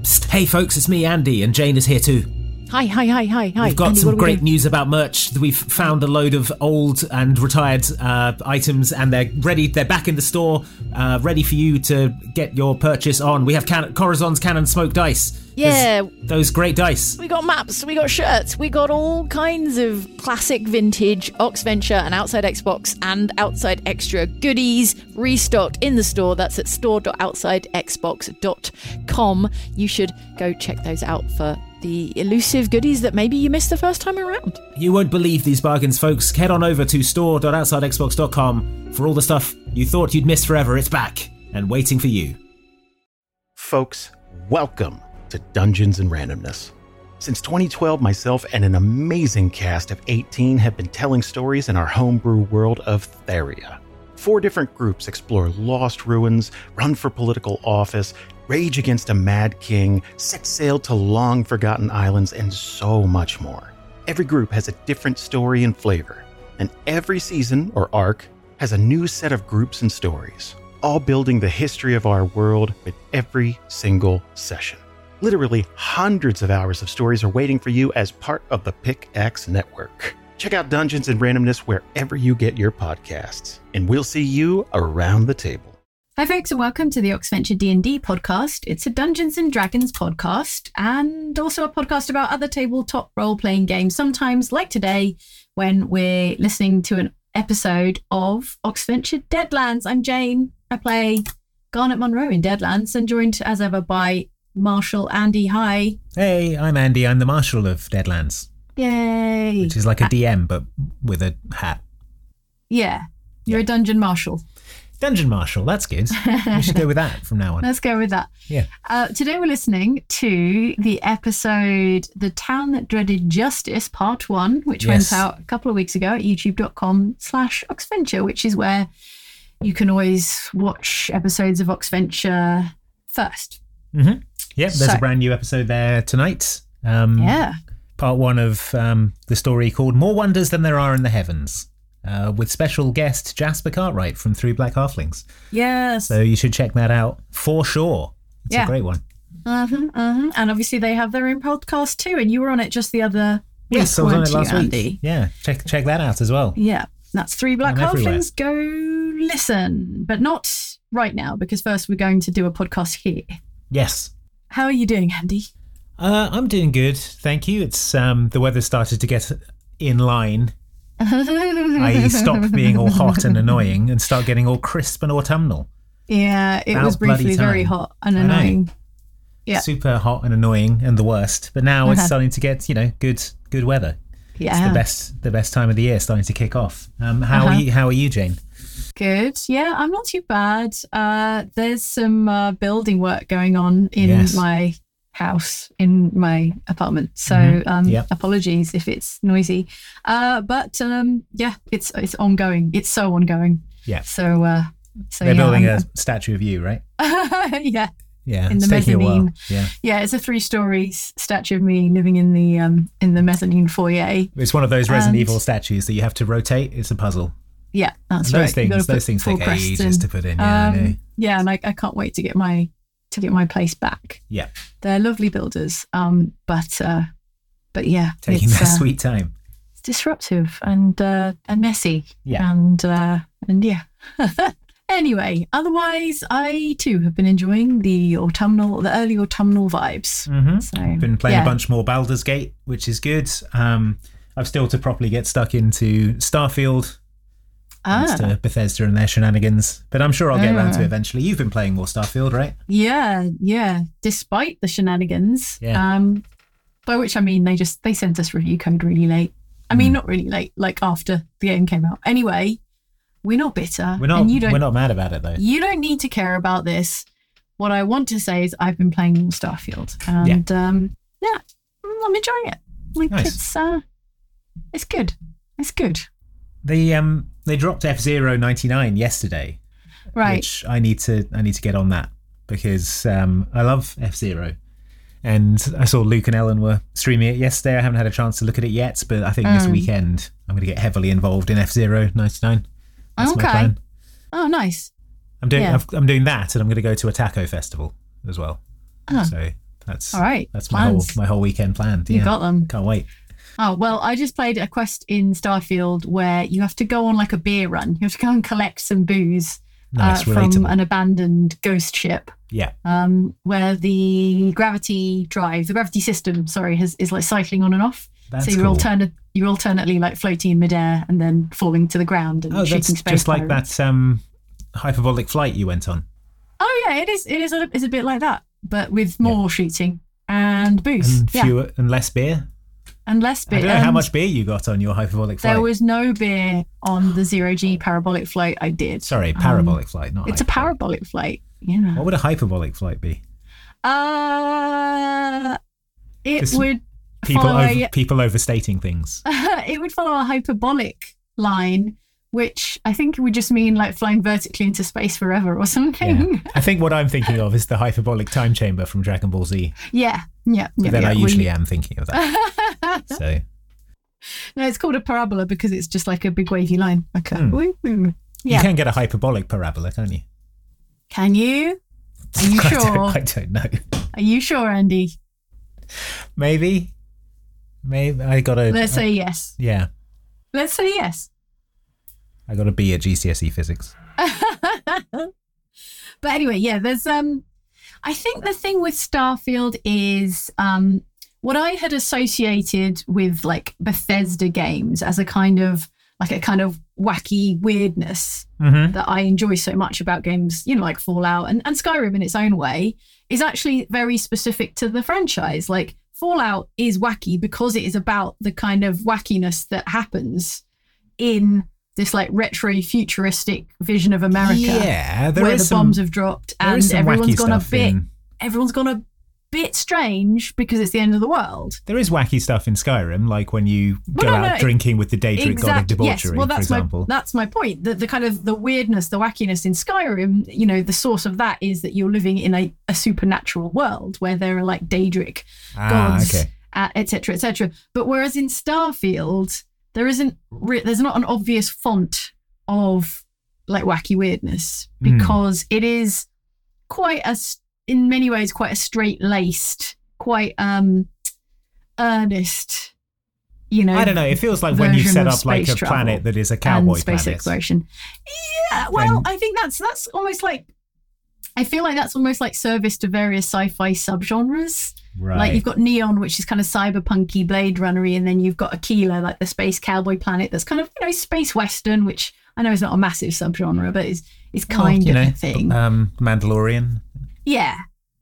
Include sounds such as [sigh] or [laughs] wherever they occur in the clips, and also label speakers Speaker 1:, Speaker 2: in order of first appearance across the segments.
Speaker 1: Psst, hey folks, it's me, Andy, and Jane is here too.
Speaker 2: Hi, hi, hi, hi, hi.
Speaker 1: We've got
Speaker 2: Andy, what
Speaker 1: some
Speaker 2: are we
Speaker 1: great
Speaker 2: doing?
Speaker 1: news about merch. We've found a load of old and retired uh, items, and they're ready. They're back in the store, uh, ready for you to get your purchase on. We have can- Corazon's Cannon Smoke Dice. There's
Speaker 2: Yeah.
Speaker 1: those great dice.
Speaker 2: We got maps, we got shirts, we got all kinds of classic vintage Ox Venture and Outside Xbox and Outside Extra goodies restocked in the store. That's at store.outsidexbox.com. You should go check those out for the elusive goodies that maybe you missed the first time around.
Speaker 1: You won't believe these bargains, folks. Head on over to store.outsidexbox.com for all the stuff you thought you'd missed forever. It's back and waiting for you.
Speaker 3: Folks, welcome to Dungeons and Randomness. Since 2012, myself and an amazing cast of 18 have been telling stories in our homebrew world of Theria. Four different groups explore lost ruins, run for political office, rage against a mad king, set sail to long forgotten islands, and so much more. Every group has a different story and flavor, and every season or arc has a new set of groups and stories, all building the history of our world with every single session. Literally hundreds of hours of stories are waiting for you as part of the Pickaxe Network. Check out Dungeons and Randomness wherever you get your podcasts, and we'll see you around the table.
Speaker 4: Hi folks and welcome to the Oxventure D&D podcast. It's a Dungeons and Dragons podcast and also a podcast about other tabletop role-playing games sometimes like today when we're listening to an episode of Oxventure Deadlands. I'm Jane. I play Garnet Monroe in Deadlands and joined as ever by Marshall Andy Hi.
Speaker 1: Hey, I'm Andy. I'm the marshal of Deadlands,
Speaker 4: Yay.
Speaker 1: which is like a DM but with a hat.
Speaker 4: yeah. You're a dungeon marshal.
Speaker 1: Dungeon marshal. That's good. We should go with that from
Speaker 4: [laughs]
Speaker 1: now on.
Speaker 4: Let's go with that.
Speaker 1: Yeah.
Speaker 4: Uh, today we're listening to the episode The Town That Dreaded Justice, Part 1, which
Speaker 1: Yes.
Speaker 4: went out a couple of weeks ago at youtube.com slash Oxventure, which is where you can always watch episodes of Oxventure first.
Speaker 1: Yeah, Mm-hmm. there's
Speaker 4: So-
Speaker 1: a brand new episode there tonight. Um,
Speaker 4: Yeah.
Speaker 1: Part one of um, the story called More Wonders Than There Are in the Heavens, uh, with special guest Jasper Cartwright from Three Black Halflings.
Speaker 4: Yes.
Speaker 1: So you should check that out for sure. It's
Speaker 4: Yeah.
Speaker 1: a great one.
Speaker 4: hmm hmm And obviously they have their own podcast too, and you were on it just the other week,
Speaker 1: I was on
Speaker 4: weren't
Speaker 1: it last
Speaker 4: you,
Speaker 1: week.
Speaker 4: Andy?
Speaker 1: Yeah, check check that out as well.
Speaker 4: Yeah, that's three black
Speaker 1: I'm everywhere.
Speaker 4: halflings. Go listen, but not right now because first we're going to do a podcast here.
Speaker 1: Yes.
Speaker 4: How are you doing, Andy?
Speaker 1: Uh, I'm doing good, thank you. It's um, the weather started to get in line. I E, stop being all hot and annoying and start getting all crisp and autumnal.
Speaker 4: [laughs] Yeah, it
Speaker 1: About
Speaker 4: was briefly
Speaker 1: bloody
Speaker 4: very
Speaker 1: time.
Speaker 4: hot and
Speaker 1: I know.
Speaker 4: annoying. Yeah. Uh-huh.
Speaker 1: Super hot and annoying and the worst. But now it's starting to get, you know, good good weather.
Speaker 4: Yeah,
Speaker 1: It's the best the best time of the year starting to kick off. Um, how are
Speaker 4: Uh-huh.
Speaker 1: you how are you, Jane?
Speaker 4: good. Yeah, I'm not too bad. Uh, there's some uh, building work going on in
Speaker 1: Yes.
Speaker 4: my house in my apartment, so
Speaker 1: Mhm.
Speaker 4: um,
Speaker 1: Yep.
Speaker 4: apologies if it's noisy. Uh, but um, yeah, it's it's ongoing. It's so ongoing.
Speaker 1: Yeah.
Speaker 4: So uh, so
Speaker 1: They're
Speaker 4: yeah,
Speaker 1: building
Speaker 4: I'm-
Speaker 1: a statue of you, right?
Speaker 4: [laughs] yeah,
Speaker 1: Yeah.
Speaker 4: In
Speaker 1: it's
Speaker 4: the
Speaker 1: taking a while.
Speaker 4: mezzanine.
Speaker 1: Yeah.
Speaker 4: yeah. It's a three-story s- statue of me living in the um in the mezzanine foyer.
Speaker 1: It's one of those Resident
Speaker 4: And-
Speaker 1: Evil statues that you have to rotate. It's a puzzle.
Speaker 4: Yeah, that's
Speaker 1: And those
Speaker 4: right. You've gotta
Speaker 1: things, those
Speaker 4: put
Speaker 1: things
Speaker 4: full
Speaker 1: take
Speaker 4: crests
Speaker 1: ages
Speaker 4: in.
Speaker 1: to put in. Yeah, I know.
Speaker 4: Um, yeah, and I, I can't wait to get my to get my place back.
Speaker 1: yeah.
Speaker 4: They're lovely builders, um, but uh, but yeah,
Speaker 1: Taking
Speaker 4: it's
Speaker 1: their
Speaker 4: uh,
Speaker 1: sweet time.
Speaker 4: disruptive and uh, and messy.
Speaker 1: Yeah.
Speaker 4: and uh, and yeah. [laughs] anyway, otherwise, I too have been enjoying the autumnal, the early autumnal vibes.
Speaker 1: Mm-hmm.
Speaker 4: So
Speaker 1: Been playing
Speaker 4: yeah.
Speaker 1: a bunch more Baldur's Gate, which is good. Um, I've still to properly get stuck into Starfield, thanks
Speaker 4: Ah.
Speaker 1: to Bethesda and their shenanigans. But I'm sure I'll get around to
Speaker 4: Ah.
Speaker 1: it eventually. You've been playing more Starfield, right?
Speaker 4: Yeah, yeah. Despite the shenanigans,
Speaker 1: Yeah.
Speaker 4: um, by which I mean they just they sent us review code really late. I mean,
Speaker 1: Mm.
Speaker 4: not really late, like after the game came out. Anyway, we're not bitter,
Speaker 1: We're not.
Speaker 4: and you
Speaker 1: We're
Speaker 4: don't
Speaker 1: not mad about it though.
Speaker 4: you don't need to care about this. What I want to say is I've been playing more Starfield, and um, yeah, mm, I'm enjoying it. Like
Speaker 1: Nice.
Speaker 4: it's uh, it's good. It's good.
Speaker 1: They um they dropped F 99 yesterday,
Speaker 4: Right.
Speaker 1: which I need to I need to get on that because um, I love F Zero, and I saw Luke and Ellen were streaming it yesterday. I haven't had a chance to look at it yet, but I think this
Speaker 4: Mm.
Speaker 1: weekend I'm going to get heavily involved in F 99 That's my
Speaker 4: Okay.
Speaker 1: plan.
Speaker 4: oh, nice.
Speaker 1: I'm doing
Speaker 4: Yeah.
Speaker 1: I've, I'm doing that, and I'm going to go to a taco festival as well.
Speaker 4: Ah.
Speaker 1: So That's
Speaker 4: All right.
Speaker 1: That's my whole,
Speaker 4: plans.
Speaker 1: my whole weekend planned.
Speaker 4: You
Speaker 1: yeah.
Speaker 4: got them.
Speaker 1: Can't wait.
Speaker 4: Oh, well, I just played a quest in Starfield where you have to go on like a beer run. You have to go and collect some booze uh,
Speaker 1: Nice,
Speaker 4: from
Speaker 1: relatable.
Speaker 4: an abandoned ghost ship.
Speaker 1: Yeah.
Speaker 4: Um, where the gravity drive, the gravity system, sorry, has, is like cycling on and off.
Speaker 1: That's
Speaker 4: so you're
Speaker 1: cool.
Speaker 4: alternate, you're alternately like floating in midair and then falling to the ground and
Speaker 1: Oh,
Speaker 4: shooting
Speaker 1: that's
Speaker 4: space
Speaker 1: just like
Speaker 4: pirates.
Speaker 1: that um, hyperbolic flight you went on.
Speaker 4: Oh yeah, it is. It is. A, it's a bit like that, but with more shooting and booze.
Speaker 1: And
Speaker 4: yeah,
Speaker 1: fewer and less beer.
Speaker 4: and less beer.
Speaker 1: I don't know how
Speaker 4: And
Speaker 1: much beer you got on your hyperbolic flight.
Speaker 4: There was no beer on the zero G parabolic flight. I did.
Speaker 1: Sorry,
Speaker 4: Um,
Speaker 1: parabolic flight, not
Speaker 4: it's a
Speaker 1: hyperbolic.
Speaker 4: parabolic flight. Yeah.
Speaker 1: What would a hyperbolic flight be?
Speaker 4: Uh, it
Speaker 1: Just
Speaker 4: would
Speaker 1: People
Speaker 4: follow
Speaker 1: over,
Speaker 4: a,
Speaker 1: people overstating things.
Speaker 4: [laughs] it would follow a hyperbolic line, which I think would just mean like flying vertically into space forever or something.
Speaker 1: Yeah. I think what I'm thinking of is the hyperbolic time chamber from Dragon Ball Z.
Speaker 4: [laughs] Yeah. Yeah.
Speaker 1: But
Speaker 4: Yeah.
Speaker 1: then
Speaker 4: yeah,
Speaker 1: I
Speaker 4: we-
Speaker 1: usually am thinking of that.
Speaker 4: [laughs]
Speaker 1: so
Speaker 4: no, it's called a parabola because it's just like a big wavy line. Like a
Speaker 1: Hmm.
Speaker 4: woo, woo. Yeah.
Speaker 1: you can get a hyperbolic parabola, can't you? [laughs]
Speaker 4: Can you? Are you
Speaker 1: I don't-
Speaker 4: sure?
Speaker 1: I don't know.
Speaker 4: Are you sure, Andy?
Speaker 1: Maybe. Maybe I got a
Speaker 4: Let's say yes.
Speaker 1: yeah.
Speaker 4: Let's say yes.
Speaker 1: I got a B at GCSE E physics.
Speaker 4: [laughs] But anyway, yeah, there's um I think the thing with Starfield is um what I had associated with like Bethesda games as a kind of like a kind of wacky weirdness
Speaker 1: Mm-hmm.
Speaker 4: that I enjoy so much about games, you know, like Fallout and, and Skyrim in its own way, is actually very specific to the franchise. Like Fallout is wacky because it is about the kind of wackiness that happens in this like retro futuristic vision of America
Speaker 1: Yeah, there
Speaker 4: where
Speaker 1: is
Speaker 4: the
Speaker 1: some,
Speaker 4: bombs have dropped
Speaker 1: there
Speaker 4: and
Speaker 1: is some
Speaker 4: everyone's
Speaker 1: wacky
Speaker 4: gone a
Speaker 1: stuff
Speaker 4: bit
Speaker 1: in
Speaker 4: everyone's gone a bit strange because it's the end of the world.
Speaker 1: there is wacky stuff in Skyrim, like when you go
Speaker 4: no,
Speaker 1: out
Speaker 4: no,
Speaker 1: drinking with the Daedric god of
Speaker 4: Exact-
Speaker 1: debauchery,
Speaker 4: Yes. Well,
Speaker 1: for
Speaker 4: that's my
Speaker 1: example.
Speaker 4: that's my point. The, the kind of the weirdness, the wackiness in Skyrim. You know, the source of that is that you're living in a, a supernatural world where there are like Daedric
Speaker 1: ah,
Speaker 4: gods,
Speaker 1: okay.
Speaker 4: etc., etc. But whereas in Starfield, there isn't re- there's not an obvious font of like wacky weirdness
Speaker 1: Mm.
Speaker 4: because it is quite a s- in many ways quite a straight laced, quite um earnest. You know,
Speaker 1: I don't know. It feels like when you
Speaker 4: version
Speaker 1: set
Speaker 4: of
Speaker 1: up like a
Speaker 4: space travel
Speaker 1: planet that is a
Speaker 4: and
Speaker 1: cowboy
Speaker 4: space
Speaker 1: planet.
Speaker 4: exploration. Yeah, well,
Speaker 1: And-
Speaker 4: I think that's that's almost like. I feel like that's almost like service to various sci-fi subgenres.
Speaker 1: Right.
Speaker 4: Like you've got Neon, which is kind of cyberpunky, Blade Runnery, and then you've got Aquila, like the space cowboy planet, that's kind of you know space western, which I know is not a massive subgenre, but it's it's kind
Speaker 1: Well, you
Speaker 4: of
Speaker 1: know,
Speaker 4: a thing.
Speaker 1: Um, Mandalorian.
Speaker 4: yeah,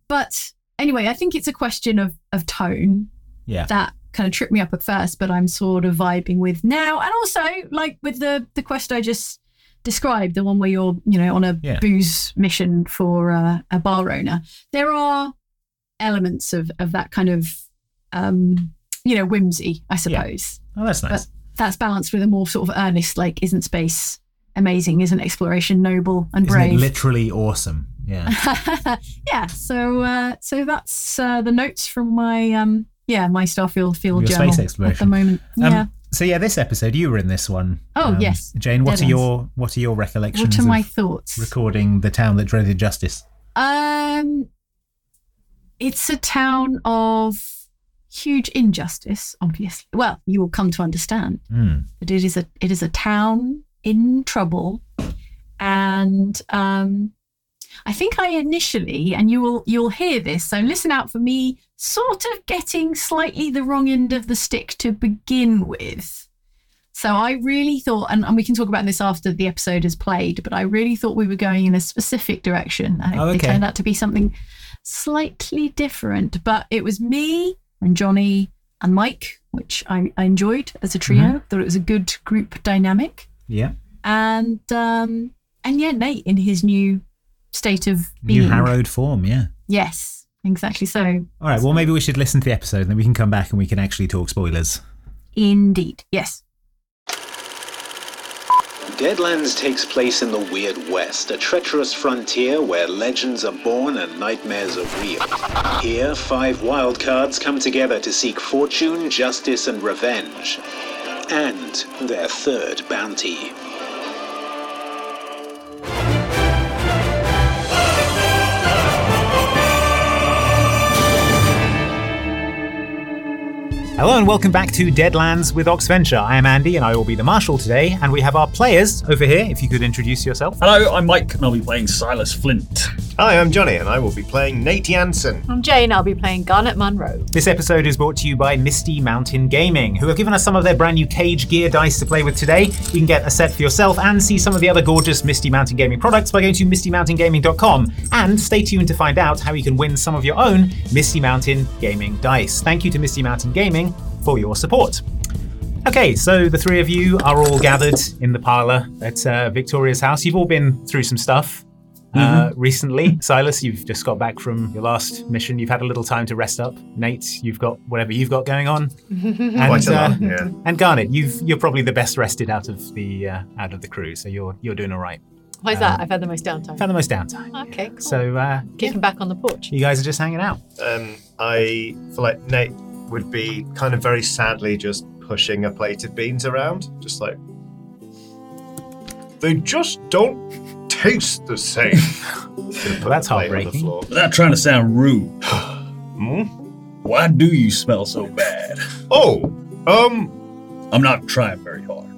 Speaker 4: but anyway, I think it's a question of of tone
Speaker 1: Yeah.
Speaker 4: that kind of tripped me up at first, but I'm sort of vibing with now, and also like with the the quest I just described, the one where you're you know on a
Speaker 1: Yeah.
Speaker 4: booze mission for uh, a bar owner. There are elements of of that kind of um, you know whimsy, I suppose.
Speaker 1: Oh, that's nice.
Speaker 4: That's balanced with a more sort of earnest, like isn't space amazing? Isn't exploration noble and
Speaker 1: Isn't it
Speaker 4: brave?
Speaker 1: literally awesome? Yeah.
Speaker 4: [laughs] yeah. So uh, so that's uh, the notes from my um, yeah my Starfield field
Speaker 1: Your
Speaker 4: journal
Speaker 1: space
Speaker 4: at the
Speaker 1: exploration.
Speaker 4: moment.
Speaker 1: Um,
Speaker 4: Yeah.
Speaker 1: so yeah, this episode you were in this one.
Speaker 4: Oh, yes.
Speaker 1: Jane. What are
Speaker 4: Dead ends.
Speaker 1: your what are your recollections
Speaker 4: what are
Speaker 1: of
Speaker 4: my thoughts?
Speaker 1: recording the town that dreaded justice?
Speaker 4: Um, it's a town of huge injustice. Obviously, well, you will come to understand
Speaker 1: Mm.
Speaker 4: that it is a it is a town in trouble, and um, I think I initially, and you will you'll hear this, so listen out for me, sort of getting slightly the wrong end of the stick to begin with. So I really thought, and, and we can talk about this after the episode is played, but I really thought we were going in a specific direction, and
Speaker 1: Oh,
Speaker 4: it,
Speaker 1: okay.
Speaker 4: it turned out to be something slightly different. But it was me and Johnny and Mike, which I, I enjoyed as a trio. Thought it was a good group dynamic
Speaker 1: Yeah.
Speaker 4: and um and yeah nate in his new state of being
Speaker 1: New harrowed form. Yeah.
Speaker 4: yes exactly so
Speaker 1: All right. Well, maybe we should listen to the episode, and then we can come back and we can actually talk spoilers.
Speaker 4: indeed yes
Speaker 5: Deadlands takes place in the Weird West, a treacherous frontier where legends are born and nightmares are real. Here, five wildcards come together to seek fortune, justice, and revenge, and their third bounty.
Speaker 6: Hello and welcome back to Deadlands with Oxventure. I am Andy and I will be the marshal today, and we have our players over here. If you could introduce yourself.
Speaker 7: Hello, I'm Mike, and I'll be playing Silas Flint.
Speaker 8: Hi, I'm Johnny, and I will be playing Nate Jansen.
Speaker 4: I'm Jane. I'll be playing Garnet Munro.
Speaker 6: This episode is brought to you by Misty Mountain Gaming, who have given us some of their brand new Cage Gear dice to play with today. You can get a set for yourself and see some of the other gorgeous Misty Mountain Gaming products by going to mistymountaingaming.com. And stay tuned to find out how you can win some of your own Misty Mountain Gaming dice. Thank you to Misty Mountain Gaming for your support. Okay, so the three of you are all gathered in the parlor at uh, Victoria's house. You've all been through some stuff uh,
Speaker 8: Mm-hmm.
Speaker 6: recently. Silas, you've just got back from your last mission. You've had a little time to rest up. Nate, you've got whatever you've got going on. And,
Speaker 8: Quite a
Speaker 6: uh,
Speaker 8: lot, yeah.
Speaker 6: and Garnet, you've you're probably the best rested out of the uh, out of the crew, so you're you're doing all right.
Speaker 4: Why's that? I've had the most downtime.
Speaker 6: Found the most downtime.
Speaker 4: Okay, cool.
Speaker 6: So uh,
Speaker 4: Kicking back on the porch.
Speaker 6: you guys are just hanging out.
Speaker 8: Um, I feel like Nate would be kind of very sadly just pushing a plate of beans around, just like they just don't taste the
Speaker 6: [laughs]
Speaker 8: same. Gonna put
Speaker 6: that's
Speaker 8: the plate on the
Speaker 6: heartbreaking.
Speaker 8: floor.
Speaker 7: Without trying to
Speaker 8: [sighs]
Speaker 7: sound rude,
Speaker 8: Hmm?
Speaker 7: why do you smell so bad?
Speaker 8: Oh, um,
Speaker 7: I'm not trying very hard.
Speaker 8: no,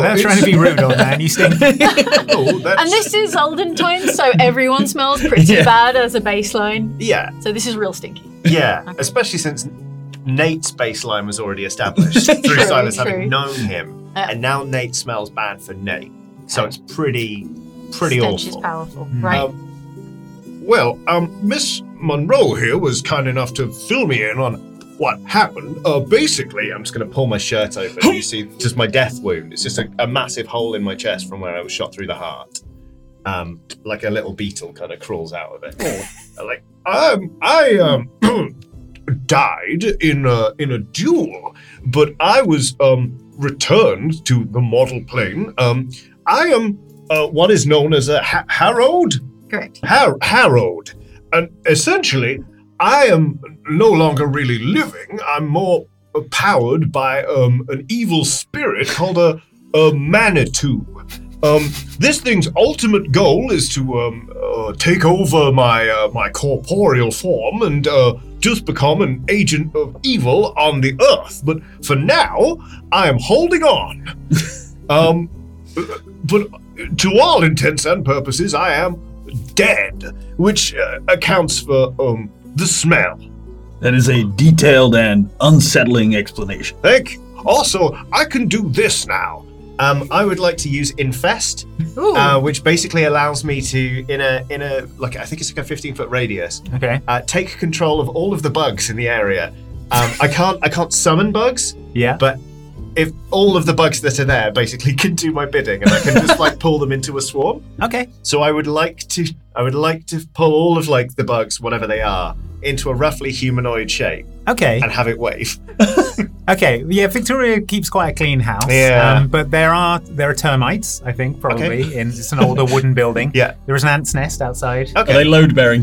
Speaker 6: They're
Speaker 8: it's-
Speaker 6: trying to
Speaker 8: [laughs]
Speaker 6: be rude, old man. You
Speaker 9: [laughs]
Speaker 6: stink.
Speaker 8: no, that's
Speaker 4: And this is olden times, so everyone smells pretty
Speaker 7: Yeah.
Speaker 4: bad as a baseline.
Speaker 8: yeah,
Speaker 4: So this is real stinky.
Speaker 8: yeah, especially since Nate's baseline was already
Speaker 6: [laughs]
Speaker 8: established through
Speaker 4: True,
Speaker 8: Silas
Speaker 4: true.
Speaker 8: having known him,
Speaker 4: Uh,
Speaker 8: and now Nate smells bad for Nate, so it's pretty, pretty
Speaker 4: Stench
Speaker 8: awful.
Speaker 4: is powerful,
Speaker 6: Mm.
Speaker 4: right?
Speaker 8: Um, well, um, Miss Monroe here was kind enough to fill me in on what happened. Uh, basically, I'm just going to pull my shirt open. and you see just my death wound. It's just a, a massive hole in my chest from where I was shot through the heart. Um, like a little beetle kind of crawls out of it. like, um, I um, [clears throat] died in a in a duel, but I was um returned to the model plane. Um, I am uh, what is known as a ha- harrowed
Speaker 10: Correct.
Speaker 8: har- harrowed. And essentially, I am no longer really living. I'm more uh, powered by um, an evil spirit called a, a manitou. Um, this thing's ultimate goal is to um, uh, take over my uh, my corporeal form and uh, just become an agent of evil on the earth. But for now, I am holding on. um, but to all intents and purposes, I am dead, which uh, accounts for um the smell.
Speaker 7: That is a detailed and unsettling explanation.
Speaker 8: Thank you. Also, I can do this now. Um, I would like to use infest,
Speaker 4: Ooh.
Speaker 8: uh, which basically allows me to, in a in a like I think it's like a 15 foot radius,
Speaker 6: Okay.
Speaker 8: uh, take control of all of the bugs in the area. Um, I can't I can't summon bugs,
Speaker 6: Yeah.
Speaker 8: but if all of the bugs that are there basically [laughs] can do my bidding, and I can just like pull them into a swarm.
Speaker 6: Okay.
Speaker 8: So I would like to I would like to pull all of like the bugs, whatever they are, into a roughly humanoid shape
Speaker 6: Okay.
Speaker 8: and have it wave. [laughs]
Speaker 6: Okay, yeah, Victoria keeps quite a clean house. um,
Speaker 8: Yeah.
Speaker 6: but there are there are termites, I think, probably.
Speaker 8: Okay. [laughs]
Speaker 6: In it's an older wooden building.
Speaker 8: Yeah.
Speaker 6: There is an ant's nest outside.
Speaker 7: Are they load bearing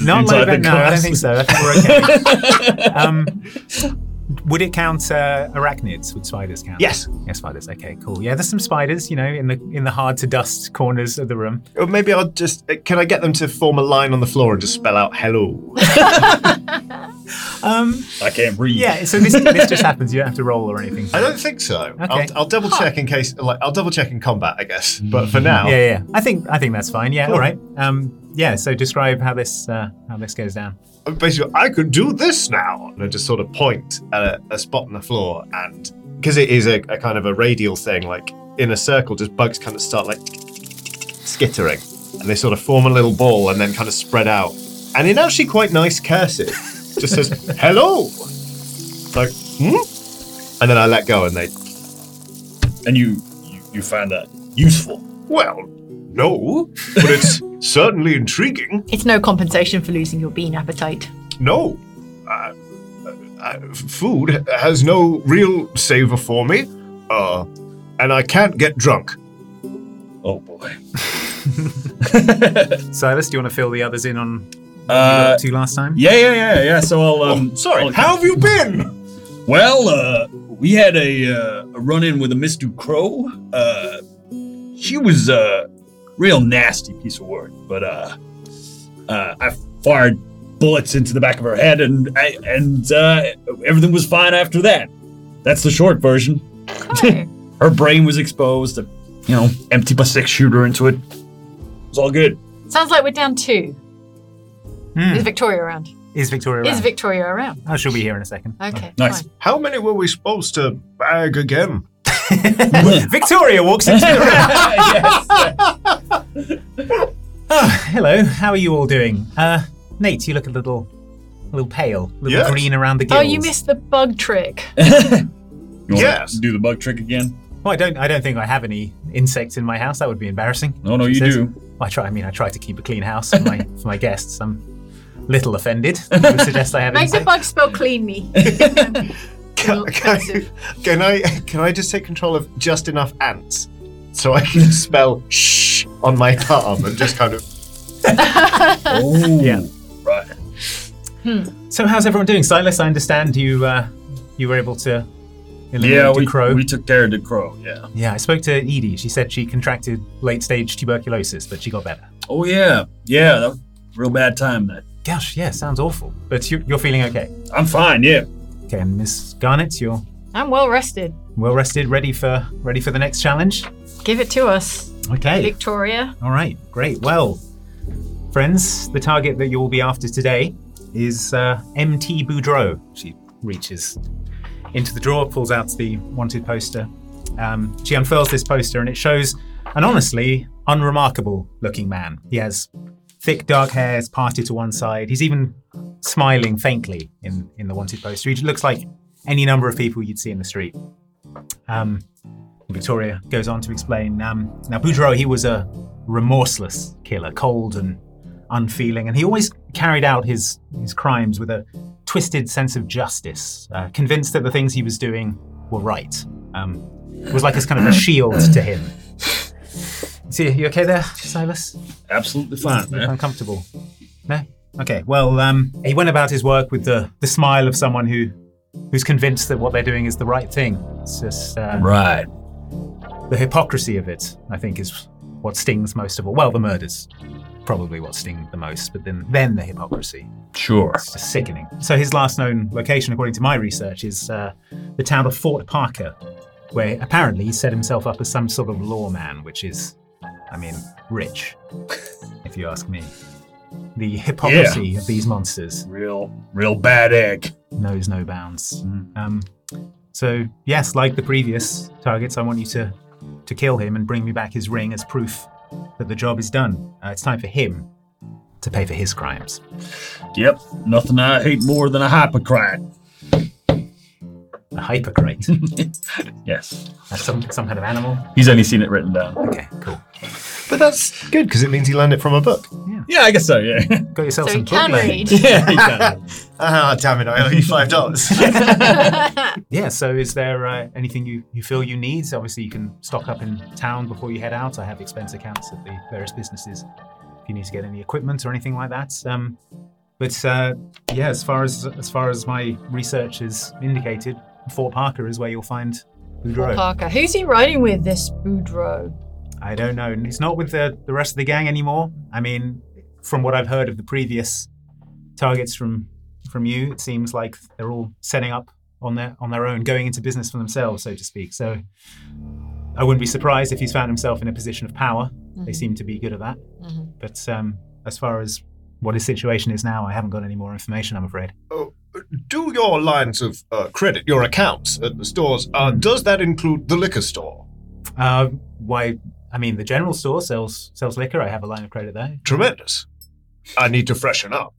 Speaker 6: [laughs] Not
Speaker 7: [laughs] inside
Speaker 6: like that.
Speaker 7: the
Speaker 6: No, I don't
Speaker 7: glass?
Speaker 6: think so. I think we're okay. [laughs] um, would it count uh, arachnids? Would spiders count?
Speaker 8: Yes.
Speaker 6: Yeah, spiders. Okay, cool. Yeah, there's some spiders, you know, in the in the hard to dust corners of the room.
Speaker 8: Or maybe I'll just uh, can I get them to form a line on the floor and just spell out hello?
Speaker 6: Um,
Speaker 7: I can't breathe.
Speaker 6: yeah. So this this just happens. You don't have to roll or anything.
Speaker 8: I don't think so.
Speaker 6: Okay.
Speaker 8: I'll, I'll double check in case like I'll double check in combat, I guess. But for now,
Speaker 6: Mm-hmm. Yeah, yeah. I think I think that's fine. Yeah.
Speaker 8: Cool.
Speaker 6: All right. Um, yeah. So describe how this uh, how this goes down.
Speaker 8: basically I could do this now, and I just sort of point at a, a spot on the floor, and because it is a, a kind of a radial thing, like in a circle, just bugs kind of start like skittering, and they sort of form a little ball and then kind of spread out, and in actually quite nice cursive, just says [laughs] hello, like hmm, and then I let go, and they
Speaker 7: And you, you, you find that useful.
Speaker 8: Well, no, but it's
Speaker 7: [laughs]
Speaker 8: certainly intriguing.
Speaker 4: It's no compensation for losing your bean appetite.
Speaker 8: No, uh, uh, f- food has no real savor for me, uh, and I can't get drunk.
Speaker 7: Oh boy.
Speaker 6: Silas, do you want to fill the others in on
Speaker 7: Uh,
Speaker 6: two last time?
Speaker 7: yeah, yeah, yeah, yeah. So I'll. Um,
Speaker 8: oh, sorry,
Speaker 7: I'll-
Speaker 8: how have you been?
Speaker 7: Well, uh, we had a, uh, a run in with a Miss Crow. Uh, she was a real nasty piece of work, but uh, uh, I fired bullets into the back of her head, and I- and uh, everything was fine after that. That's the short version.
Speaker 9: Okay.
Speaker 7: [laughs] Her brain was exposed. And, you know, empty a six shooter into it. It's all good.
Speaker 9: Sounds like we're down two. Is Victoria around?
Speaker 6: Is Victoria
Speaker 9: Is
Speaker 6: around?
Speaker 9: Victoria around?
Speaker 6: oh, she'll be here in a second.
Speaker 9: Okay.
Speaker 7: Nice.
Speaker 9: Fine.
Speaker 10: How many were we supposed to bag again?
Speaker 6: [laughs] Victoria walks into the room.
Speaker 7: [laughs] yes.
Speaker 6: Oh, hello. How are you all doing? Uh, Nate, you look a little, a little pale, a little
Speaker 10: Yes.
Speaker 6: green around the
Speaker 9: Oh,
Speaker 6: gills.
Speaker 9: you missed the bug trick.
Speaker 7: You wanna
Speaker 10: Yes.
Speaker 7: Do the bug trick again?
Speaker 6: Well, I don't. I don't think I have any insects in my house. That would be embarrassing.
Speaker 7: No, no,
Speaker 6: She
Speaker 7: you
Speaker 6: says.
Speaker 7: do.
Speaker 6: I try. I mean, I try to keep a clean house for
Speaker 7: [laughs]
Speaker 6: my for my guests. I'm little offended. I would suggest I have
Speaker 9: Make the
Speaker 6: insects.
Speaker 9: bug spell clean me.
Speaker 10: Can,
Speaker 9: Well,
Speaker 10: can
Speaker 9: expensive.
Speaker 10: I, [laughs] can I can I just take control of just enough ants so I can spell shh on my arm and
Speaker 9: [laughs]
Speaker 10: just kind of
Speaker 7: Oh,
Speaker 6: Yeah.
Speaker 7: Right.
Speaker 6: So, how's everyone doing, Silas? I understand you uh, you were able to eliminate
Speaker 7: Yeah,
Speaker 6: the
Speaker 7: we,
Speaker 6: crow.
Speaker 7: we took care of the crow. Yeah.
Speaker 6: Yeah, I spoke to Edie. She said she contracted late stage tuberculosis, but she got better.
Speaker 7: Oh yeah, yeah. That was a real bad time. That
Speaker 6: Gosh, yeah, sounds awful. But you, you're feeling okay.
Speaker 7: I'm fine. Yeah.
Speaker 6: Okay, and Miss Garnett, you're
Speaker 9: I'm well rested.
Speaker 6: well rested, ready for ready for the next challenge.
Speaker 9: Give it to us,
Speaker 6: Okay.
Speaker 9: Victoria.
Speaker 6: All right. Great. Well, friends, the target that you will be after today is uh, MT Boudreau. She reaches into the drawer, pulls out the wanted poster. Um, she unfurls this poster, and it shows an honestly unremarkable-looking man. He has thick dark hair, is parted to one side. He's even smiling faintly in in the wanted poster. He looks like any number of people you'd see in the street. Um, Victoria goes on to explain. Um, now, Boudreau, he was a remorseless killer, cold and unfeeling, and he always carried out his, his crimes with a twisted sense of justice, uh, convinced that the things he was doing were right. Um, it was like this kind of a shield to him. See, you okay there, Silas?
Speaker 7: Absolutely fine,
Speaker 6: You look
Speaker 7: man.
Speaker 6: uncomfortable. No? Okay. Well, um, he went about his work with the, the smile of someone who who's convinced that what they're doing is the right thing. It's just uh,
Speaker 7: Right.
Speaker 6: the hypocrisy of it, I think, is what stings most of all. Well, the murders, probably what sting the most, but then then the hypocrisy.
Speaker 7: Sure.
Speaker 6: It's just sickening. So his last known location, according to my research, is uh, the town of Fort Parker, where apparently he set himself up as some sort of lawman, which is, I mean, rich, if you ask me. The hypocrisy of these monsters
Speaker 7: Real, real bad egg. Hmm.
Speaker 6: knows no bounds. Um, so yes, like the previous targets, I want you to to kill him and bring me back his ring as proof that the job is done. Uh, it's time for him to pay for his crimes.
Speaker 7: Yep. Nothing I hate more than a hypocrite.
Speaker 6: A hypocrite.
Speaker 7: [laughs] Yes.
Speaker 6: That's some some kind of animal.
Speaker 7: He's only seen it written down.
Speaker 6: Okay, cool.
Speaker 10: But that's good because it means he learned it from a book.
Speaker 7: Yeah, I guess so. Yeah.
Speaker 6: Got yourself
Speaker 9: So
Speaker 6: some
Speaker 9: you can
Speaker 6: book
Speaker 9: read.
Speaker 10: [laughs]
Speaker 7: yeah. he can.
Speaker 10: Ah, damn it! I owe you five dollars.
Speaker 7: [laughs]
Speaker 6: Yeah. So is there uh, anything you you feel you need? So obviously, you can stock up in town before you head out. I have expense accounts at the various businesses. If you need to get any equipment or anything like that. Um, but uh, yeah, as far as as far as my research has indicated, Fort Parker is where you'll find Boudreaux.
Speaker 9: Parker. Who's he riding with this Boudreaux?
Speaker 6: I don't know. He's not with the, the rest of the gang anymore. I mean, from what I've heard of the previous targets from from you, it seems like they're all setting up on their on their own, going into business for themselves, so to speak. So I wouldn't be surprised if he's found himself in a position of power. They seem to be good at that.
Speaker 9: Mhm.
Speaker 6: But um, as far as what his situation is now, I haven't got any more information, I'm afraid.
Speaker 10: Do your lines of uh, credit, your accounts at the stores, uh, does that include the liquor store?
Speaker 6: Uh, why? I mean, the general store sells sells liquor. I have a line of credit there.
Speaker 10: Tremendous. I need to freshen up.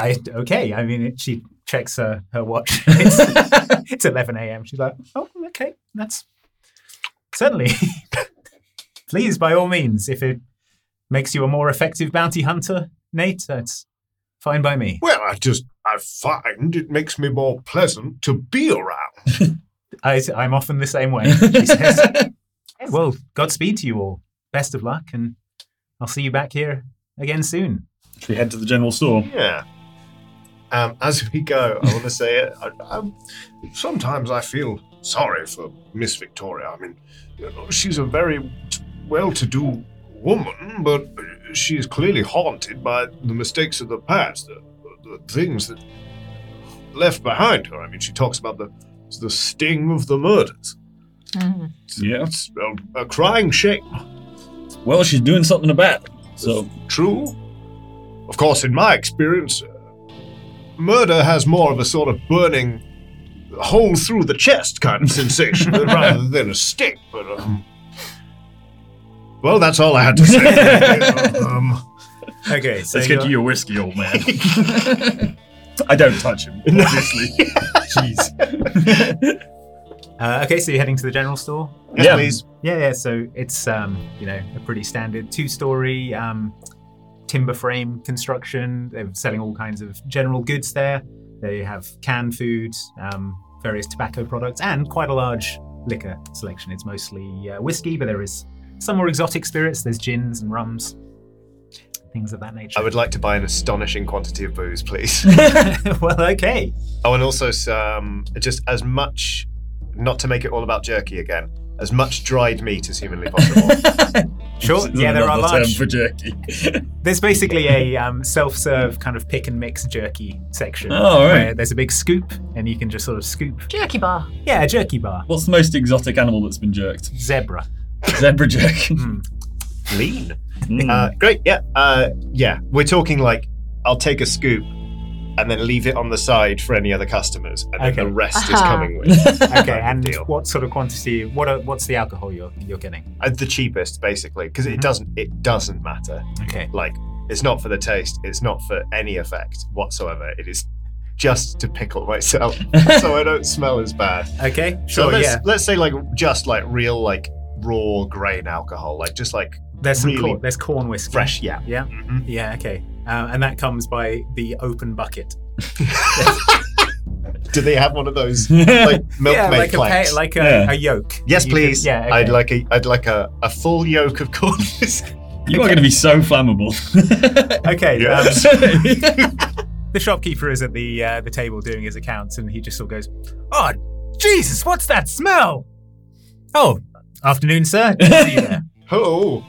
Speaker 6: I okay. I mean, it, she checks her, her
Speaker 10: [laughs]
Speaker 6: watch. It's, it's eleven a.m. She's like, oh, okay, that's certainly. [laughs] Please, by all means, if it makes you a more effective bounty hunter, Nate, that's fine by me.
Speaker 10: Well, I just I find it makes me more pleasant to be around.
Speaker 6: [laughs] I, I'm often the
Speaker 10: [laughs]
Speaker 6: same way. She says, well, Godspeed to you all. Best of luck, and I'll see you back here again soon.
Speaker 7: we head to the general store.
Speaker 10: Yeah. Um, as we go, I want to say it. I, I'm, sometimes I feel sorry for Miss Victoria. I mean, you know, she's a very well-to-do woman, but she's clearly haunted by the mistakes of the past. The, the things that left behind her. I mean, she talks about the the sting of the murders.
Speaker 9: Mm-hmm.
Speaker 7: Yeah.
Speaker 10: It's a, a crying shame.
Speaker 7: Well, she's doing something about it. So
Speaker 10: True. Of course, in my experience, uh, murder has more of a sort of burning hole through the chest kind of
Speaker 7: [laughs]
Speaker 10: sensation rather than a stick. But um, well, that's all I had to
Speaker 7: [laughs]
Speaker 10: say. um,
Speaker 6: Okay, so
Speaker 7: let's
Speaker 6: you're-
Speaker 7: get you your whiskey,
Speaker 10: [laughs]
Speaker 7: old man. I don't touch him, obviously.
Speaker 10: [laughs]
Speaker 7: Jeez.
Speaker 6: Uh, okay, so you're heading to the general store.
Speaker 10: yes,
Speaker 7: Yeah.
Speaker 10: please.
Speaker 6: Yeah, yeah. So it's um, you know a pretty standard two-story um, timber frame construction. They're selling all kinds of general goods there. They have canned food, um, various tobacco products, and quite a large liquor selection. It's mostly uh, whiskey, but there is some more exotic spirits. There's gins and rums, things of that nature.
Speaker 8: I would like to buy an astonishing quantity of booze, please.
Speaker 6: [laughs] well, okay.
Speaker 8: oh, and also some, just as much, not to make it all about jerky again, as much dried meat as humanly possible.
Speaker 6: [laughs] Sure.
Speaker 7: This is
Speaker 6: Yeah, there are
Speaker 7: another term
Speaker 6: large
Speaker 7: for jerky.
Speaker 6: There's basically a um, self-serve kind of pick and mix jerky section.
Speaker 7: Oh, all right.
Speaker 6: Where there's a big scoop, and you can just sort of scoop.
Speaker 4: Jerky bar.
Speaker 6: Yeah, a jerky bar.
Speaker 7: What's the most exotic animal that's been jerked?
Speaker 6: Zebra.
Speaker 7: Zebra jerk.
Speaker 8: Hmm. Lean.
Speaker 6: Hmm.
Speaker 7: Mm.
Speaker 8: Uh, great. Yeah. Uh, yeah. We're talking like I'll take a scoop and then leave it on the side for any other customers, and then
Speaker 6: Okay.
Speaker 8: the rest is
Speaker 4: Aha.
Speaker 8: coming with
Speaker 6: Okay, and
Speaker 8: deal.
Speaker 6: what sort of quantity? What are, what's the alcohol you're you're getting?
Speaker 8: uh, the cheapest, basically, because
Speaker 6: Mhm.
Speaker 8: it doesn't it doesn't matter.
Speaker 6: Okay.
Speaker 8: Like it's not for the taste. It's not for any effect whatsoever. It is just to pickle
Speaker 6: [laughs]
Speaker 8: myself so I don't smell as bad.
Speaker 6: Okay.
Speaker 8: So
Speaker 6: Sure.
Speaker 8: let's
Speaker 6: yeah.
Speaker 8: let's say like just like real like raw grain alcohol, like just like
Speaker 6: There's some
Speaker 8: really
Speaker 6: corn, there's corn whiskey.
Speaker 8: fresh. Yeah.
Speaker 6: Yeah.
Speaker 8: Mhm.
Speaker 6: Yeah. Okay. Um, and that comes by the open bucket.
Speaker 8: [laughs] Do they have one of [laughs]
Speaker 7: [laughs]
Speaker 8: those like
Speaker 6: [laughs]
Speaker 8: milkmaid
Speaker 6: yeah, like
Speaker 8: planks?
Speaker 6: a pa- like a,
Speaker 7: Yeah.
Speaker 6: a yolk.
Speaker 8: Yes,
Speaker 6: You can-
Speaker 8: please.
Speaker 6: yeah. okay.
Speaker 8: I'd like a I'd like a, a full yoke of [laughs] corn.
Speaker 7: [laughs] you are going to be so flammable. [laughs]
Speaker 6: Okay.
Speaker 8: Yeah.
Speaker 10: [laughs]
Speaker 6: um, the shopkeeper is at the uh, the table doing his accounts, and he just sort of goes, "Oh, Jesus, what's that smell?" Oh, afternoon, sir. Good to see
Speaker 10: [laughs]
Speaker 6: you there.
Speaker 10: Hello.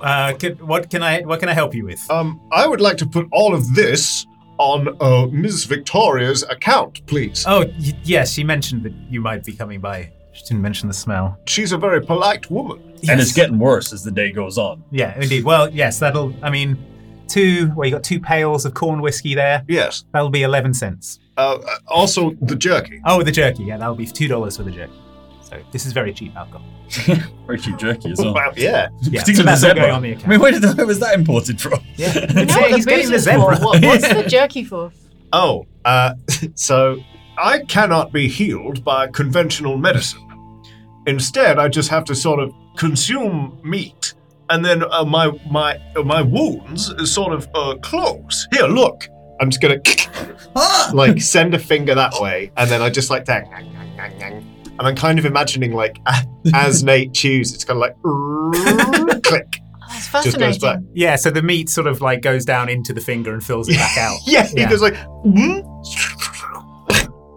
Speaker 6: Uh, could, what can I what can I help you with?
Speaker 10: Um, I would like to put all of this on uh, Ms. Victoria's account, please.
Speaker 6: Oh, y- yes, she mentioned that you might be coming by. She didn't mention the smell.
Speaker 10: She's a very polite woman.
Speaker 7: And it's
Speaker 6: Yes.
Speaker 7: getting worse as the day goes on.
Speaker 6: Yeah, indeed. Well, yes, that'll. I mean, two. Well, you got two pails of corn whiskey there.
Speaker 10: Yes.
Speaker 6: That'll be eleven cents.
Speaker 10: Uh, uh, also, the jerky.
Speaker 6: Oh, the jerky. Yeah, that'll be two dollars for the jerky. So this is very cheap alcohol.
Speaker 7: [laughs] Very cheap jerky as well.
Speaker 8: Wow,
Speaker 7: [laughs]
Speaker 8: yeah.
Speaker 6: Yeah,
Speaker 7: Particularly
Speaker 6: so
Speaker 7: the
Speaker 6: that's all
Speaker 7: zebra.
Speaker 6: going on the
Speaker 7: I mean,
Speaker 6: account.
Speaker 7: where, did, where was that imported from?
Speaker 6: [laughs] Yeah.
Speaker 4: You know
Speaker 6: Yeah,
Speaker 4: what the
Speaker 6: he's getting
Speaker 4: booze
Speaker 6: the
Speaker 4: is
Speaker 6: zebra.
Speaker 4: for.
Speaker 8: [laughs]
Speaker 4: What, what's the jerky for?
Speaker 8: Oh,
Speaker 10: [laughs]
Speaker 8: uh, so
Speaker 10: I cannot be healed by conventional medicine. Instead, I just have to sort of consume meat, and then uh, my my uh, my wounds uh, sort of uh, close. Here, look.
Speaker 8: I'm just gonna [laughs]
Speaker 7: Ah!
Speaker 8: like send a finger that way, and then I just like that. And I'm kind of imagining like
Speaker 7: [laughs]
Speaker 8: as Nate chews, it's kind of like click.
Speaker 4: Oh, that's
Speaker 8: Just
Speaker 4: fascinating.
Speaker 8: goes back.
Speaker 6: Yeah, so the meat sort of like goes down into the finger and fills
Speaker 10: [laughs]
Speaker 6: it back out.
Speaker 8: Yeah, he
Speaker 6: Yeah.
Speaker 8: goes like. hmm?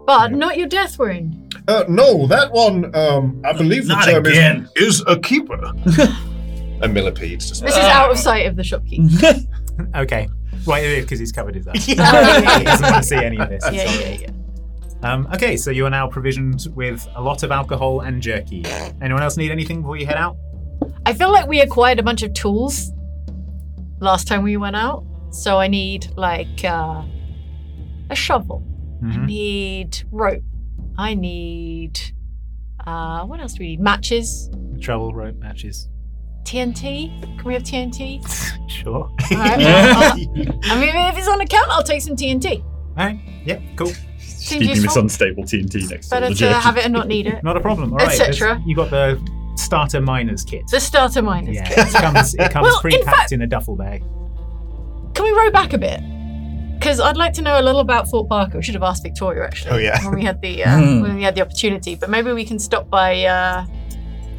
Speaker 4: But not your death wound.
Speaker 10: Uh, no, that one. Um, I believe the
Speaker 7: Not
Speaker 10: term
Speaker 7: again.
Speaker 10: is is a keeper.
Speaker 8: [laughs]
Speaker 10: [laughs]
Speaker 8: A millipede. Just
Speaker 4: This is out of sight of the shopkeeper.
Speaker 8: [laughs]
Speaker 6: Okay. Right, it is because he's covered
Speaker 4: [laughs]
Speaker 6: his eyes.
Speaker 4: yeah,
Speaker 6: he doesn't want to see any of this.
Speaker 4: yeah, yeah, yeah.
Speaker 6: Um, okay, so you are now provisioned with a lot of alcohol and jerky. Anyone else need anything before you head out?
Speaker 4: I feel like we acquired a bunch of tools last time we went out. So I need like uh, a shovel. I
Speaker 8: Mm-hmm.
Speaker 6: Mhm.
Speaker 4: need rope. I need uh, what else do we need? Matches.
Speaker 6: Travel rope matches.
Speaker 4: TNT. Can we have TNT?
Speaker 6: Sure.
Speaker 4: All
Speaker 6: [laughs]
Speaker 4: right, well, I'll-
Speaker 8: [laughs]
Speaker 4: I mean, if it's on account, I'll take some TNT.
Speaker 6: Yep, cool.
Speaker 4: Seems
Speaker 7: Keeping this
Speaker 4: useful.
Speaker 7: unstable TNT next to
Speaker 4: Better
Speaker 7: the
Speaker 4: to
Speaker 7: jerky.
Speaker 4: have it and not need it.
Speaker 6: Not a problem. All right.
Speaker 4: Et
Speaker 6: there's-
Speaker 4: cetera.
Speaker 6: You got the starter miner's kit.
Speaker 4: The starter miners.
Speaker 6: Yeah,
Speaker 4: [laughs]
Speaker 6: it comes, it comes
Speaker 4: Well, in
Speaker 6: pre packed in a duffel bag.
Speaker 4: Can we row back a bit? Because I'd like to know a little about Fort Parker. We should have asked Victoria actually.
Speaker 8: Oh, yeah.
Speaker 4: When we had the uh,
Speaker 7: Hmm.
Speaker 4: when we had the opportunity, but maybe we can stop by. Uh,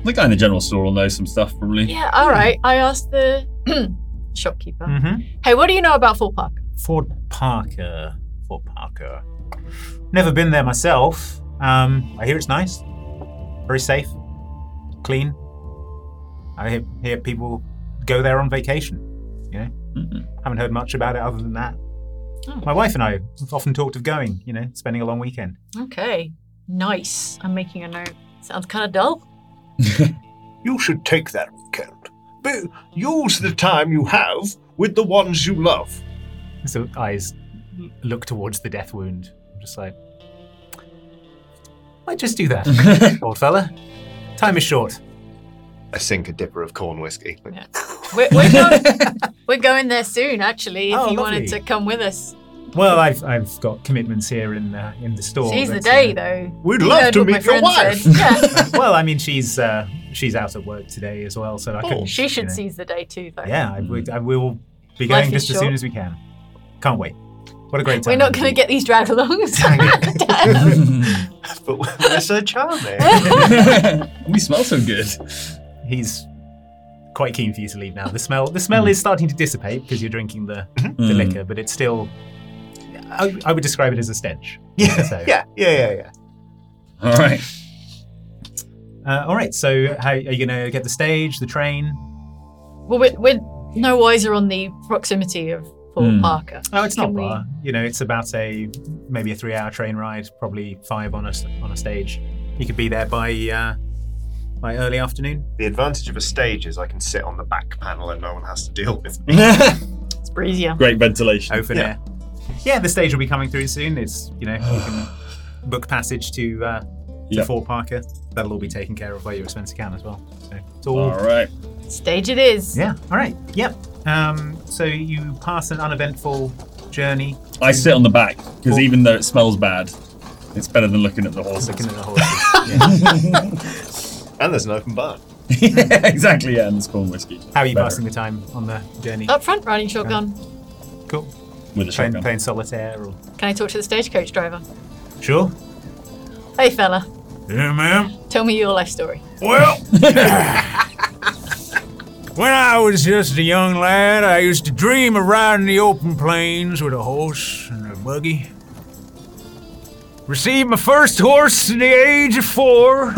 Speaker 7: The guy in the general store will know some stuff, probably.
Speaker 4: yeah, all right. I asked the [clears throat] shopkeeper.
Speaker 6: Mm-hmm.
Speaker 4: Hey, what do you know about Fort Parker?
Speaker 6: Fort Parker. Fort Parker. Never been there myself. Um, I hear it's nice, very safe, clean. I hear, hear people go there on vacation. You know,
Speaker 7: Mhm.
Speaker 6: haven't heard much about it other than that. My wife and I have often talked of going, you know, spending a long weekend.
Speaker 4: Okay. Nice. I'm making a note. Sounds kind of dull.
Speaker 10: You should take that weekend. But use the time you have with the ones you love.
Speaker 6: So eyes l- look towards the death wound. I'm just like, might just do that, old fella. Time is short.
Speaker 8: I sink a dipper of corn whiskey.
Speaker 4: We're,
Speaker 6: [laughs]
Speaker 4: we're, going, we're going there soon, actually, if
Speaker 6: Oh,
Speaker 4: you
Speaker 6: lovely.
Speaker 4: wanted to come with us.
Speaker 6: Well, I've, I've got commitments here in uh, in the store.
Speaker 4: Seize the
Speaker 6: but,
Speaker 4: day,
Speaker 6: uh,
Speaker 4: though.
Speaker 10: We'd
Speaker 4: You
Speaker 10: love
Speaker 4: heard
Speaker 10: to
Speaker 4: what my
Speaker 10: meet your
Speaker 4: friend
Speaker 10: wife. [laughs]
Speaker 4: said. Yeah,
Speaker 6: well, I mean, she's uh, she's out at work today as well, so I couldn't.
Speaker 4: Oh, [laughs] she should
Speaker 6: you know.
Speaker 4: seize the day, too, though.
Speaker 6: Yeah, I,
Speaker 10: Hmm.
Speaker 6: would- I will be
Speaker 4: Life
Speaker 6: going
Speaker 4: is
Speaker 6: just as soon
Speaker 4: short.
Speaker 6: as we can. Can't wait. What a great time!
Speaker 4: We're not going to get these drag
Speaker 6: [laughs]
Speaker 4: alongs.
Speaker 8: [laughs] But we're so charming.
Speaker 7: [laughs] we smell so good.
Speaker 6: He's quite keen for you to leave now. The smell the smell
Speaker 7: Hmm.
Speaker 6: is starting to dissipate because you're drinking the,
Speaker 8: Mm-hmm.
Speaker 6: the
Speaker 7: Mm.
Speaker 6: liquor, but it's still. I, I would describe it as a stench.
Speaker 8: [laughs] Yeah,
Speaker 6: So,
Speaker 8: yeah, yeah, yeah, yeah.
Speaker 7: All right.
Speaker 6: Uh, all right. So, how are you going to get the stage, the train?
Speaker 4: [laughs] well, we're, we're no wiser on the proximity of Paul
Speaker 7: Hmm.
Speaker 4: Parker.
Speaker 6: Oh, it's not
Speaker 4: Can we-
Speaker 6: far. You know, it's about a maybe a three-hour train ride, probably five on a s- on a stage. You could be there by uh, by early afternoon.
Speaker 8: The advantage of a stage is I can sit on the back panel and no one has to deal with [laughs] me.
Speaker 4: It's breezier.
Speaker 7: Great ventilation.
Speaker 6: open
Speaker 8: Yeah.
Speaker 6: air. Yeah, the stage will be coming through soon. It's you know you
Speaker 7: [sighs]
Speaker 6: can book passage to uh, to
Speaker 7: Yeah.
Speaker 6: Fort Parker. That'll all be taken care of by your expense account as well. So it's all
Speaker 7: All right.
Speaker 4: Stage it is.
Speaker 6: yeah. All right. Yep. Um, so you pass an uneventful
Speaker 7: [laughs]
Speaker 6: journey
Speaker 7: I sit on the back because
Speaker 6: Cool.
Speaker 7: even though it smells bad, it's better than looking at the horses.
Speaker 6: looking at the horses.
Speaker 8: [laughs]
Speaker 6: Yeah.
Speaker 8: and there's an open bar.
Speaker 7: yeah, exactly. Yeah, and the corn whiskey.
Speaker 6: How are you
Speaker 7: Better.
Speaker 6: passing the time on the journey?
Speaker 4: Up front, riding shotgun.
Speaker 6: Cool.
Speaker 7: with a
Speaker 6: Playing,
Speaker 7: shotgun?
Speaker 6: playing solitaire or
Speaker 4: Can I talk to the stagecoach driver?
Speaker 6: sure.
Speaker 4: Hey, fella.
Speaker 11: Yeah, ma'am.
Speaker 4: Tell me your life story.
Speaker 11: Well, when I was just a young lad, I used to dream of riding the open plains with a horse and a buggy. Received my first horse at the age of four.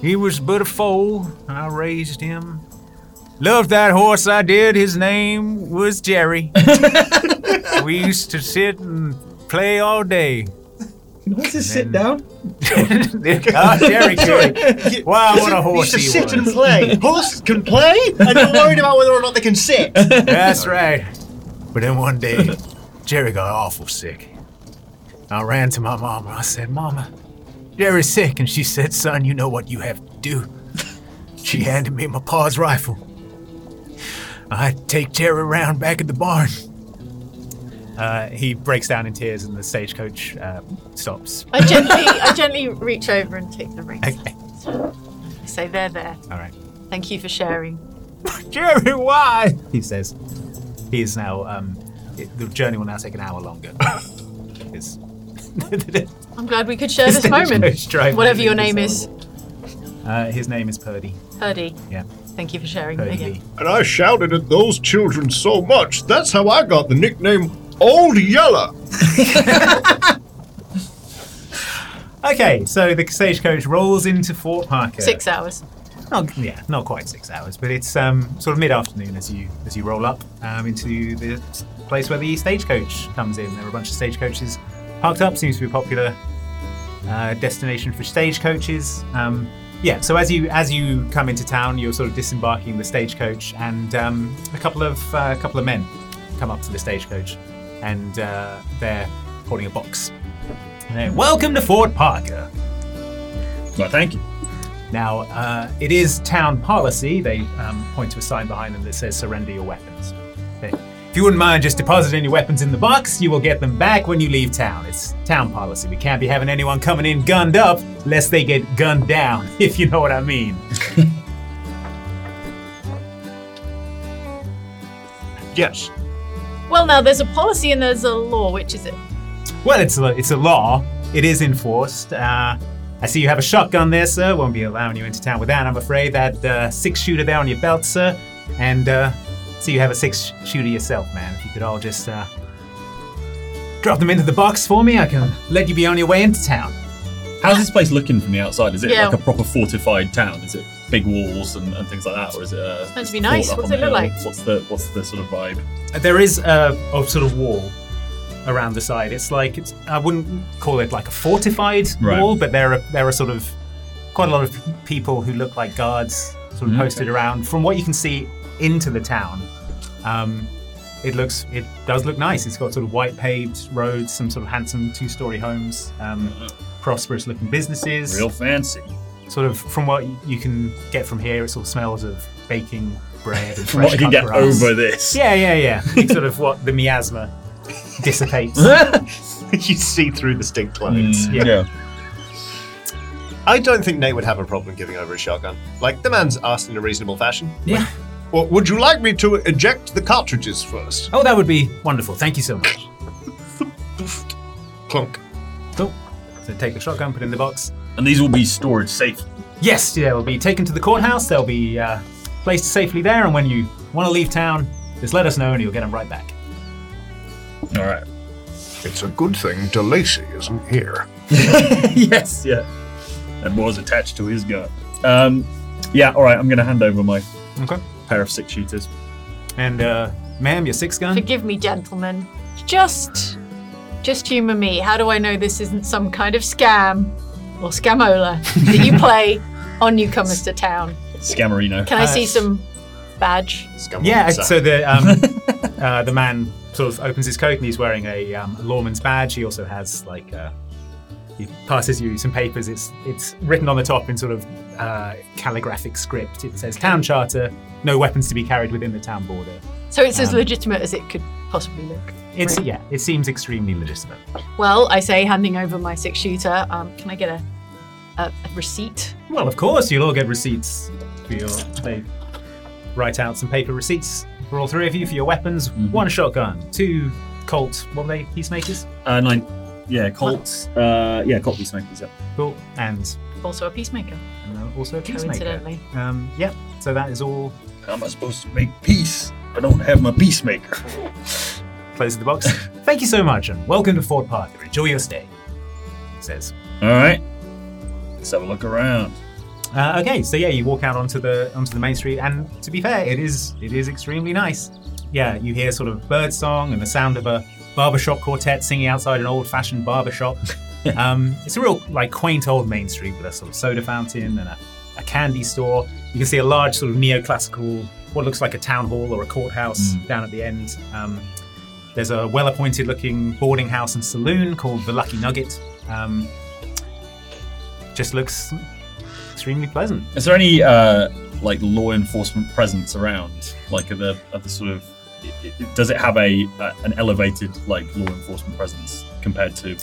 Speaker 11: he was but a foal, and I raised him. Loved that horse I did. His name was Jerry.
Speaker 4: [laughs]
Speaker 11: we used to sit and play all day.
Speaker 7: Can horses sit down?
Speaker 6: [laughs] Ah,
Speaker 8: [laughs]
Speaker 6: Jerry
Speaker 4: [laughs]
Speaker 6: could. Wow, what a horse he was.
Speaker 8: play. Horses can play, and you're worried about whether or not they can [laughs] sit.
Speaker 11: That's right. But then one day, Jerry got awful sick. I ran to my mama. I said, Mama, Jerry's sick. And she said, Son, you know what you have to do. She handed me my pa's rifle. I take Jerry around back at the barn.
Speaker 6: Uh, he breaks down in tears and the stagecoach uh, stops.
Speaker 4: I gently, I gently reach over and take the rings.
Speaker 6: Okay.
Speaker 4: I say, there, there.
Speaker 6: All right.
Speaker 4: Thank you for sharing.
Speaker 11: Jerry, why?
Speaker 6: He says, he is now, um, it- the journey will now take an hour
Speaker 4: [laughs]
Speaker 6: longer. It's-
Speaker 4: I'm glad we could share this moment.
Speaker 6: Stagecoach driver
Speaker 4: Whatever your
Speaker 6: is
Speaker 4: name is,
Speaker 6: Uh, his name is Purdy.
Speaker 4: Purdy.
Speaker 6: Yeah.
Speaker 4: Thank you for sharing
Speaker 6: Purdy
Speaker 4: again.
Speaker 6: Lee.
Speaker 10: And I shouted at those children so much. That's how I got the nickname Old Yeller.
Speaker 6: Okay, so the stagecoach rolls into Fort Parker.
Speaker 4: Six hours.
Speaker 6: Not, yeah, not quite six hours, but it's um, sort of mid-afternoon as you as you roll up um, into the place where the stagecoach comes in. There are a bunch of stagecoaches parked up. Seems to be a popular uh, destination for stagecoaches. Um, yeah, so as you as you come into town, you're sort of disembarking the stagecoach, and um, a couple of uh, a couple of men come up to the stagecoach, and uh, they're holding a box. And they're, Welcome to Fort Parker.
Speaker 7: Well, thank you.
Speaker 6: Now, uh, it is town policy. They um, point to a sign behind them that says surrender your weapons. They- if you wouldn't mind just depositing your weapons in the box, you will get them back when you leave town. It's town policy. We can't be having anyone coming in gunned up lest they get gunned down, [laughs] if you know what I mean.
Speaker 10: Yes.
Speaker 4: Well, now there's a policy and there's a law. Which is it?
Speaker 6: Well, it's a, it's a law. It is enforced. Uh, I see you have a shotgun there, sir. Won't be allowing you into town with that, I'm afraid. That uh, six shooter there on your belt, sir. And uh, see you have a six shooter yourself, man. If you could all just uh, drop them into the box for me, I can let you be on your way into town.
Speaker 7: How's this place looking from the outside? Is it
Speaker 4: Yeah.
Speaker 7: like a proper fortified town? Is it big walls and, and things like that, or is it? Uh,
Speaker 4: meant to be nice.
Speaker 7: fort up
Speaker 4: What's
Speaker 7: on
Speaker 4: it
Speaker 7: the
Speaker 4: look
Speaker 7: hill?
Speaker 4: like?
Speaker 7: What's the what's the sort of vibe?
Speaker 6: There is a, a sort of wall around the side. It's like it's I wouldn't call it like a fortified
Speaker 7: Right.
Speaker 6: wall, but there are there are sort of quite a lot of people who look like guards sort of
Speaker 7: Mm,
Speaker 6: posted around. From what you can see into the town, um, it looks it does look nice. It's got sort of white paved roads, some sort of handsome two story homes, um, prosperous looking businesses,
Speaker 7: Uh-huh. Real fancy.
Speaker 6: Sort of from what you can get from here, it sort of smells of baking bread and
Speaker 7: From [laughs] what
Speaker 6: fresh
Speaker 7: I can
Speaker 6: cut
Speaker 7: get
Speaker 6: grass.
Speaker 7: over this.
Speaker 6: Yeah, yeah, yeah. It's sort of what the miasma dissipates.
Speaker 8: [laughs] you see through the stink clothes.
Speaker 6: Mm, yeah.
Speaker 8: I don't think Nate would have a problem giving over a shotgun. Like, the man's asked in a reasonable fashion.
Speaker 6: Yeah.
Speaker 8: Well, would you like me to eject the cartridges first?
Speaker 6: Oh, that would be wonderful. Thank you so much.
Speaker 8: Clunk.
Speaker 6: Cool. So take the shotgun, put it in the box.
Speaker 7: And these will be stored safely.
Speaker 6: Yes, yeah, they'll be taken to the courthouse. They'll be uh, placed safely there. And when you want to leave town, just let us know and you'll get them right back.
Speaker 7: All right.
Speaker 10: It's a good thing DeLacy isn't here.
Speaker 7: [laughs] yes, yeah. That was attached to his gun. Um, yeah, all right, I'm going to hand over my
Speaker 6: Okay.
Speaker 7: pair of six shooters.
Speaker 6: And, uh, ma'am, your six gun?
Speaker 9: Forgive me, gentlemen. Just, just humor me. How do I know this isn't some kind of scam or scamola that you play on newcomers to town?
Speaker 7: Scamarino.
Speaker 6: Uh,
Speaker 9: Can I see some badge?
Speaker 6: Yeah, so the
Speaker 9: [laughs]
Speaker 6: um, uh, the man sort of opens his coat and he's wearing a um, lawman's badge. He also has like uh, he passes you some papers. It's it's written on the top in sort of uh, calligraphic script. It says town charter, no weapons to be carried within the town border.
Speaker 9: Mm. So it's as
Speaker 6: Um,
Speaker 9: legitimate as it could possibly look.
Speaker 6: It's
Speaker 9: Right.
Speaker 6: yeah, it seems extremely legitimate.
Speaker 9: Well, I say handing over my six shooter. Um, can I get a, a, a receipt?
Speaker 6: Well, of course you'll all get receipts. For your, they write out some paper receipts for all three of you for your weapons:
Speaker 9: Mm-hmm.
Speaker 6: one shotgun, two Colt, what were they peacemakers?
Speaker 7: Uh, nine. Yeah, Colts. Uh, yeah, Colt peacemakers, yeah.
Speaker 6: Cool, and
Speaker 9: Also a peacemaker.
Speaker 6: and uh, also a peacemaker.
Speaker 9: Coincidentally.
Speaker 6: Um, yep. So that is all.
Speaker 7: How am I supposed to make peace? I don't have my peacemaker.
Speaker 6: Closes the
Speaker 7: [laughs]
Speaker 6: box. Thank you so much, and welcome to Fort Parker. Enjoy your stay. It says.
Speaker 7: All right. Let's have a look around.
Speaker 6: Uh, okay, so yeah, you walk out onto the onto the main street, and to be fair, it is it is extremely nice. Yeah, you hear sort of bird song and the sound of a barbershop quartet singing outside an old-fashioned
Speaker 7: [laughs]
Speaker 6: barbershop. um, it's a real like quaint old main street with a sort of soda fountain and a, a candy store. You can see a large sort of neoclassical, what looks like a town hall or a courthouse
Speaker 7: Mm.
Speaker 6: down at the end. Um, there's a well-appointed looking boarding house and saloon called the Lucky Nugget. Um, just looks extremely pleasant.
Speaker 7: Is there any uh, like law enforcement presence around? Like, are the are the sort of i- i- does it have a uh, an elevated like law enforcement presence compared to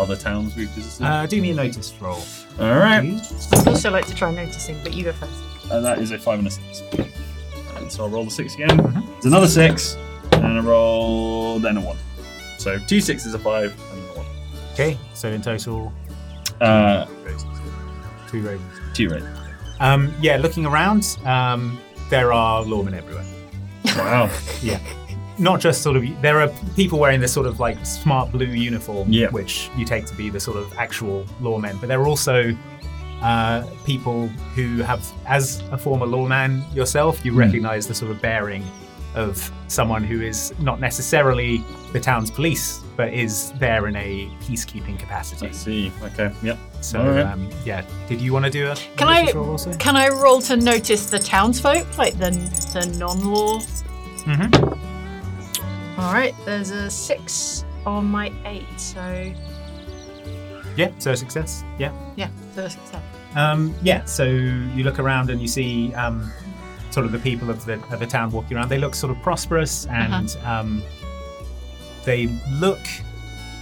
Speaker 7: other towns we've visited?
Speaker 6: Uh, do me a notice roll.
Speaker 7: All right,
Speaker 9: I'd also like to try noticing, but you go first.
Speaker 7: uh, that is a five and a six. And so I'll roll the six again.
Speaker 6: Mm-hmm.
Speaker 7: It's another six, and I roll then a one. So two sixes, a five, and a one.
Speaker 6: Okay, so in total,
Speaker 7: Uh,
Speaker 6: two ravens.
Speaker 7: two red.
Speaker 6: Um, yeah, looking around, um, there are lawmen everywhere.
Speaker 7: Wow.
Speaker 6: [laughs] Yeah. Not just sort of, there are people wearing this sort of like smart blue uniform,
Speaker 7: Yeah.
Speaker 6: which you take to be the sort of actual lawmen, but there are also uh, people who have, as a former lawman yourself,
Speaker 7: Hmm.
Speaker 6: you recognize the sort of bearing of someone who is not necessarily the town's police, but is there in a peacekeeping capacity.
Speaker 7: I see. Okay. Yep.
Speaker 6: So,
Speaker 7: All right.
Speaker 6: um, yeah. Did you want to do a
Speaker 9: Can
Speaker 6: notice
Speaker 9: I
Speaker 6: roll also?
Speaker 9: can I roll to notice the townsfolk, like the the non-law?
Speaker 6: Mhm.
Speaker 9: All right, there's a six on my eight, so
Speaker 6: Yeah, so success. Yeah.
Speaker 9: yeah, so a success.
Speaker 6: Um, yeah, so you look around and you see um, sort of the people of the, of the town walking around. They look sort of prosperous and um, they look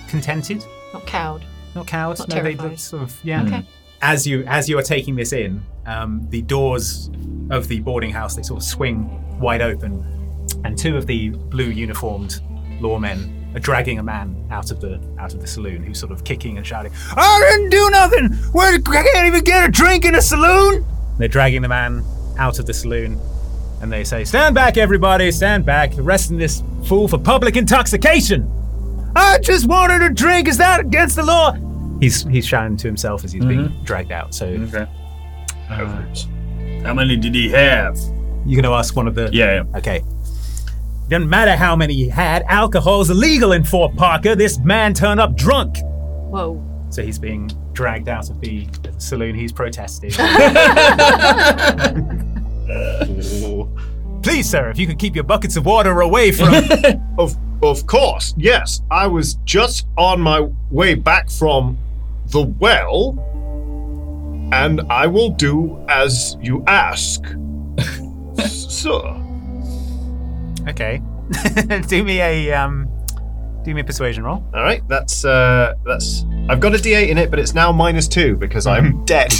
Speaker 6: contented,
Speaker 9: Not cowed.
Speaker 6: not cowed.
Speaker 9: Not
Speaker 6: no, they look
Speaker 9: terrified.
Speaker 6: sort of, yeah.
Speaker 9: Okay.
Speaker 6: As you as you are taking this in, um, the doors of the boarding house they sort of swing wide open, and two of the blue uniformed lawmen are dragging a man out of the out of the saloon who's sort of kicking and shouting.
Speaker 12: I didn't do nothing. Where, I can't even get a drink in a saloon.
Speaker 6: They're dragging the man out of the saloon and they say, Stand back, everybody, stand back. Arresting this fool for public intoxication. I just wanted a drink. Is that against the law? He's he's shouting to himself as he's being dragged out. So
Speaker 7: Mm-hmm.
Speaker 6: Uh,
Speaker 7: Okay. How many did he have?
Speaker 6: you're going to ask one of the.
Speaker 7: Yeah.
Speaker 6: Okay.
Speaker 11: Doesn't matter how many he had, alcohol's illegal in Fort Parker. This man turned up drunk.
Speaker 9: Whoa.
Speaker 6: So he's being dragged out of the saloon. He's
Speaker 7: [laughs]
Speaker 6: protesting.
Speaker 11: Please, sir, if you could keep your buckets of water away from.
Speaker 7: [laughs]
Speaker 10: of of course, yes. I was just on my way back from the well, and I will do as you ask, sir.
Speaker 6: okay. [laughs] do me a um, do me a persuasion roll.
Speaker 8: All right, that's uh, that's. I've got a D8 in it, but it's now minus two because
Speaker 6: [laughs]
Speaker 8: I'm dead.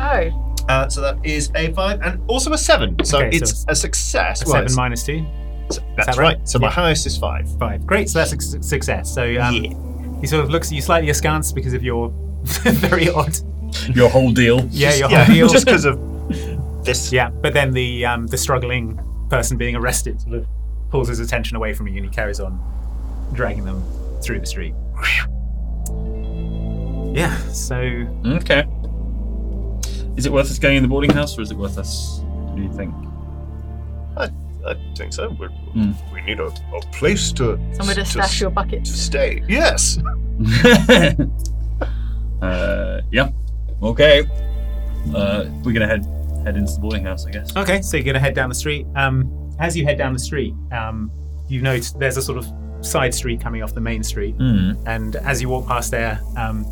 Speaker 9: Oh.
Speaker 8: Uh, so that is a five and also a seven. So
Speaker 6: Okay, so
Speaker 8: it's
Speaker 6: it's
Speaker 8: a success.
Speaker 6: A
Speaker 8: Well,
Speaker 6: seven
Speaker 8: it's-
Speaker 6: minus two.
Speaker 8: That's
Speaker 6: that right?
Speaker 8: right? So my
Speaker 6: Yeah.
Speaker 8: highest is five.
Speaker 6: Five. Great. So that's a su- success. So um, he sort of looks at you slightly askance because of your [laughs] very odd.
Speaker 7: Your whole deal.
Speaker 6: [laughs] Yeah,
Speaker 7: [laughs]
Speaker 6: your
Speaker 8: Yeah,
Speaker 6: whole deal. [laughs]
Speaker 8: just 'cause of this.
Speaker 6: Yeah, but then the um, the struggling person being arrested sort of pulls his attention away from you, and he carries on dragging them through the street. Yeah. So
Speaker 7: Okay. Is it worth us going in the boarding house, or is it worth us? What do you think?
Speaker 10: I, I think so. We,
Speaker 7: Hmm.
Speaker 10: we need a, a place to
Speaker 9: Somewhere to
Speaker 10: s-
Speaker 9: stash your
Speaker 10: to
Speaker 9: buckets.
Speaker 10: stay. Yes.
Speaker 7: [laughs] uh, yeah. Okay. Uh, we're gonna head head into the boarding house,
Speaker 10: [laughs]
Speaker 7: I guess.
Speaker 6: Okay, so you're gonna head down the street. Um, as you head down the street, um, you notice there's a sort of side street coming off the main street,
Speaker 7: Hmm.
Speaker 6: and as you walk past there, um,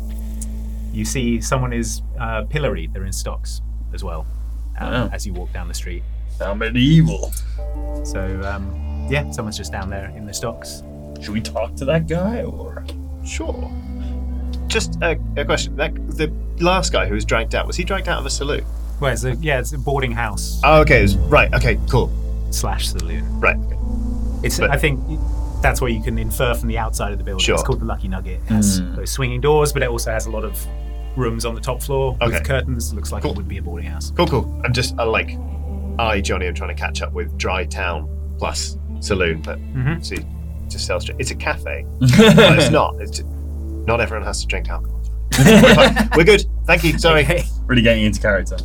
Speaker 6: you see someone is uh, pilloried. They're in stocks as well. Um,
Speaker 7: Oh.
Speaker 6: As you walk down the street,
Speaker 7: Sound medieval.
Speaker 6: so um, yeah, someone's just down there in the stocks.
Speaker 7: Should we talk to that guy, or
Speaker 8: Sure. Just a, a question. That, the last guy who was dragged out was he dragged out of a saloon?
Speaker 6: Well, it's a, yeah, it's a boarding house
Speaker 8: Oh, okay. it was- right. Okay. Cool.
Speaker 6: slash saloon.
Speaker 8: Right. okay.
Speaker 6: It's
Speaker 8: But-
Speaker 6: I think that's what you can infer from the outside of the building.
Speaker 8: Sure.
Speaker 6: It's called the Lucky Nugget. It has
Speaker 13: Hmm.
Speaker 6: those swinging doors, but it also has a lot of rooms on the top floor
Speaker 8: Okay.
Speaker 6: with curtains. looks like
Speaker 8: Cool.
Speaker 6: it would be a boarding house.
Speaker 8: Cool. Cool. I'm just I like I Johnny. am trying to catch up with Dry Town plus saloon, but
Speaker 7: Mm-hmm.
Speaker 6: Mhm.
Speaker 8: see, just sells. dr- It's a
Speaker 7: [laughs]
Speaker 8: cafe. no, it's not. It's not everyone has to drink alcohol. We're,
Speaker 7: [laughs]
Speaker 8: fine. We're good. Thank you. Sorry.
Speaker 7: really getting into
Speaker 8: [laughs]
Speaker 7: character?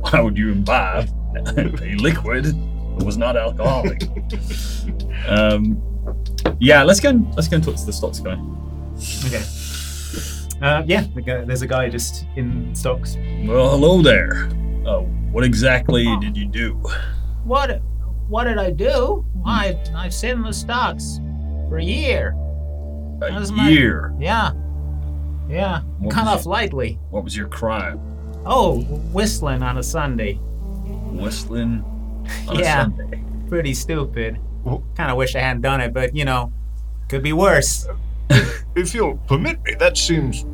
Speaker 7: Why would you imbibe a liquid that was not alcoholic?
Speaker 10: [laughs]
Speaker 7: um, yeah, let's go. And, let's go and talk to the stocks guy.
Speaker 6: Okay. Uh, yeah, the guy- there's a guy just in stocks.
Speaker 7: Well, hello there. Uh, what exactly
Speaker 8: Oh.
Speaker 7: did you do?
Speaker 13: What what did I do? I I've sat in the stocks for a year.
Speaker 7: A
Speaker 13: How's my-
Speaker 7: year.
Speaker 13: Yeah. Yeah.
Speaker 7: What
Speaker 13: Cut
Speaker 7: was
Speaker 13: off lightly.
Speaker 7: What was your crime?
Speaker 13: Oh, whistling on a Sunday.
Speaker 7: Whistling on
Speaker 13: Yeah.
Speaker 7: a Sunday.
Speaker 13: Pretty stupid.
Speaker 10: Wh-
Speaker 13: Kind of wish I hadn't done it, but you know, could be worse.
Speaker 10: If you'll permit me, that seems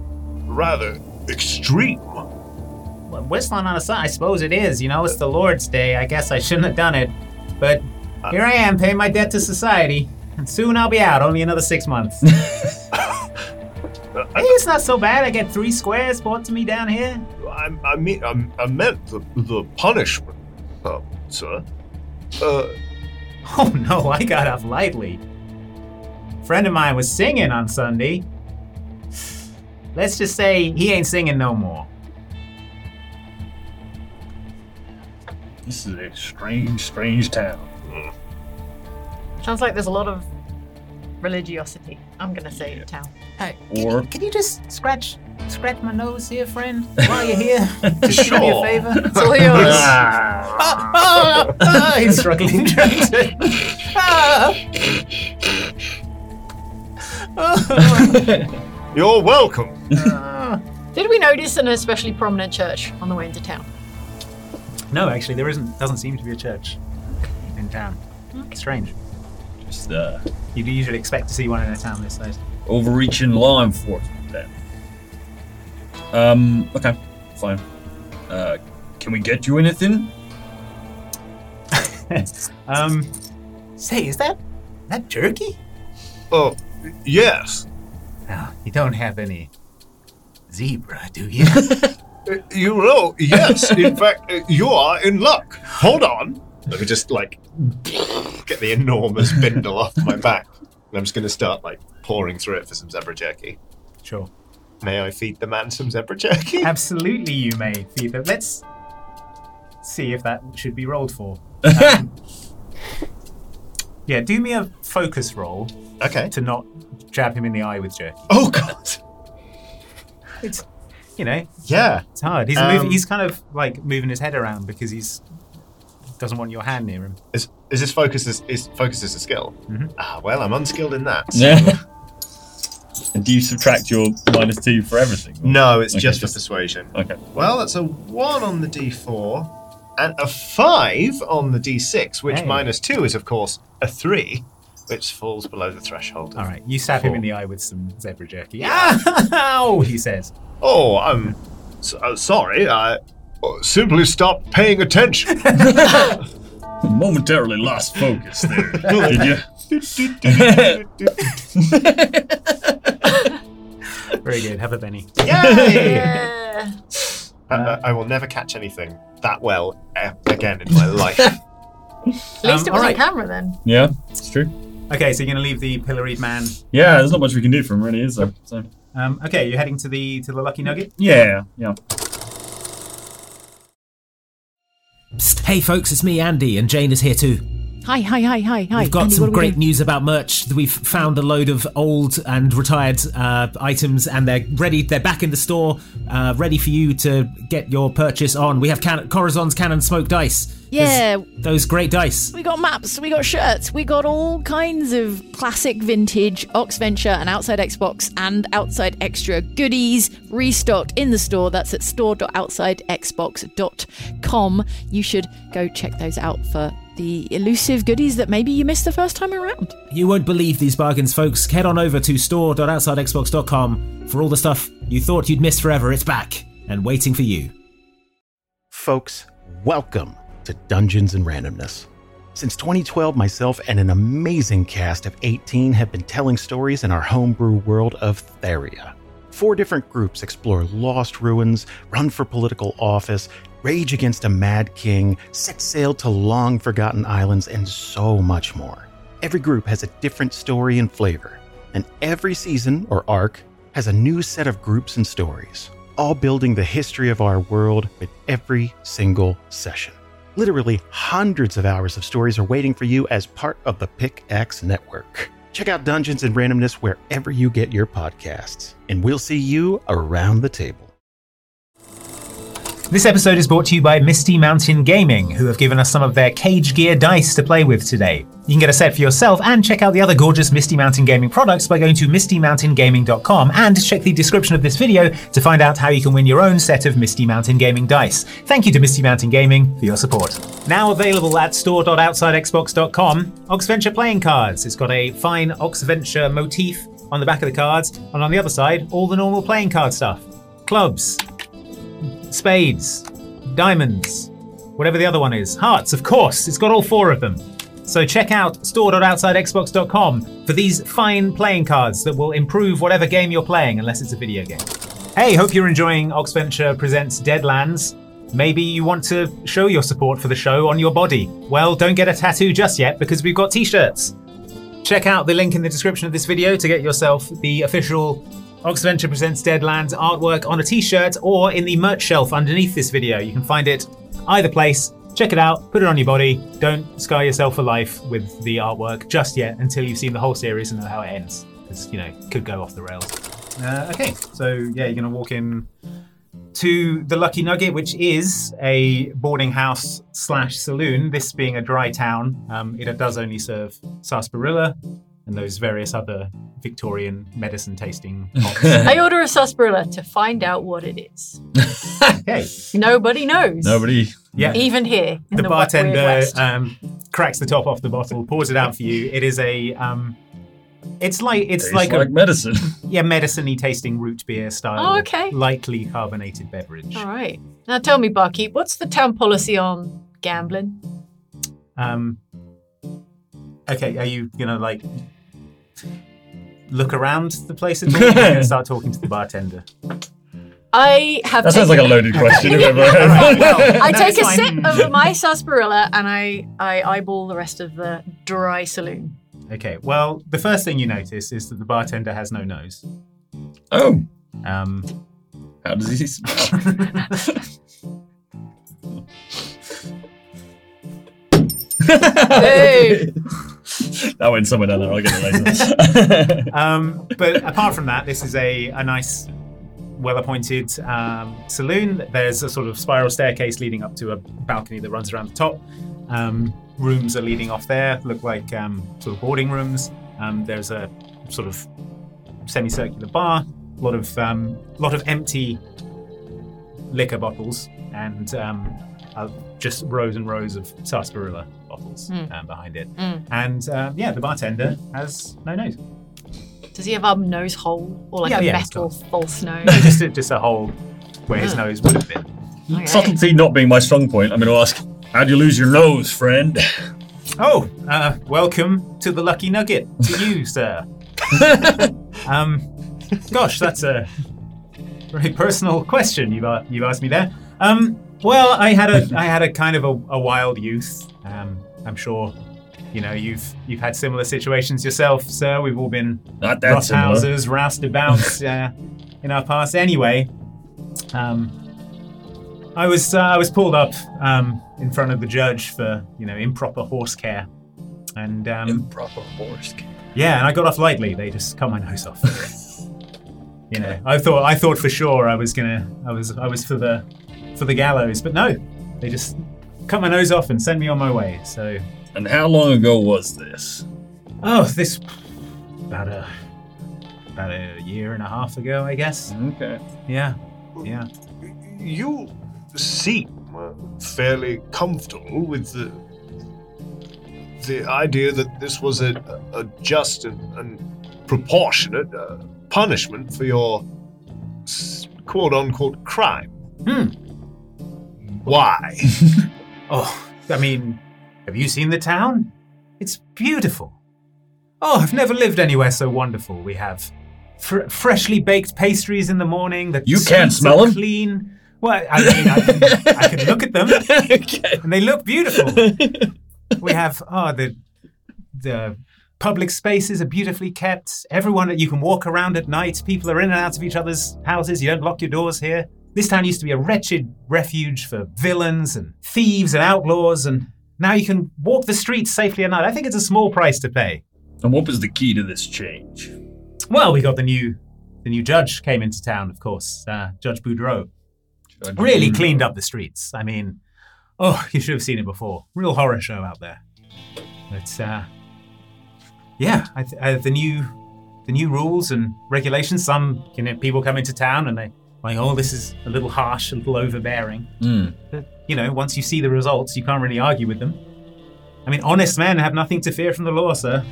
Speaker 10: rather extreme.
Speaker 13: Wh- Whistling on a Sunday, I suppose it is. You know, it's the Lord's Day. I guess I shouldn't have done it, but
Speaker 7: Uh.
Speaker 13: here I am, paying my debt to society, and soon I'll be out. Only another six
Speaker 7: [laughs]
Speaker 13: months. hey, it's not so bad. I get three squares brought to me down here.
Speaker 10: I, I mean, I, I meant the, the punishment, uh, sir. Uh,
Speaker 6: [laughs]
Speaker 13: Oh no, I got off lightly. Friend of mine was singing on Sunday. Let's just say he ain't singing no more.
Speaker 7: This is a strange, strange town.
Speaker 8: Hmm.
Speaker 9: Sounds like there's a lot of religiosity. I'm gonna say in town.
Speaker 13: Hey,
Speaker 7: Or-
Speaker 13: can, can you just scratch scratch my nose here, friend, while you're here? Just do me a
Speaker 8: Sure.
Speaker 13: favor.
Speaker 9: It's all
Speaker 13: [laughs]
Speaker 9: yours.
Speaker 7: Ah,
Speaker 13: Ah, ah, ah, he's struggling. Ah. Ah.
Speaker 10: you're welcome.
Speaker 9: Did we notice an especially prominent church on the way
Speaker 2: [laughs]
Speaker 9: into town?
Speaker 6: [laughs]
Speaker 9: [laughs]
Speaker 6: No, actually, there isn't. Doesn't seem to be a church in town. Strange.
Speaker 7: just uh,
Speaker 6: You'd usually expect to see one in a town this size.
Speaker 7: overreaching law enforcement then. Um, okay, fine. Uh, can we get
Speaker 8: [laughs]
Speaker 7: you anything?
Speaker 6: Um, say, is that that jerky?
Speaker 10: Oh, yes.
Speaker 6: No, you don't have any zebra, do you? [laughs]
Speaker 10: Uh, You know, yes. In fact, uh, you are in luck. Hold on.
Speaker 8: Let me just like get the enormous bindle off my back. And I'm just going to start like pouring through it for some zebra jerky.
Speaker 6: sure.
Speaker 8: May I feed the man some zebra [laughs] jerky?
Speaker 6: Absolutely, you may,
Speaker 8: [laughs]
Speaker 6: Fever. Let's see if that should be rolled for. Yeah, do me a focus roll.
Speaker 8: Okay.
Speaker 6: To not jab him in the eye with jerky.
Speaker 8: Oh god.
Speaker 6: It's you know.
Speaker 8: Yeah.
Speaker 6: It's hard. He's
Speaker 8: Um,
Speaker 6: moving, he's kind of like moving his head around because he's doesn't want your hand near him.
Speaker 8: Is, is this focus is, is focus is a skill?
Speaker 6: Mm-hmm.
Speaker 8: Ah, well, I'm unskilled in that.
Speaker 7: Yeah. and do you subtract your minus two for everything?
Speaker 8: No, it's
Speaker 7: Okay,
Speaker 8: just for
Speaker 7: just-
Speaker 8: persuasion.
Speaker 7: Okay.
Speaker 8: Well, that's a one on the d4 and a five on the d6, which
Speaker 6: Hey.
Speaker 8: minus two is, of course, a three, which falls below the threshold.
Speaker 6: All right, you stab him in the eye with some zebra jerky. [laughs] Ah!
Speaker 8: Ow!
Speaker 6: He says.
Speaker 8: Oh,
Speaker 6: [laughs]
Speaker 8: I'm s- uh, sorry. I uh, simply stopped paying attention.
Speaker 7: [laughs] Momentarily lost focus there.
Speaker 10: [laughs]
Speaker 7: Did you?
Speaker 6: Very good. Have a penny.
Speaker 8: Yay! I, Uh, I- I will never catch anything that well eh, again in my
Speaker 4: [laughs]
Speaker 8: life.
Speaker 9: At
Speaker 1: Um,
Speaker 9: least it was on camera then.
Speaker 7: yeah,
Speaker 8: [laughs]
Speaker 7: it's true.
Speaker 6: Okay, so you're gonna leave the pilloried man.
Speaker 7: Yeah, there's not much we can do for him, really, is there? So,
Speaker 6: Um, okay, you're heading to the to the lucky nugget.
Speaker 7: yeah, yeah.
Speaker 1: Psst, hey folks, it's me, Andy, and Jane is here too.
Speaker 2: Hi, hi, hi, hi, hi.
Speaker 1: We've got
Speaker 2: Andy, what
Speaker 1: some
Speaker 2: are we
Speaker 1: great
Speaker 2: doing?
Speaker 1: news about merch. We've found a load of old and retired uh, items, and they're ready. They're back in the store, uh, ready for you to get your purchase on. We have can- Corazon's Cannon Smoke Dice.
Speaker 2: Yeah.
Speaker 1: There's those great dice.
Speaker 2: We got maps, we got shirts, we got all kinds of classic vintage Ox Venture and Outside Xbox and Outside Extra goodies restocked in the store. That's at store.outsidexbox.com. You should go check those out for the elusive goodies that maybe you missed the first time
Speaker 7: [laughs]
Speaker 2: around.
Speaker 1: You won't believe these bargains, folks. Head on over to store.outsidexbox.com for all the stuff you thought you'd missed forever. It's back and waiting for you.
Speaker 3: Folks, welcome to Dungeons and Randomness. Since 2012, myself and an amazing cast of 18 have been telling stories in our homebrew world of Theria. Four different groups explore lost ruins, run for political office, rage against a mad king, set sail to long forgotten islands, and so much more. Every group has a different story and flavor, and every season or arc has a new set of groups and stories, all building the history of our world with every single session. Literally hundreds of hours of stories are waiting for you as part of the Pickaxe Network. Check out Dungeons and Randomness wherever you get your podcasts, and we'll see you around the table.
Speaker 6: This episode is brought to you by Misty Mountain Gaming, who have given us some of their Cage Gear dice to play with today. You can get a set for yourself and check out the other gorgeous Misty Mountain Gaming products by going to mistymountaingaming.com and check the description of this video to find out how you can win your own set of Misty Mountain Gaming dice. Thank you to Misty Mountain Gaming for your support. Now available at store.outsidexbox.com, Oxventure playing cards. It's got a fine Oxventure motif on the back of the cards, and on the other side, all the normal playing card stuff. Clubs, spades, diamonds, whatever the other one is. Hearts, of course. It's got all four of them. So check out store.outsidexbox.com for these fine playing cards that will improve whatever game you're playing, unless it's a video game. Hey, hope you're enjoying Oxventure Presents Deadlands. Maybe you want to show your support for the show on your body. Well, don't get a tattoo just yet because we've got t shirts. Check out the link in the description of this video to get yourself the official Oxventure Presents Deadlands artwork on a t shirt or in the merch shelf underneath this video. You can find it either place. Check it out, put it on your body. Don't scar yourself for life with the artwork just yet until you've seen the whole series and know how it ends. Because, you know, it could go off the rails. Uh, okay, so yeah, you're going to walk in to the Lucky Nugget, which is a boarding house slash saloon. This being a dry town, um, it does only serve sarsaparilla and those various other Victorian medicine tasting.
Speaker 9: I order a sarsaparilla to find out what it
Speaker 7: [laughs]
Speaker 9: is.
Speaker 6: okay.
Speaker 9: Nobody knows.
Speaker 7: Nobody.
Speaker 6: Yeah.
Speaker 9: Even here. In
Speaker 6: the
Speaker 9: the, wa- weird
Speaker 6: bartender
Speaker 9: West.
Speaker 6: um, cracks the top off the bottle, pours it out for you. It is a, um, it's like it's
Speaker 7: Tastes
Speaker 6: like,
Speaker 7: like
Speaker 6: a,
Speaker 7: medicine.
Speaker 6: [laughs] Yeah, medicine-y tasting root beer style.
Speaker 9: Oh, okay.
Speaker 6: Lightly carbonated beverage.
Speaker 9: All right. Now tell me, Barkeep, what's the town policy on gambling?
Speaker 6: Um, okay, are you gonna like look around the place at all? Or
Speaker 7: [laughs]
Speaker 6: are you gonna start talking to the bartender.
Speaker 9: I have.
Speaker 6: That sounds
Speaker 9: taken-
Speaker 6: like a loaded question,
Speaker 11: [laughs]
Speaker 6: if ever.
Speaker 9: Alright,
Speaker 4: [laughs]
Speaker 9: well, [laughs] I
Speaker 6: No,
Speaker 9: take
Speaker 6: it's
Speaker 9: a
Speaker 6: fine.
Speaker 9: sip of
Speaker 6: [laughs]
Speaker 9: my sarsaparilla and I, I eyeball the rest of the dry saloon.
Speaker 6: Okay, well, the first thing you notice is that the bartender has no nose.
Speaker 7: Oh.
Speaker 6: Um.
Speaker 7: How does he smell?
Speaker 6: [laughs]
Speaker 7: [laughs] [laughs] that went somewhere down there. I'll get it
Speaker 6: [laughs]
Speaker 7: later.
Speaker 6: um, but apart from that, this is a, a nice, well appointed um, saloon. There's a sort of spiral staircase leading up to a balcony that runs around the top. Um, rooms are leading off there, look like um, sort of boarding rooms. Um, there's a sort of semicircular bar, a lot of, um, lot of empty liquor bottles, and um, uh, just rows and rows of sarsaparilla bottles
Speaker 4: Mm.
Speaker 6: um, behind it.
Speaker 4: Mm.
Speaker 6: And um, yeah, the bartender has no nose.
Speaker 4: Does he have a nose hole or like
Speaker 6: Yeah,
Speaker 4: a
Speaker 6: yeah, he's
Speaker 4: metal false nose? [laughs]
Speaker 6: No, just just a hole where his
Speaker 4: Mm.
Speaker 6: nose would have been.
Speaker 7: [laughs]
Speaker 4: Okay.
Speaker 7: Subtlety not being my strong point, I'm going to ask, how'd you lose your nose, friend?
Speaker 6: [laughs] Oh, uh, welcome to the lucky
Speaker 7: [laughs]
Speaker 6: nugget to you, sir. um, gosh, that's a very personal question you've a- you've asked me there. Um, well, I had a I had a kind of a, a wild youth. Um, I'm sure, you know, you've you've had similar situations yourself, sir. We've all been
Speaker 7: Not that
Speaker 6: rough
Speaker 7: similar.
Speaker 6: houses,
Speaker 7: [laughs]
Speaker 6: roustabouts uh, in our past. Anyway, um, I was uh, I was pulled up um, in front of the judge for you know improper horse care, and um,
Speaker 7: improper horse care.
Speaker 6: Yeah, and I got off lightly. They just cut my nose
Speaker 7: [laughs]
Speaker 6: off. for it. you know, I thought I thought for sure I was gonna I was I was for the for the gallows, but no, they just cut my nose off and sent me on my way. So,
Speaker 7: and how long ago was this? [laughs]
Speaker 6: Oh, this about a about a year and a half ago, I guess.
Speaker 7: Okay.
Speaker 6: Yeah, yeah.
Speaker 10: You seem uh, fairly comfortable with the the idea that this was a, a just and, and proportionate uh, punishment for your quote unquote crime.
Speaker 6: Hmm.
Speaker 7: [laughs]
Speaker 10: Why?
Speaker 6: oh, I mean, have you seen the town? It's beautiful. Oh, I've never lived anywhere so wonderful. We have fr- freshly baked pastries in the morning. The
Speaker 7: You can't
Speaker 6: streets
Speaker 7: smell
Speaker 6: are
Speaker 7: 'em?
Speaker 6: Clean. Well, I mean, I can, I can look at them,
Speaker 7: [laughs]
Speaker 6: and they look beautiful. We have oh the the public spaces are beautifully kept. Everyone you can walk around at night. People are in and out of each other's houses. You don't lock your doors here. This town used to be a wretched refuge for villains and thieves and outlaws, and now you can walk the streets safely at night. I think it's a small price to pay.
Speaker 7: And what was the key to this change?
Speaker 6: Well, we got the new the new judge came into town, of course, uh, Judge Boudreau. Really
Speaker 7: Boudreau.
Speaker 6: cleaned up the streets. I mean, oh, [laughs] you should have seen it before. Real horror show out there. But uh, yeah, I th- uh, the new the new rules and regulations. Some you know people come into town and they like, oh, this is a little harsh, a little overbearing. But, you know, once you see the results, you can't really argue with them. I mean, honest men have nothing to fear from the law, sir.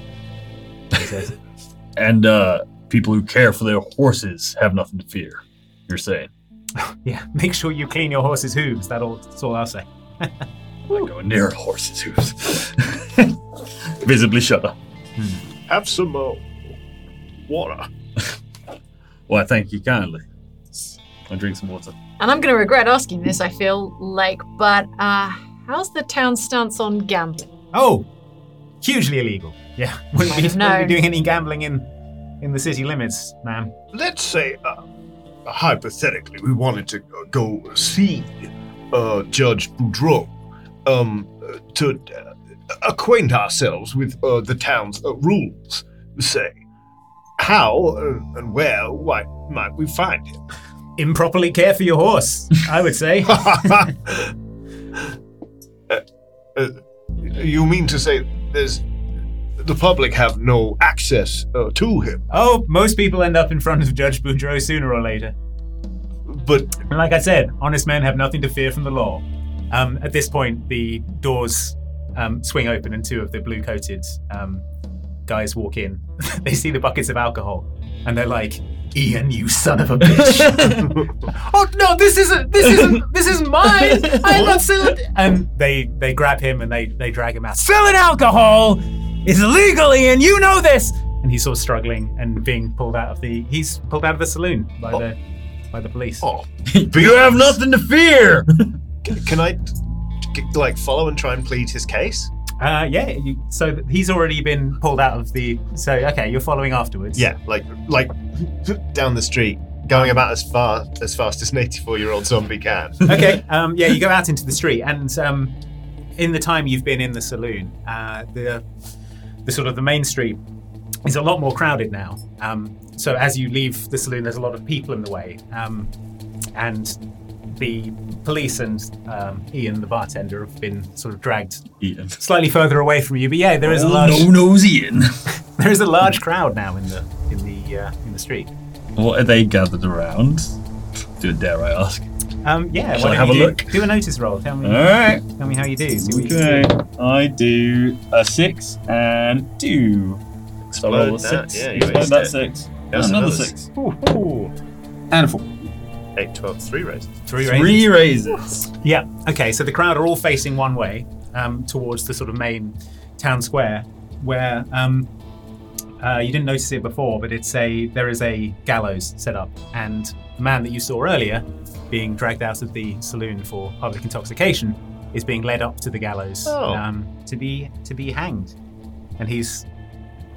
Speaker 7: And uh, people who care for their horses have nothing to fear, you're saying.
Speaker 6: Yeah, [laughs] make sure you clean your horse's hooves. That'll, that's all I'll [laughs] say.
Speaker 7: Go near a horse's hooves. [laughs] Visibly shudder.
Speaker 10: Have some uh, water.
Speaker 7: Well, I thank you kindly. I drink some water.
Speaker 4: And I'm going to regret asking this, I feel like, but uh, how's the town stance on gambling?
Speaker 6: Oh, hugely illegal. Yeah, [laughs] wouldn't be,
Speaker 4: I'd have
Speaker 6: wouldn't
Speaker 4: known.
Speaker 6: be doing any gambling in in the city limits, ma'am.
Speaker 10: Let's say, uh, hypothetically, we wanted to uh, go see uh, Judge Boudreau um, uh, to uh, acquaint ourselves with uh, the town's uh, rules, say. How uh, and where why, might we find him?
Speaker 6: Improperly care for your horse, I
Speaker 10: [laughs]
Speaker 6: would say.
Speaker 10: Uh, you mean to say there's the public have no access uh, to him?
Speaker 6: Oh, most people end up in front of Judge Boudreau sooner or later.
Speaker 10: But
Speaker 6: like I said, honest men have nothing to fear from the law. Um, at this point, the doors um, swing open, and two of the blue-coated um, guys walk in. [laughs] they see the buckets of alcohol, and they're like, "Ian, you son of
Speaker 10: [laughs]
Speaker 6: a bitch!" oh no, this
Speaker 9: [laughs]
Speaker 6: isn't. This isn't. This isn't
Speaker 13: [laughs]
Speaker 6: mine. I'm not selling. And they they grab him and they they drag him out. Selling alcohol is illegal, Ian. You know this. And he's sort of struggling and being pulled out of the. He's pulled out of the saloon by
Speaker 8: Oh.
Speaker 6: the by the police.
Speaker 10: Oh,
Speaker 7: [laughs] you have nothing
Speaker 8: [laughs]
Speaker 7: to fear.
Speaker 8: Can, can I g- like follow and try and plead his case?
Speaker 6: Uh, yeah. You, so th- he's already been pulled out of the. So okay, you're following afterwards.
Speaker 8: Yeah, like like down the street, going about as far as fast as an eighty-four-year-old zombie can. [laughs]
Speaker 6: [laughs] okay. Um, yeah, you go out into the street, and um, in the time you've been in the saloon, uh, the the sort of the main street is a lot more crowded now. Um, so as you leave the saloon, there's a lot of people in the way, um, and the police and um, Ian, the bartender, have been sort of dragged
Speaker 7: Ian.
Speaker 6: slightly further away from you. But yeah, there is a
Speaker 7: Oh,
Speaker 6: large
Speaker 7: no nose Ian.
Speaker 6: [laughs] there is a large crowd now in the in the uh, in the street.
Speaker 7: What are they gathered around? Do dare I ask?
Speaker 6: Um, yeah,
Speaker 7: Shall
Speaker 6: why
Speaker 7: I
Speaker 6: don't
Speaker 7: have
Speaker 6: you
Speaker 7: a
Speaker 6: do-
Speaker 7: look?
Speaker 6: Do a notice roll. Tell me.
Speaker 7: All right.
Speaker 6: Tell me how you do. See what you
Speaker 7: Okay,
Speaker 6: do.
Speaker 7: I do a six and two. So I roll a
Speaker 6: Explode that,
Speaker 7: six.
Speaker 6: yeah, you
Speaker 7: Explode
Speaker 6: waste
Speaker 7: that
Speaker 6: it.
Speaker 7: six.
Speaker 6: That's
Speaker 7: And
Speaker 6: another
Speaker 7: another six. And a four.
Speaker 6: Eight, twelve, three raises. Three raises.
Speaker 8: [laughs]
Speaker 7: Three raises.
Speaker 6: Yeah. Okay. So the crowd are all facing one way um, towards the sort of main town square, where um, uh, you didn't notice it before, but it's a there is a gallows set up, and the man that you saw earlier, being dragged out of the saloon for public intoxication, is being led up to the gallows
Speaker 11: Oh.
Speaker 6: um, to be to be hanged, and he's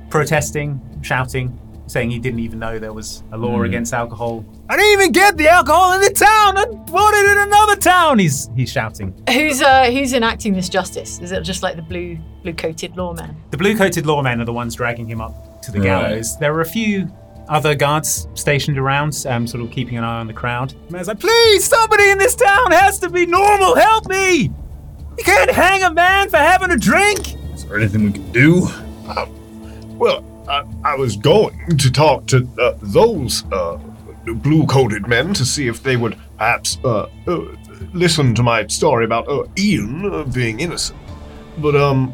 Speaker 6: protesting, shouting, saying he didn't even know there was a law
Speaker 11: Mm.
Speaker 6: against alcohol.
Speaker 11: I didn't even get the alcohol in the town. I bought it in another town.
Speaker 6: He's he's shouting.
Speaker 4: Who's uh, who's enacting this justice? Is it just like the blue blue coated lawman?
Speaker 6: The blue coated lawmen are the ones dragging him up to the
Speaker 11: Right.
Speaker 6: gallows. There are a few other guards stationed around, um, sort of keeping an eye on the crowd. The man's like, please, somebody in this town has to be normal. Help me. You can't hang a man for having a drink.
Speaker 7: Is there anything we can do?
Speaker 10: Uh, Well, I, I was going to talk to uh, those uh, blue coated men to see if they would perhaps uh, uh, listen to my story about uh, Ian uh, being innocent. But um,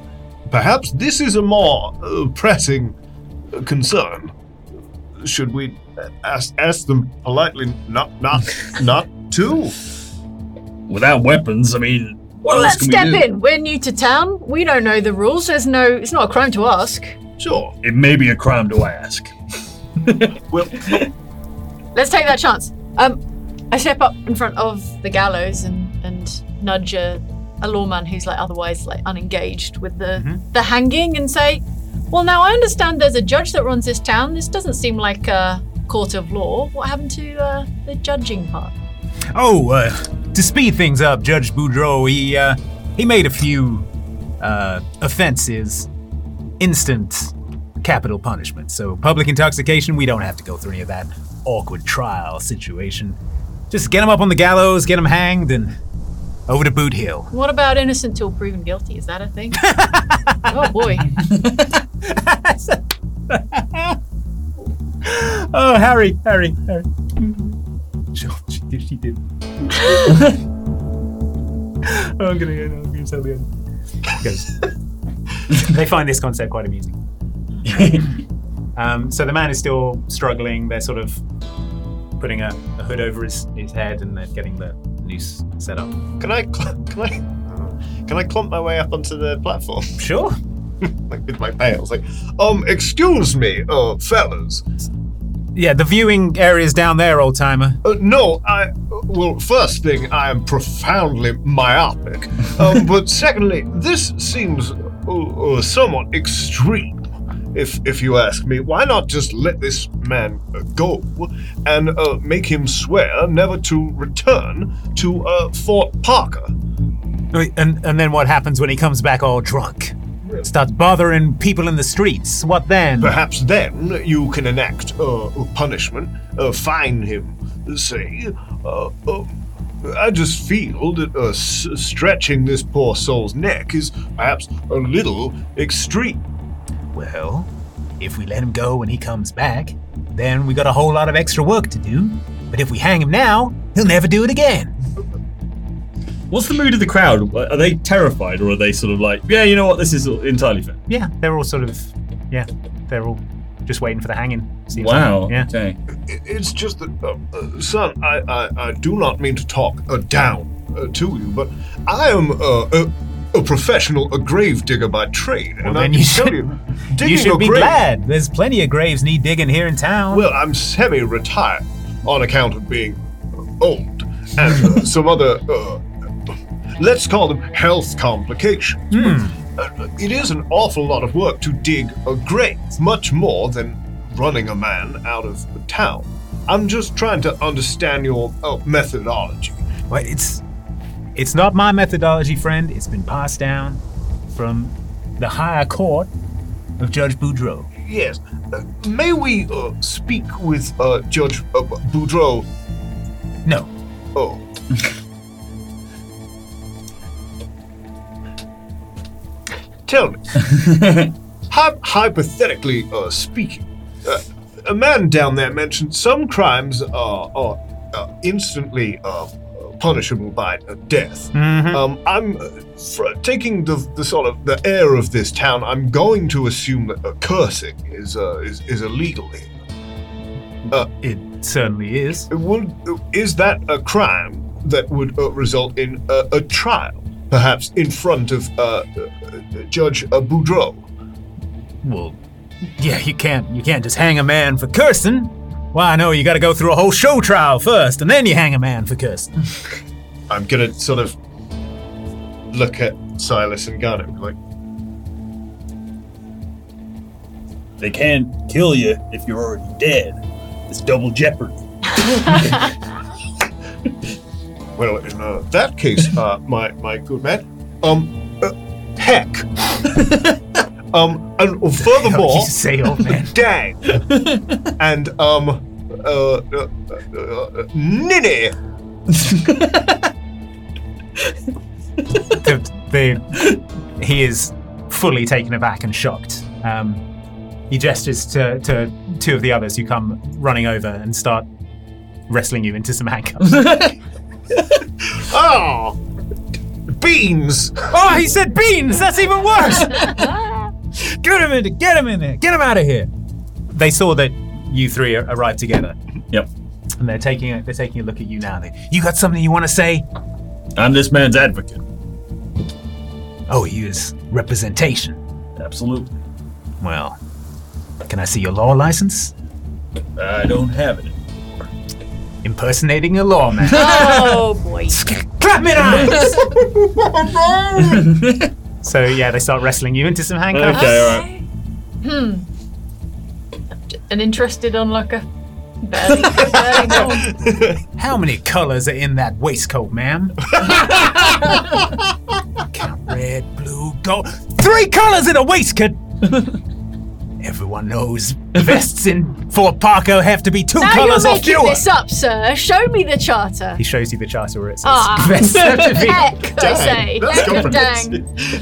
Speaker 10: perhaps this is a more uh, pressing uh, concern. Should we uh, ask, ask them politely not not not to?
Speaker 7: Without weapons, I mean, what
Speaker 4: well,
Speaker 7: else
Speaker 4: let's
Speaker 7: can we
Speaker 4: step
Speaker 7: do?
Speaker 4: in. We're new to town. We don't know the rules. There's no. It's not a crime to ask.
Speaker 10: Sure.
Speaker 7: It may be a crime to ask.
Speaker 4: Let's take that chance. Um, I step up in front of the gallows and and nudge a, a lawman who's like otherwise like unengaged with the
Speaker 7: Mm-hmm.
Speaker 4: the hanging and say, "Well, now I understand there's a judge that runs this town. This doesn't seem like a court of law. What happened to uh, the judging part?"
Speaker 11: Oh, uh, to speed things up, Judge Boudreau, he uh, he made a few uh, offenses instant capital punishment. So public intoxication, we don't have to go through any of that awkward trial situation. Just get him up on the gallows, get him hanged, and over to Boot Hill.
Speaker 4: What about innocent till proven guilty? Is that
Speaker 7: [laughs]
Speaker 4: a thing? oh boy.
Speaker 6: Oh, Harry, [laughs] Harry, Harry. Sure, she did. She did. oh, I'm gonna go now. I'm gonna tell the end.
Speaker 11: [laughs]
Speaker 6: Goes. they find this concept quite amusing. um, so the man is still struggling. They're sort of putting a, a hood over his, his head and they're getting the noose set up.
Speaker 14: Can I cl- can I can I clump my way up onto the platform?
Speaker 6: Sure.
Speaker 14: like with my pails, like
Speaker 10: Um, excuse me, uh, fellas.
Speaker 11: Yeah, the viewing area's down there, old timer.
Speaker 10: Uh, no, I. Well, first thing, I am profoundly myopic. Um, but secondly, this seems uh, uh, somewhat extreme. If, if you ask me, why not just let this man uh, go and uh, make him swear never to return to uh, Fort Parker?
Speaker 11: Wait, And and then what happens when he comes back all drunk? Starts bothering people in the streets. What then?
Speaker 10: Perhaps then you can enact uh, punishment, uh, fine him, say. Uh, uh, I just feel that uh, s- stretching this poor soul's neck is perhaps a little extreme.
Speaker 11: Well, if we let him go when he comes back, then we got a whole lot of extra work to do. But if we hang him now, he'll never do it again.
Speaker 7: What's the mood of the crowd? Are they terrified or are they sort of like, yeah, you know what, this is entirely fair?
Speaker 6: Yeah, they're all sort of, yeah, they're all just waiting for the hanging. seems
Speaker 7: Wow.
Speaker 6: like. Yeah.
Speaker 7: Okay.
Speaker 10: I- It's just that, uh, uh, son, I, I, I do not mean to talk uh, down uh, to you, but I am uh, a, a professional, a grave digger by trade,
Speaker 11: Well,
Speaker 10: and I
Speaker 11: then
Speaker 10: can
Speaker 11: you
Speaker 10: tell
Speaker 11: should-
Speaker 10: you, digging
Speaker 11: You should
Speaker 10: a
Speaker 11: be
Speaker 10: grave,
Speaker 11: glad. There's plenty of graves need digging here in town.
Speaker 10: Well, I'm semi retired on account of being old and uh,
Speaker 11: [laughs]
Speaker 10: some other, uh, let's call them health complications.
Speaker 11: Hmm.
Speaker 10: Uh, it is an awful lot of work to dig a grave, much more than running a man out of town. I'm just trying to understand your uh, methodology.
Speaker 11: Well, it's it's not my methodology, friend. It's been passed down from the higher court of Judge Boudreau.
Speaker 10: Yes. Uh, may we uh, speak with uh, Judge uh, Boudreau?
Speaker 11: No.
Speaker 10: Oh. Tell me, hy- hypothetically uh, speaking, uh, a man down there mentioned some crimes are, are uh, instantly uh, punishable by uh, death.
Speaker 6: Mhm.
Speaker 10: Um, I'm uh, fr- taking the, the sort of the air of this town. I'm going to assume that uh, cursing is uh, is, is illegal. here. Uh,
Speaker 6: it certainly is.
Speaker 10: Would, is that a crime that would uh, result in uh, a trial, perhaps in front of uh, uh, uh, Judge uh, Boudreau?
Speaker 11: Well, yeah, you can't you can't just hang a man for cursing. Why no, you got to go through a whole show trial first, and then you hang a man for
Speaker 6: [laughs]
Speaker 11: cursing.
Speaker 8: I'm gonna sort of look at Silas and Garnet and be like,
Speaker 7: They can't kill you if you're already dead. It's double jeopardy.
Speaker 10: [laughs] Well, in uh, that case, uh, my my good man, um, uh, heck, [laughs] um, and
Speaker 11: [laughs]
Speaker 6: Oh,
Speaker 10: furthermore,
Speaker 11: you say, old
Speaker 6: [laughs]
Speaker 11: man?
Speaker 7: [laughs]
Speaker 10: dang, and um, uh, uh, uh, uh, ninny.
Speaker 6: the, the, he is fully taken aback and shocked. Um, he gestures to, to two of the others who come running over and start wrestling you into some handcuffs.
Speaker 10: [laughs] oh, beans!
Speaker 11: Oh, he said beans. That's
Speaker 9: [laughs]
Speaker 11: even worse.
Speaker 10: [laughs]
Speaker 11: get him in! there, Get him in there! Get him out of here!
Speaker 6: they saw that you three a- arrived together.
Speaker 7: Yep.
Speaker 6: And they're taking a, they're taking a look at you now. They, you got something you want to say?
Speaker 7: I'm this man's advocate.
Speaker 6: Oh, he is representation.
Speaker 7: Absolutely.
Speaker 6: Well, can I see your law license?
Speaker 7: I don't have it.
Speaker 6: Impersonating a lawman. [laughs]
Speaker 4: Oh boy.
Speaker 6: Clap me so yeah, they start wrestling you into some handcuffs.
Speaker 7: Okay, all right.
Speaker 4: Hmm. An interested onlooker.
Speaker 6: [laughs]
Speaker 4: Barely, barely known.
Speaker 6: How many colors are in that waistcoat, ma'am? Count red, blue, gold. Three colors in a waistcoat! Everyone knows vests in Fort Parker have to be two
Speaker 4: now
Speaker 6: colors
Speaker 4: you're
Speaker 6: or
Speaker 4: making
Speaker 6: fewer.
Speaker 4: this up, sir. Show me the charter.
Speaker 6: He shows you the charter where it says [laughs]
Speaker 4: Ah,
Speaker 6: vests have
Speaker 4: [laughs]
Speaker 6: to be.
Speaker 4: heck, I say.
Speaker 8: That's
Speaker 4: Heck of
Speaker 8: comprehensive.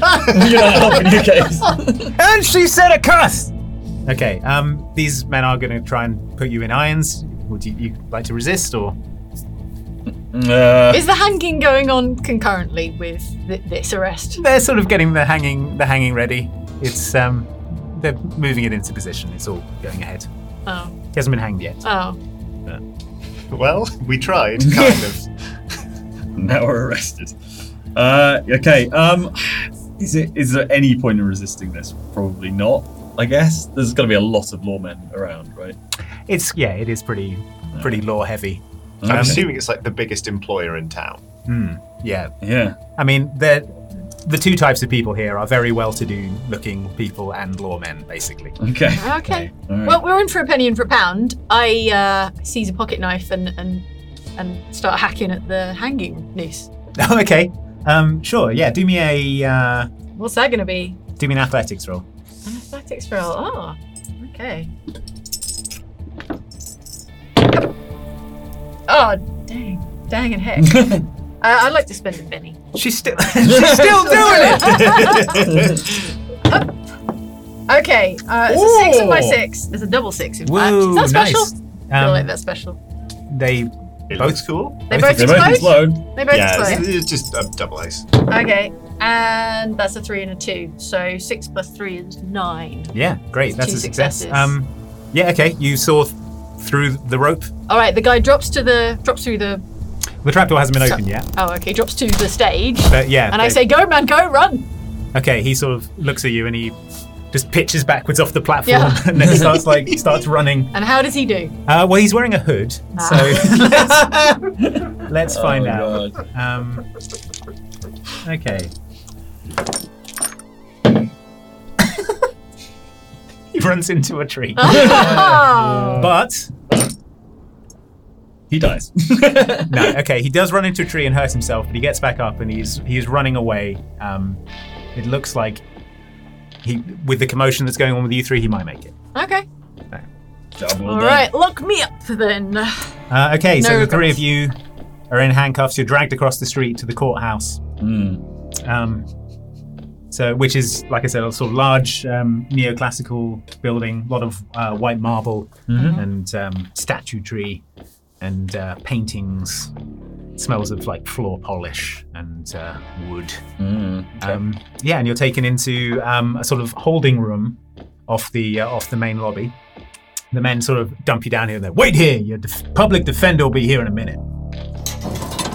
Speaker 6: [laughs]
Speaker 4: dang.
Speaker 7: You're
Speaker 4: [laughs]
Speaker 7: not helping your case.
Speaker 6: And she said a cuss! Okay, um, these men are going to try and put you in irons. Would you, you like to resist or?
Speaker 7: Uh,
Speaker 4: Is the hanging going on concurrently with th- this arrest?
Speaker 6: They're sort of getting the hanging, the hanging ready. It's um, they're moving it into position. It's all going ahead.
Speaker 4: Oh.
Speaker 6: He hasn't been hanged yet.
Speaker 4: Oh.
Speaker 8: well, [laughs] we
Speaker 7: [laughs]
Speaker 8: tried, kind of.
Speaker 7: now we're arrested. Uh, okay. Um, is it is there any point in resisting this? Probably not. I guess there's going to be a lot of lawmen around, right?
Speaker 6: It's yeah, it is pretty, pretty law heavy.
Speaker 8: I'm
Speaker 7: Okay.
Speaker 8: assuming it's like the biggest employer in town.
Speaker 6: Hmm. Yeah,
Speaker 7: Yeah.
Speaker 6: I mean the the two types of people here are very well-to-do looking people and lawmen, basically. [laughs]
Speaker 7: Okay.
Speaker 4: Okay.
Speaker 7: All right.
Speaker 4: Well, we're in for a penny and for a pound. I uh, seize a pocket knife and, and and start hacking at the hanging noose.
Speaker 6: Oh, okay. Um. Sure. Yeah. Do me a uh,
Speaker 4: What's that going to be?
Speaker 6: do me an athletics roll.
Speaker 4: An athletics roll. Oh, okay. Oh, dang. Dang and heck.
Speaker 6: [laughs]
Speaker 4: uh, I'd like to spend a penny.
Speaker 6: She's
Speaker 13: [laughs]
Speaker 6: still she's still doing
Speaker 9: [laughs]
Speaker 6: it.
Speaker 4: Okay, uh, it's a six of my
Speaker 6: Ooh.
Speaker 4: six. It's a double six, in fact.
Speaker 6: Whoa,
Speaker 4: Is that special?
Speaker 6: nice.
Speaker 4: I feel
Speaker 6: Um,
Speaker 4: like that's special.
Speaker 6: They
Speaker 8: It
Speaker 6: both
Speaker 8: looks cool.
Speaker 4: They
Speaker 6: both
Speaker 4: both
Speaker 7: They both
Speaker 4: explode?
Speaker 7: explode.
Speaker 4: They both
Speaker 8: yeah,
Speaker 4: explode.
Speaker 8: it's, it's just a double ace.
Speaker 4: Okay, and that's a three and a two. So six plus three is nine.
Speaker 6: Yeah, great.
Speaker 4: Two
Speaker 6: That's a success.
Speaker 4: successes.
Speaker 6: Um, yeah, okay. You saw th- through the rope.
Speaker 4: All right, the guy drops to the drops through the.
Speaker 6: The trapdoor hasn't been opened yet,
Speaker 4: Oh, okay, drops to the stage,
Speaker 6: but yeah.
Speaker 4: and I
Speaker 6: they-
Speaker 4: say, "Go, man, go, run!"
Speaker 6: okay. He sort of looks at you and he just pitches backwards off the platform
Speaker 4: Yeah.
Speaker 6: [laughs] and then starts
Speaker 4: [laughs]
Speaker 6: like starts running.
Speaker 4: And how does he do?
Speaker 6: Uh, well, he's wearing a hood, so
Speaker 4: Ah. [laughs]
Speaker 6: let's, let's find
Speaker 7: Oh,
Speaker 6: out.
Speaker 7: God.
Speaker 6: Um, okay. [laughs] he runs into a tree,
Speaker 4: [laughs] Oh,
Speaker 6: [laughs] but
Speaker 7: He
Speaker 4: [laughs]
Speaker 7: dies.
Speaker 6: no, okay. He does run into a tree and hurt himself, but he gets back up and he's he's running away. Um, it looks like he, with the commotion that's going on with you three, he might make it.
Speaker 4: Okay.
Speaker 6: Double
Speaker 4: All right. Lock me up then.
Speaker 6: Uh, okay, so
Speaker 4: No
Speaker 6: the three of you are in handcuffs. You're dragged across the street to the courthouse. Um, so, which is, like I said, a sort of large um, neoclassical building, a lot of uh, white marble
Speaker 1: Mhm.
Speaker 6: and um, statuary and uh, paintings. Smells of like floor polish and uh, wood.
Speaker 7: Hmm,
Speaker 6: Um, yeah, and you're taken into um, a sort of holding room off the uh, off the main lobby. The men sort of dump you down here. and They're wait here. Your def- public defender will be here in a minute.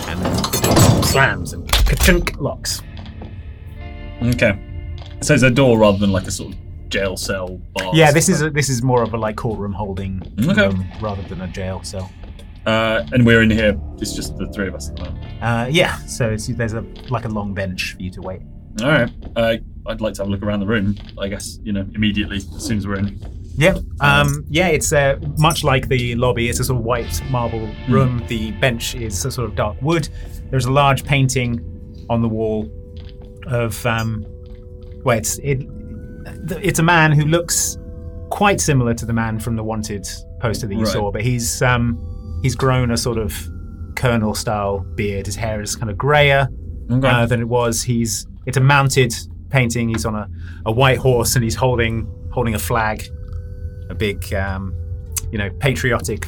Speaker 6: And the door slams and ka-chunk locks.
Speaker 7: Okay. So it's a door rather than like a sort of jail cell bar.
Speaker 6: yeah, this is a, this is more of a like courtroom holding
Speaker 7: Oh, Okay.
Speaker 6: room rather than a jail cell.
Speaker 7: Uh, and we're in here. It's just the three of us at the moment.
Speaker 6: Uh, yeah, so it's, there's a like a long bench for you to wait.
Speaker 7: All right. Uh, I'd like to have a look around the room. I guess you know immediately as soon as we're in.
Speaker 6: Yeah, um, yeah, it's uh, much like the lobby. It's a sort of white marble room. The bench is a sort of dark wood. There's a large painting on the wall of um, well, it's it, it's a man who looks quite similar to the man from the Wanted poster that you
Speaker 7: Right.
Speaker 6: saw, but he's um, he's grown a sort of colonel style beard. His hair is kind of grayer
Speaker 7: Okay.
Speaker 6: uh, than it was. He's it's a mounted painting. He's on a, a white horse and he's holding holding a flag, a big um, you know patriotic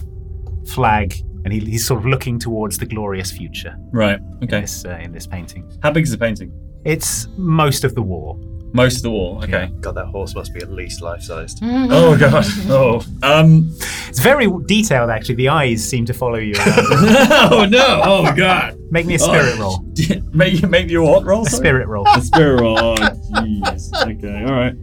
Speaker 6: flag, and he, he's sort of looking towards the glorious future.
Speaker 7: Right. Okay.
Speaker 6: In this, uh, in this painting.
Speaker 7: How big is the painting?
Speaker 6: It's most of the wall.
Speaker 7: Most of the wall. Okay.
Speaker 15: God, that horse must be at least life sized.
Speaker 7: [laughs]
Speaker 6: Mm-hmm.
Speaker 7: Oh god. Oh. Um.
Speaker 6: It's very detailed, actually. The eyes seem to follow you. Around.
Speaker 7: [laughs] oh no! Oh god!
Speaker 6: Make me a
Speaker 7: Oh,
Speaker 6: spirit roll.
Speaker 7: [laughs] make you make your what roll?
Speaker 6: A
Speaker 7: sorry?
Speaker 6: spirit roll.
Speaker 7: A spirit roll. Oh jeez. Okay. All right.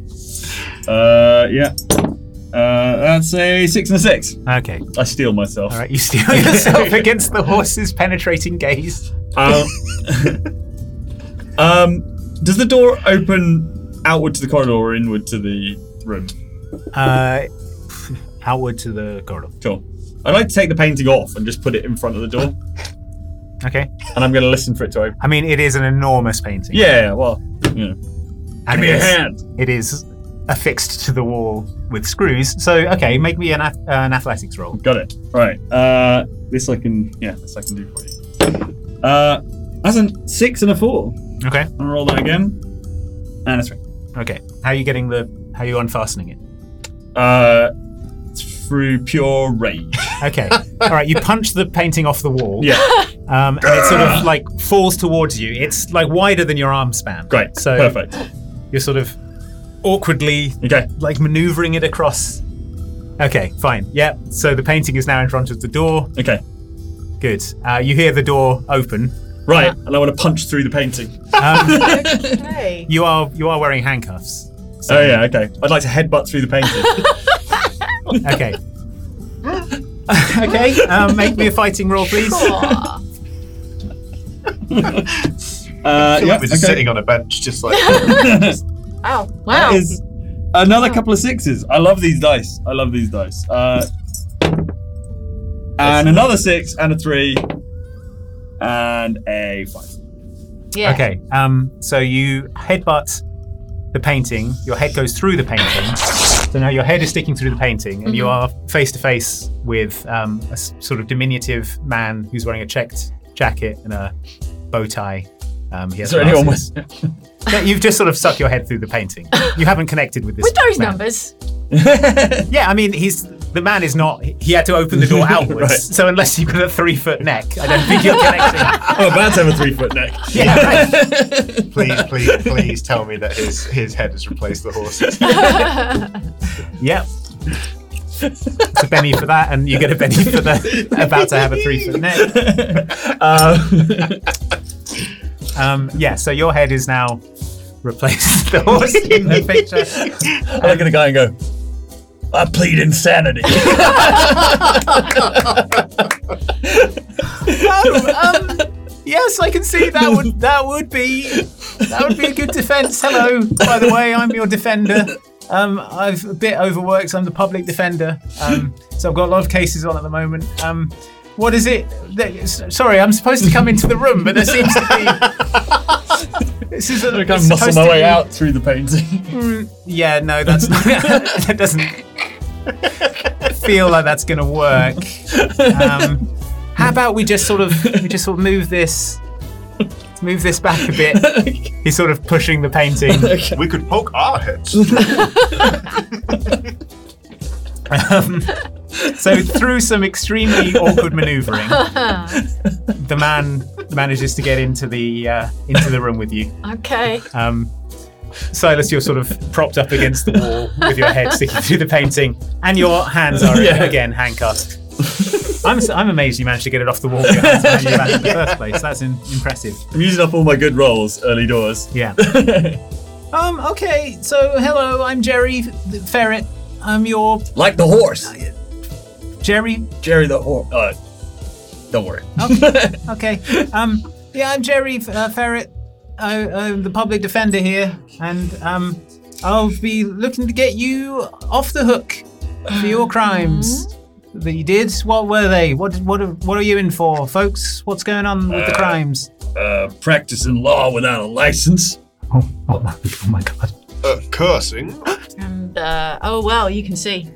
Speaker 7: Uh. Yeah. Uh. That's a six and a six.
Speaker 6: Okay.
Speaker 7: I steal myself.
Speaker 6: All right, you steal
Speaker 7: [laughs]
Speaker 6: yourself against the horse's penetrating gaze. [laughs]
Speaker 7: Um, [laughs] um, does the door open outward to the corridor or inward to the room?
Speaker 6: Uh, outward to the corridor.
Speaker 7: Cool. I'd like to take the painting off and just put it in front of the door,
Speaker 6: Okay.
Speaker 7: and I'm going to listen for it to open.
Speaker 6: I mean, it is an enormous painting.
Speaker 7: Yeah. Well. You know.
Speaker 6: And
Speaker 7: Give me
Speaker 6: it
Speaker 7: a
Speaker 6: is-
Speaker 7: hand.
Speaker 6: It is affixed to the wall with screws. So, okay, make me an, ath- uh, an athletics roll.
Speaker 7: Got it. Right. Uh, this I can. Yeah, this I can do for you. Uh, that's a six and a four.
Speaker 6: Okay.
Speaker 7: I'm gonna roll that again. And a three.
Speaker 6: Okay. How are you getting the? How are you unfastening it?
Speaker 7: Uh, through pure rage.
Speaker 6: [laughs] Okay. All right. You punch the painting off the wall.
Speaker 7: Yeah.
Speaker 6: Um, and it sort of like falls towards you. It's like wider than your arm span.
Speaker 7: Great.
Speaker 6: So
Speaker 7: Perfect.
Speaker 6: You're sort of awkwardly
Speaker 7: okay.
Speaker 6: like maneuvering it across. Okay. Fine. Yeah. So the painting is now in front of the door.
Speaker 7: Okay.
Speaker 6: Good. Uh, you hear the door open.
Speaker 7: Right. And I want to punch through the painting.
Speaker 6: Um,
Speaker 4: okay.
Speaker 6: you are you are wearing handcuffs.
Speaker 7: oh yeah. Okay. I'd like to headbutt through the painting.
Speaker 8: [laughs]
Speaker 6: Okay. okay. Um, make me a fighting roll, please.
Speaker 7: Uh,
Speaker 8: feel like
Speaker 7: yeah,
Speaker 8: we're just
Speaker 7: okay.
Speaker 8: sitting on a bench, just
Speaker 7: [laughs]
Speaker 8: like
Speaker 4: Wow. Wow.
Speaker 7: That is another couple of sixes. I love these dice. I love these dice. Uh, and another six, and a three, and a five.
Speaker 4: Yeah.
Speaker 6: Okay. Um, so you headbutt the painting. Your head goes through the painting. So now your head is sticking through the painting, and you
Speaker 1: Mhm.
Speaker 6: are face to face with um, a s- sort of diminutive man who's wearing a checked jacket and a bow tie. Um, he has
Speaker 7: Is there anyone
Speaker 6: glasses. [laughs] Yeah, you've just sort of stuck your head through the painting. You haven't connected with this.
Speaker 4: With those
Speaker 6: man.
Speaker 4: numbers. [laughs]
Speaker 7: [laughs]
Speaker 6: Yeah, I mean, he's the man is not. He had to open the door outwards.
Speaker 7: Right.
Speaker 6: So unless you've got a three foot neck, I
Speaker 7: [laughs]
Speaker 6: don't think [laughs] you're connecting.
Speaker 7: I'm about to have a three foot neck.
Speaker 6: Yeah, right.
Speaker 8: please, please, please tell me that his his head has replaced the
Speaker 6: [laughs]
Speaker 8: horse's.
Speaker 6: Yep. It's a Benny for that, and you get a Benny for the about to have a three foot neck.
Speaker 7: [laughs]
Speaker 6: Um, yeah, so your head is now replaced the horse in the
Speaker 7: [laughs]
Speaker 6: picture.
Speaker 7: I look at a guy and go, I plead insanity.
Speaker 6: Um, yes, I can see that would that would be that would be a good defence. Hello, by the way, I'm your defender. Um, I've a bit overworked. I'm the public defender, um, so I've got a lot of cases on at the moment. Um,
Speaker 13: What is it? that- s- sorry, I'm supposed to come into the room, but there seems to
Speaker 7: [laughs]
Speaker 13: be. this is a,
Speaker 7: I kind
Speaker 13: it's
Speaker 7: of muscle
Speaker 13: supposed
Speaker 7: my
Speaker 13: to
Speaker 7: way
Speaker 13: be-
Speaker 7: out through
Speaker 13: [laughs]
Speaker 7: the painting.
Speaker 13: Mm, yeah, no, that's [laughs] that doesn't feel like that's gonna work. Um, how about we just sort of we just sort of move this move this back a bit? He's sort of pushing the painting.
Speaker 10: We could poke our heads.
Speaker 13: [laughs] Um, so through some extremely awkward manoeuvring, the man manages to get into the uh, into the room with you.
Speaker 9: okay.
Speaker 13: Um, Silas, you're sort of propped up against the wall with your head sticking through the painting, and your hands are
Speaker 7: Yeah.
Speaker 13: again handcuffed. I'm, I'm amazed you managed to get it off the wall [laughs] behind you in the first place. That's in, impressive.
Speaker 7: I'm using up all my good rolls early doors. [laughs]
Speaker 13: Yeah. Um, okay, so hello, I'm Jerry the Ferret. I'm your.
Speaker 16: Like the horse.
Speaker 13: Jerry?
Speaker 16: Jerry the horse. Uh, don't worry.
Speaker 13: Okay. Um, yeah, I'm Jerry uh, Ferret. I, I'm the public defender here, and um, I'll be looking to get you off the hook for
Speaker 7: Uh-huh.
Speaker 13: your crimes that you did. What were they? What did- what are- what are you in for, folks? What's going on with the
Speaker 7: Uh,
Speaker 13: crimes?
Speaker 7: Uh, practicing law without a license.
Speaker 13: Oh,
Speaker 10: Uh, cursing.
Speaker 9: And uh, oh well, you can
Speaker 11: [laughs]
Speaker 9: see.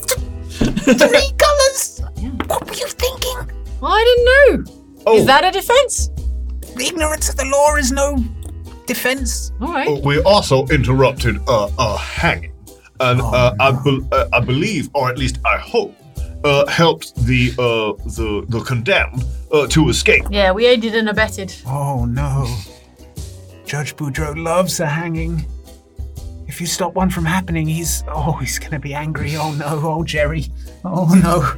Speaker 13: Three colours.
Speaker 9: What were you thinking? Well, I didn't know.
Speaker 10: Oh.
Speaker 9: Is that a defence?
Speaker 13: Ignorance of the law is no defence.
Speaker 9: All right.
Speaker 10: Uh, We also interrupted uh, a hanging, and
Speaker 13: Oh,
Speaker 10: uh, I, bel uh, I believe, or at least I hope, uh, helped the uh, the the condemned uh, to escape.
Speaker 9: Yeah, we aided and abetted.
Speaker 13: Oh no. Judge Boudreau loves a hanging. If you stop one from happening, he's oh, he's gonna be angry. Oh no, oh Jerry, oh no.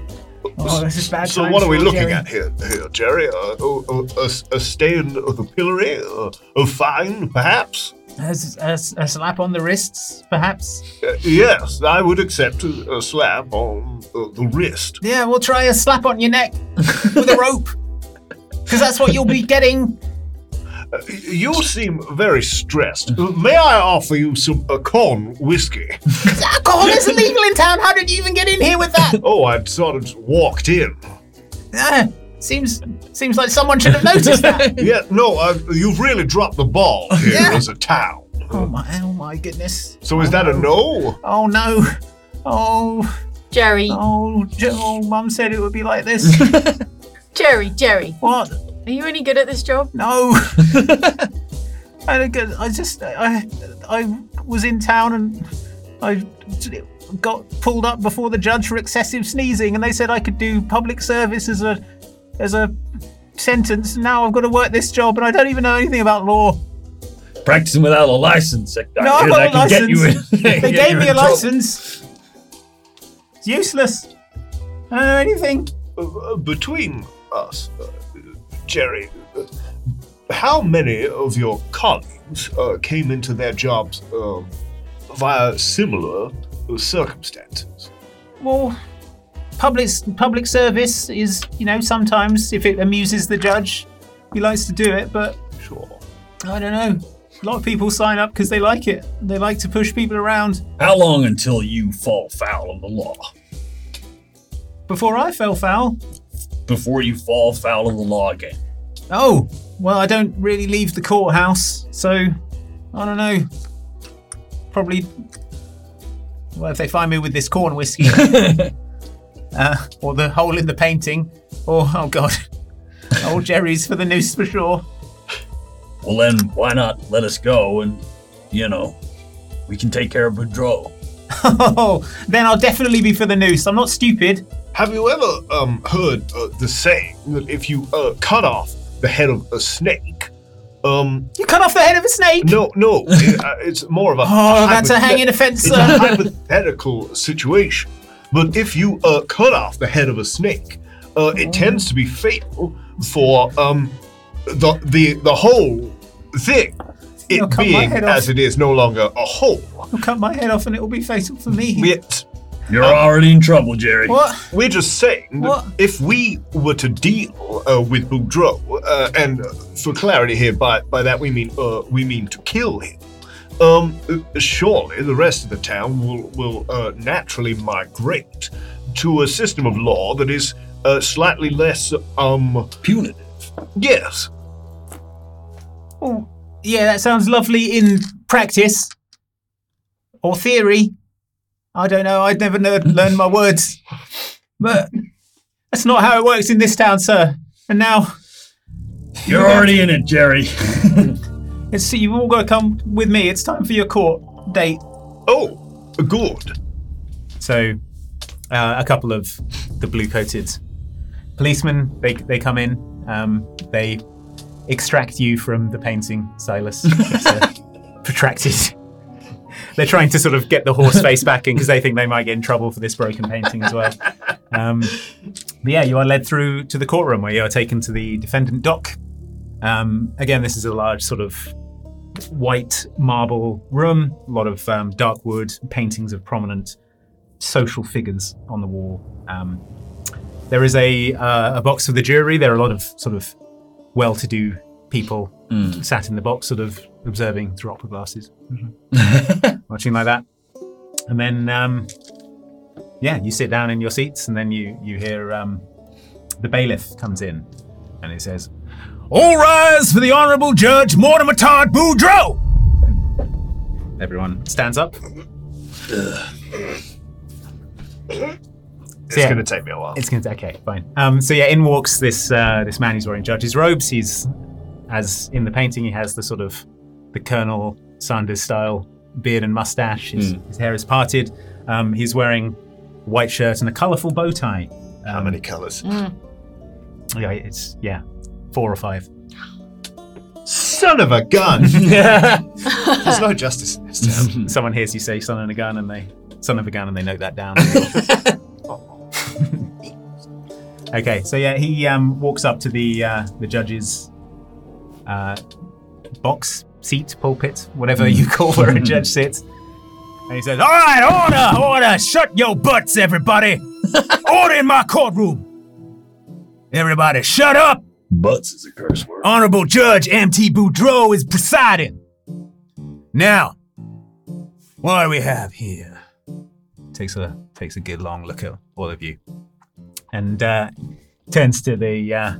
Speaker 13: Oh, this is bad.
Speaker 10: So
Speaker 13: times
Speaker 10: what are we
Speaker 13: for
Speaker 10: looking
Speaker 13: Jerry.
Speaker 10: at here, here Jerry? Uh, uh, uh, a, s- a stay in the pillory, uh, a fine, perhaps?
Speaker 13: A, s- a s- a slap on the wrists, perhaps.
Speaker 10: Uh, yes, I would accept a, a slap on uh, the wrist.
Speaker 13: Yeah, we'll try a slap on your neck with a rope, because that's what you'll be getting.
Speaker 10: Uh, you seem very stressed. Uh, May I offer you some uh, corn whiskey?
Speaker 13: Alcohol is illegal in town. How did you even get in here with that?
Speaker 10: [laughs] oh, I sort of walked in.
Speaker 13: Ah, seems seems like [laughs] someone should have noticed
Speaker 10: [laughs]
Speaker 13: that.
Speaker 10: yeah, no, uh, you've really dropped the ball here as a town.
Speaker 13: Oh my, oh my goodness.
Speaker 10: So is that a no?
Speaker 13: Oh no. Oh.
Speaker 9: Jerry.
Speaker 13: Oh, Je- oh Mum said it would be like
Speaker 7: [laughs]
Speaker 13: this.
Speaker 9: Jerry, Jerry.
Speaker 13: What?
Speaker 9: Are you any good at this job?
Speaker 7: [laughs]
Speaker 13: No. I don't get, I just I I was in town and I got pulled up before the judge for excessive sneezing, and they said I could do public service as a as a sentence. Now I've got to work this job, and I don't even know anything about law.
Speaker 7: Practicing without a license. I,
Speaker 13: No, I've
Speaker 7: I,
Speaker 13: got
Speaker 7: I
Speaker 13: a
Speaker 7: can get you in. [laughs]
Speaker 13: license. They
Speaker 7: get
Speaker 13: gave
Speaker 7: you
Speaker 13: me
Speaker 7: in
Speaker 13: a
Speaker 7: trouble.
Speaker 13: license. It's useless. I don't know anything.
Speaker 10: Uh, between us, uh, Jerry, uh, how many of your colleagues uh, came into their jobs um, via similar circumstances?
Speaker 13: Well, public public service is, you know, sometimes if it amuses the judge, he likes to do it. But
Speaker 10: sure,
Speaker 13: I don't know. A lot of people sign up because they like it. They like to push people around.
Speaker 7: How long until you fall foul of the law?
Speaker 13: Before I fell foul,
Speaker 7: Before you fall foul of the law again.
Speaker 13: oh well, I don't really leave the courthouse, so I don't know. Probably. Well, if they find me with this corn whiskey, uh, or the hole in the painting, or oh god, old Jerry's for the noose for sure.
Speaker 7: Well, then why not let us go and, you know, we can take care of Boudreaux.
Speaker 13: [laughs] Oh, then I'll definitely be for the noose. I'm not stupid.
Speaker 10: Have you ever um, heard uh, the saying that if you uh, cut off the head of a snake, um,
Speaker 13: you cut off the head of a snake?
Speaker 10: No, no, it- uh, it's more of a
Speaker 13: [laughs] Oh, that's a uh.
Speaker 10: hypothet-
Speaker 13: hanging offence,
Speaker 10: It's a
Speaker 13: sir.
Speaker 10: hypothetical situation, but if you uh, cut off the head of a snake, uh,
Speaker 13: Oh.
Speaker 10: it tends to be fatal for um, the the the whole thing. It
Speaker 13: Now cut my
Speaker 10: being
Speaker 13: head off.
Speaker 10: as it is no longer a whole.
Speaker 13: I'll cut my head off and it will be fatal for me.
Speaker 10: Yet
Speaker 7: You're already in trouble, Jerry.
Speaker 13: What?
Speaker 10: Um, We're just saying that
Speaker 13: What?
Speaker 10: if we were to deal uh, with Boudreaux, uh, and uh, for clarity here, by, by that we mean uh, we mean to kill him. Um, uh, surely the rest of the town will will uh, naturally migrate to a system of law that is uh, slightly less um punitive. Yes.
Speaker 4: Oh.
Speaker 6: Yeah, that sounds lovely in practice or theory. I don't know. I'd never know, learn my words, but that's not how it works in this town, sir. And now
Speaker 7: You're already in
Speaker 13: [laughs]
Speaker 7: it, Jerry.
Speaker 6: it's you've all got to come with me. It's time for your court date.
Speaker 10: Oh, good.
Speaker 6: So, uh, a couple of the blue-coated policemen they they come in. Um, they extract you from the painting, Silas. It's, uh, protracted. They're trying to sort of get the horse face back in because they think they might get in trouble for this broken painting as well. Um, but yeah, you are led through to the courtroom where you are taken to the defendant dock. Um, again, this is a large sort of white marble room, a lot of um, dark wood, paintings of prominent social figures on the wall. Um, there is a, uh, a box for the jury. There are a lot of sort of well to do people
Speaker 7: Mm.
Speaker 6: sat in the box, sort of observing through opera glasses, watching like that. And then, um, yeah, you sit down in your seats, and then you, you hear um, the bailiff comes in and he says,
Speaker 11: All rise for the Honorable Judge Mortimer Todd Boudreaux!
Speaker 6: Everyone stands up.
Speaker 1: It's
Speaker 6: So, yeah.
Speaker 1: going to take me a while.
Speaker 6: It's going to okay, fine. Um, so yeah, in walks this uh, this man who's wearing judge's robes. He's as in the painting, he has the sort of the Colonel Sanders style beard and mustache. His, his hair is parted. Um, he's wearing a white shirt and a colourful bow tie. How many
Speaker 1: colours?
Speaker 6: Yeah, it's yeah, four or five.
Speaker 1: Son of a
Speaker 6: [laughs]
Speaker 1: gun!
Speaker 6: There's
Speaker 1: no justice in this
Speaker 6: town. [laughs] Someone hears you say "son of a gun" and they "son of a gun" and they note that down. [laughs] okay, so yeah, he um, walks up to the uh, the judge's uh, box, seat, pulpit,
Speaker 1: Mm.
Speaker 6: whatever you call where
Speaker 1: [laughs]
Speaker 6: a judge sits.
Speaker 11: And he says, All right, order, order, shut your butts,
Speaker 6: [laughs]
Speaker 11: everybody. order in my courtroom. Everybody, shut up.
Speaker 17: Butts is a curse word.
Speaker 11: Honorable Judge M.T. Boudreaux is presiding. Now, what do we have here?
Speaker 6: Takes a takes a good long look at all of you, and uh, turns to the uh,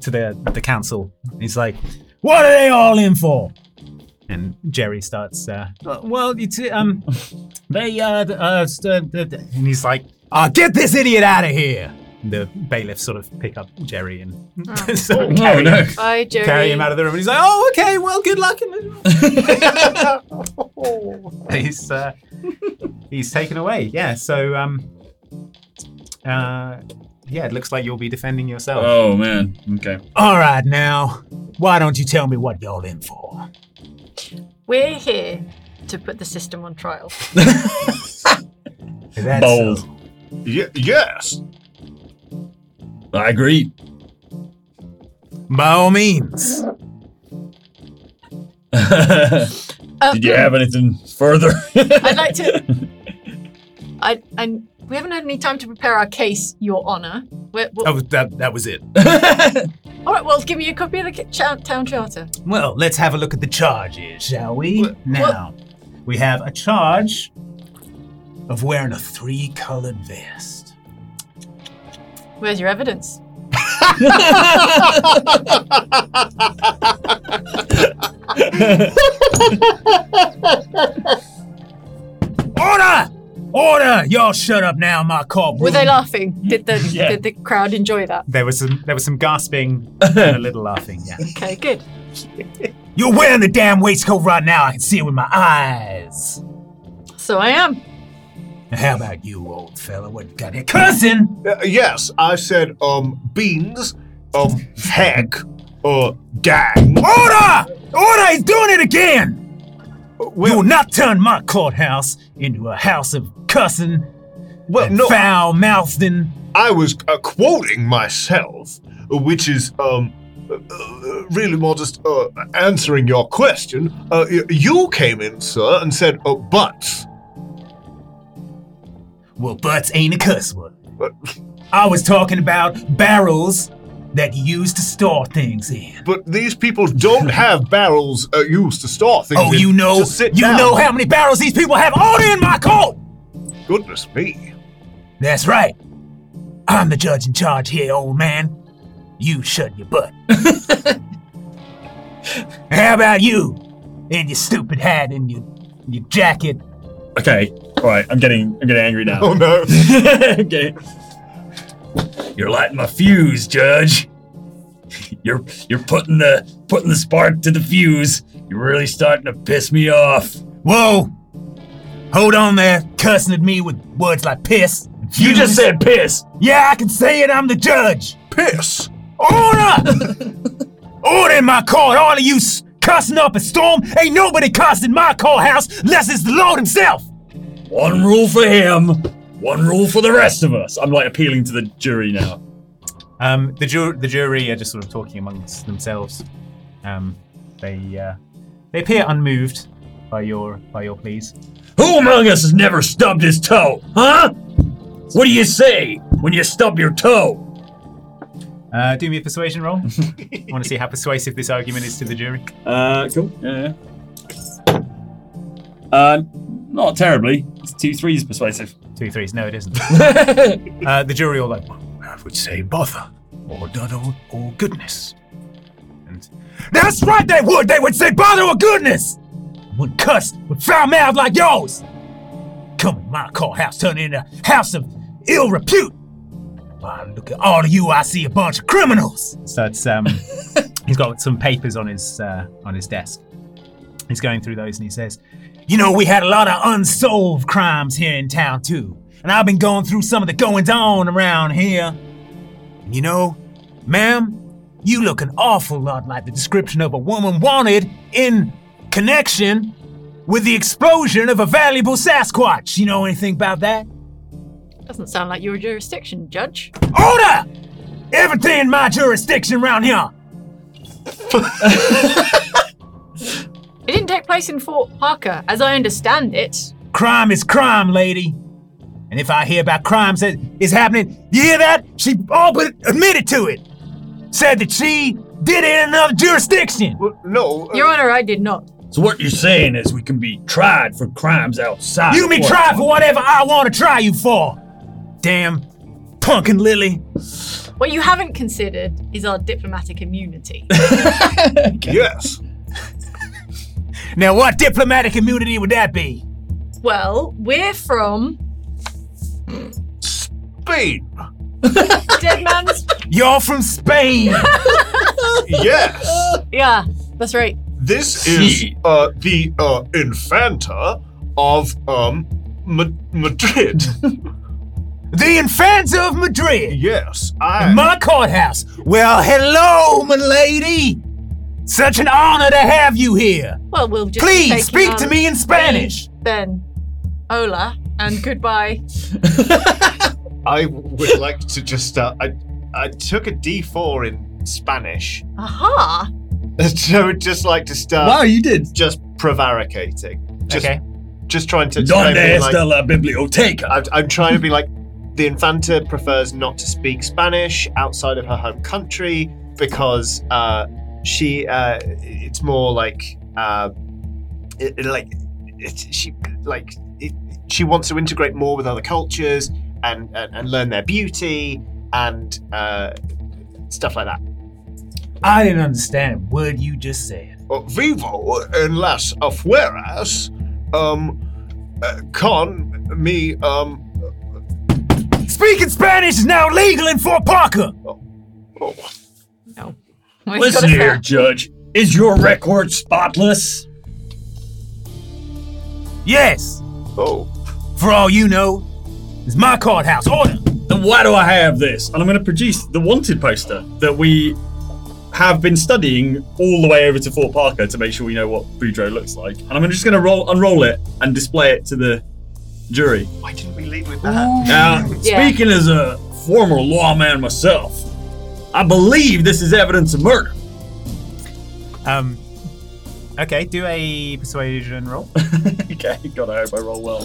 Speaker 6: to the the council. He's like,
Speaker 11: What are they all in for?
Speaker 6: and Jerry starts. Uh, well, it's
Speaker 10: [laughs]
Speaker 6: um, [laughs] they uh, uh, and he's like,
Speaker 11: uh,
Speaker 6: "Ah, get this idiot out of here!" The bailiffs sort of pick up Jerry and [laughs]
Speaker 4: Oh.
Speaker 6: sort of carry, him,
Speaker 4: Bye, Jerry.
Speaker 6: carry him out of the room. And he's like, "Oh, okay, well, good luck."
Speaker 10: [laughs]
Speaker 6: In [laughs] he's uh, he's taken away. Yeah. So um, uh, yeah, it looks like you'll be defending yourself.
Speaker 7: Oh man. Okay.
Speaker 11: All right, now, why don't you tell me what y'all in for?
Speaker 4: We're here to put the system
Speaker 11: [laughs]
Speaker 4: on trial.
Speaker 11: Bold.
Speaker 10: Ye- yes.
Speaker 7: I agree. [laughs]
Speaker 11: By all means.
Speaker 13: Uh,
Speaker 7: Did you have anything further? [laughs]
Speaker 4: I'd like to. I and we haven't had any time to prepare our case, Your Honour. We're, we
Speaker 11: That was, that, that was it.
Speaker 4: all right, well, give me a copy of the ca- cha- town charter.
Speaker 11: Well, let's have a look at the charges, shall we? now, we have a charge of wearing a three colored
Speaker 10: [laughs]
Speaker 11: vest.
Speaker 4: Where's
Speaker 11: [laughs]
Speaker 4: your evidence?
Speaker 11: Order! Order! Y'all shut up now, my cop. [laughs]
Speaker 4: Were they laughing? Did the
Speaker 6: Yeah.
Speaker 4: did the crowd enjoy that?
Speaker 6: There was some there was some gasping and a little laughing. Yeah.
Speaker 4: Okay, good.
Speaker 11: You're wearing the damn waistcoat right now. I can see it with my eyes.
Speaker 4: So I am.
Speaker 11: Now, how about you, old fella? What got it? Cousin!
Speaker 10: Uh, yes, I said um beans, um heck, uh gang.
Speaker 11: Order! Order! He's doing it again! you will not turn my courthouse into a house of cussing
Speaker 10: well,
Speaker 11: and
Speaker 10: no.
Speaker 11: foul mouthing.
Speaker 10: I was uh, quoting myself, which is um, uh, uh, really more just uh, answering your question. Uh, y- you came in, sir, and said uh, butts.
Speaker 11: Well, butts ain't a cuss word. I was talking about barrels that you use to store things in.
Speaker 10: But these people
Speaker 11: [laughs]
Speaker 10: don't have barrels uh, used to store things.
Speaker 11: Oh,
Speaker 10: in.
Speaker 11: you know,
Speaker 10: Just sit
Speaker 11: you
Speaker 10: down.
Speaker 11: know how many barrels these people have all in my coat.
Speaker 10: Goodness me!
Speaker 11: That's right. I'm the judge in charge here, old man. You shut
Speaker 10: [laughs]
Speaker 11: your butt. How about you? And your stupid hat and your your jacket.
Speaker 7: Okay, all right. I'm getting I'm getting angry now.
Speaker 11: Oh, [laughs]
Speaker 7: no! [laughs] You're lighting my fuse, Judge. You're you're putting the putting the spark to the fuse. You're really starting to piss me off.
Speaker 11: Whoa! Hold on there, cussing at me with words like piss.
Speaker 7: You just said piss.
Speaker 11: Yeah, I can say it. I'm the judge. Piss.
Speaker 7: [laughs]
Speaker 11: Order. Order in my court. All of you s- cussing up a storm. Ain't nobody cussing my courthouse unless it's the Lord himself.
Speaker 7: One rule for him, one rule for the rest of us. I'm like appealing to the jury now.
Speaker 13: Um, the, ju- the jury are just sort of talking amongst themselves. Um, they uh, they appear unmoved by your by your pleas.
Speaker 7: Who among us has never stubbed his toe, huh? What do you say when you stub your toe?
Speaker 13: Uh, do me a persuasion roll. I want to see how persuasive this argument is to the jury.
Speaker 7: Uh, cool. Yeah. Uh, not terribly. It's two threes persuasive.
Speaker 13: Two threes. No,
Speaker 11: [laughs]
Speaker 13: it
Speaker 7: [laughs]
Speaker 13: isn't. uh, the jury all like, well, I would say bother or dud or, or goodness.
Speaker 11: That's right, they would. They would say bother of goodness. Wouldn't cuss with foul mouth like yours. Come in my courthouse, turn it into a house of ill repute. Why, look at all of you. I see a bunch of criminals.
Speaker 13: So it's um, he's got some papers on his uh, on his desk. He's going through those and he says,
Speaker 11: You know, we had a lot of unsolved crimes here in town, too. And I've been going through some of the goings on around here. And you know, ma'am, you look an awful lot like the description of a woman wanted in connection with the explosion of a valuable Sasquatch. You know anything about that?
Speaker 9: Doesn't sound like your jurisdiction, Judge.
Speaker 11: Order! Everything in my jurisdiction around here.
Speaker 9: It didn't take place in Fort Parker, as I understand it.
Speaker 11: Crime is crime, lady. And if I hear about crimes that is happening, you hear that? She all but admitted to it. Said that she did it in another jurisdiction.
Speaker 10: no. uh,
Speaker 9: Your Honor, I did not.
Speaker 7: So what you're saying is we can be tried for crimes outside.
Speaker 11: You
Speaker 7: of
Speaker 11: be
Speaker 7: court.
Speaker 11: tried for whatever I want to try you for. Damn punkin' Lily.
Speaker 9: What you haven't considered is our diplomatic
Speaker 11: [laughs]
Speaker 9: immunity.
Speaker 10: Yes.
Speaker 11: Now, what diplomatic immunity would that be?
Speaker 9: well, we're from
Speaker 11: [laughs]
Speaker 10: Spain.
Speaker 9: Dead Man's.
Speaker 11: You're
Speaker 9: [laughs]
Speaker 11: from Spain.
Speaker 10: Yes.
Speaker 9: Yeah, that's right.
Speaker 10: This is uh, the uh, Infanta of um, Ma- Madrid.
Speaker 11: The Infanta of Madrid.
Speaker 10: Yes, I.
Speaker 11: In my courthouse. Well, hello, milady. Such an honor to have you here.
Speaker 9: Well, we'll just. be
Speaker 11: Please,
Speaker 9: taking
Speaker 11: speak
Speaker 9: on
Speaker 11: to me in Spanish.
Speaker 9: Then, hola and goodbye.
Speaker 8: I would like to just start. I, I took a D4 in Spanish,
Speaker 9: Aha!
Speaker 8: [laughs] so I'd just like to start.
Speaker 7: Wow, you did.
Speaker 8: Just prevaricating. Just,
Speaker 7: Okay.
Speaker 8: Just trying to.
Speaker 7: Donde
Speaker 8: explain, being
Speaker 7: está la biblioteca?
Speaker 8: I'm, I'm trying to be like, the Infanta prefers not to speak Spanish outside of her home country because uh, she. Uh, it's more like. Uh, it, it- like it, she like it, she wants to integrate more with other cultures and and, and learn their beauty and uh, stuff like that.
Speaker 11: I didn't understand a word you just said.
Speaker 10: Uh, vivo en las afueras um, uh, con mi. Um,
Speaker 11: Speaking Spanish is now legal in Fort Parker.
Speaker 10: Uh,
Speaker 7: Listen here, Judge. Is your record spotless?
Speaker 11: Yes.
Speaker 10: Oh.
Speaker 11: For all you know, it's my courthouse. Order.
Speaker 7: Then why do I have this? And I'm going to produce the wanted poster that we have been studying all the way over to Fort Parker to make sure we know what Boudreaux looks like. And I'm just going to roll, unroll it and display it to the jury.
Speaker 8: Why didn't we leave with
Speaker 7: Now,
Speaker 8: Yeah.
Speaker 7: speaking as a former lawman myself, I believe this is evidence of murder. [laughs]
Speaker 13: Um, okay, do a persuasion roll.
Speaker 7: okay, God, I hope I roll well.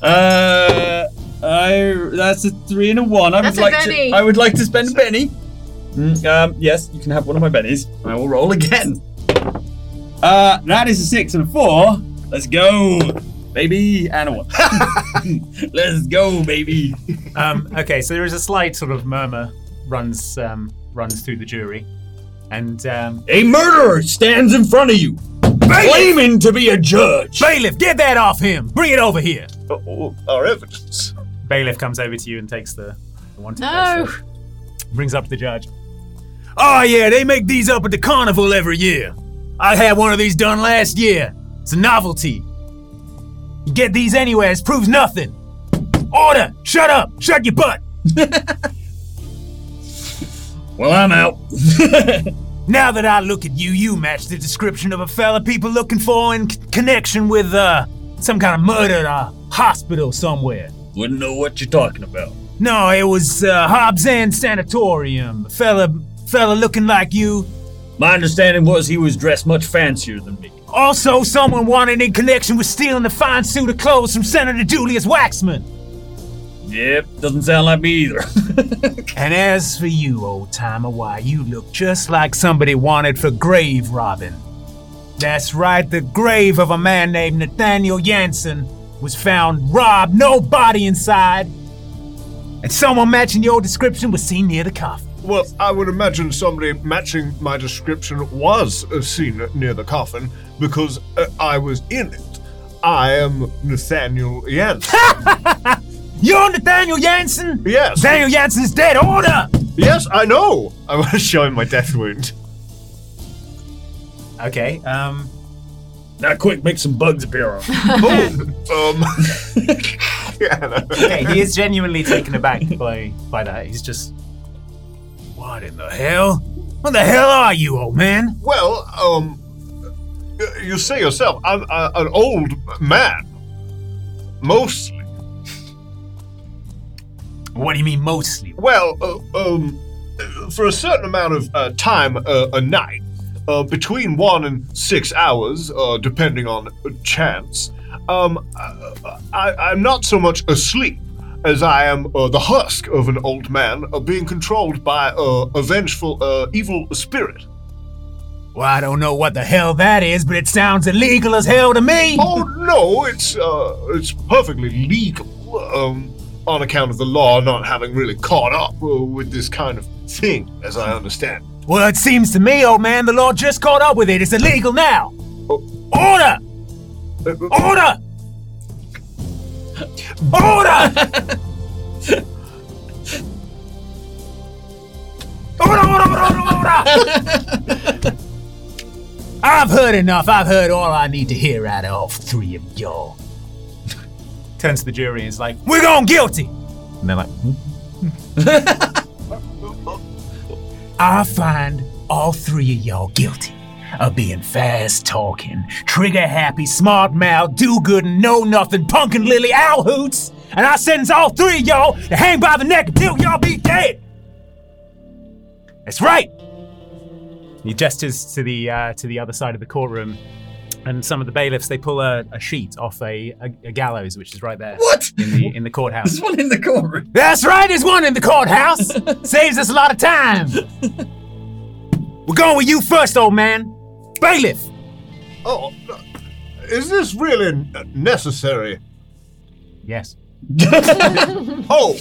Speaker 7: Uh, I that's a three and a one. I
Speaker 9: That's a
Speaker 7: would like
Speaker 9: penny.
Speaker 7: to. I would like to spend a penny. Mm, um, yes, you can have one of my pennies. and I will roll again. Uh, that is a six and a four. Let's go. baby, and a one. [laughs] Let's go, baby.
Speaker 6: Um, okay, so there is a slight sort of murmur runs um, runs through the jury, and um,
Speaker 18: A murderer stands in front of you, claiming to be a judge.
Speaker 6: Bailiff, get that off him. Bring it over here.
Speaker 1: Oh, our evidence.
Speaker 6: Bailiff comes over to you and takes the, the one.
Speaker 4: No.
Speaker 6: Brings up the judge.
Speaker 11: Oh yeah, they make these up at the carnival every year. I had one of these done last year. It's a novelty. You get these anywhere, it proves nothing. Order! Shut up! Shut your butt!
Speaker 7: [laughs] well, I'm out. [laughs]
Speaker 11: now that I look at you, you match the description of a fella people looking for in c- connection with uh some kind of murder at a hospital somewhere.
Speaker 7: Wouldn't know what you're talking about.
Speaker 11: No, it was uh, Hobbs and Sanatorium. A fella, fella looking like you.
Speaker 18: My understanding was he was dressed much fancier than me.
Speaker 11: Also, someone wanted in connection with stealing the fine suit of clothes from Senator Julius Waxman.
Speaker 18: Yep, doesn't sound like me either. [laughs]
Speaker 11: and as for you, old timer, why you look just like somebody wanted for grave robbing. That's right, the grave of a man named Nathaniel Jansen was found robbed, no body inside. And someone matching your description was seen near the coffin.
Speaker 10: Well, I would imagine somebody matching my description was uh, seen near the coffin because uh, I was in it. I am Nathaniel Jansen.
Speaker 11: [laughs] You're Nathaniel Jansen?
Speaker 10: Yes.
Speaker 11: Nathaniel Jansen's dead. Order!
Speaker 10: Yes, I know.
Speaker 1: I want to show him my death wound.
Speaker 6: Okay. Um.
Speaker 18: Now, quick, make some bugs appear on.
Speaker 10: um.
Speaker 6: okay, he is genuinely taken aback by by that. He's just
Speaker 11: what in the hell? What the hell are you, old man?
Speaker 10: Well, um, y- you say yourself, I'm uh, an old man. Mostly.
Speaker 11: What do you mean mostly?
Speaker 10: Well, uh, um, uh, for a certain amount of uh, time uh, a night, uh, between one and six hours, uh, depending on chance, um, uh, I, I'm not so much asleep as I am uh, the husk of an old man uh, being controlled by uh, a vengeful, uh, evil spirit.
Speaker 11: Well, I don't know what the hell that is, but it sounds illegal as hell to me.
Speaker 10: [laughs] Oh no, it's uh, it's perfectly legal um, on account of the law not having really caught up uh, with this kind of thing, as I understand.
Speaker 11: Well, it seems to me, old man, the law just caught up with it. It's illegal now.
Speaker 18: Oh.
Speaker 11: Order!
Speaker 18: Uh,
Speaker 11: Order!
Speaker 18: uh.
Speaker 11: Order! I've heard enough. I've heard all I need to hear out of all three of y'all.
Speaker 6: [laughs] turns to the jury and is like,
Speaker 11: We're going guilty.
Speaker 6: and they're
Speaker 11: [laughs]
Speaker 6: like, "Hmm?"
Speaker 11: I find all three of y'all guilty of being fast talking, trigger happy, smart mouth, do good and know nothing, punk and lily owl hoots, and I sentence all three of y'all to hang by the neck until y'all be dead. That's right.
Speaker 6: He gestures to the uh, to the other side of the courtroom, and some of the bailiffs they pull a, a sheet off a, a, a gallows, which is right there. What in the in the courthouse?
Speaker 18: one in the corner.
Speaker 11: That's right, there's one in
Speaker 19: [laughs]
Speaker 11: the courthouse. Saves us a lot of time. We're going with you first, old man.
Speaker 19: [laughs]
Speaker 11: Bailiff.
Speaker 10: Oh, is this really n- necessary?
Speaker 6: yes.
Speaker 10: Oh,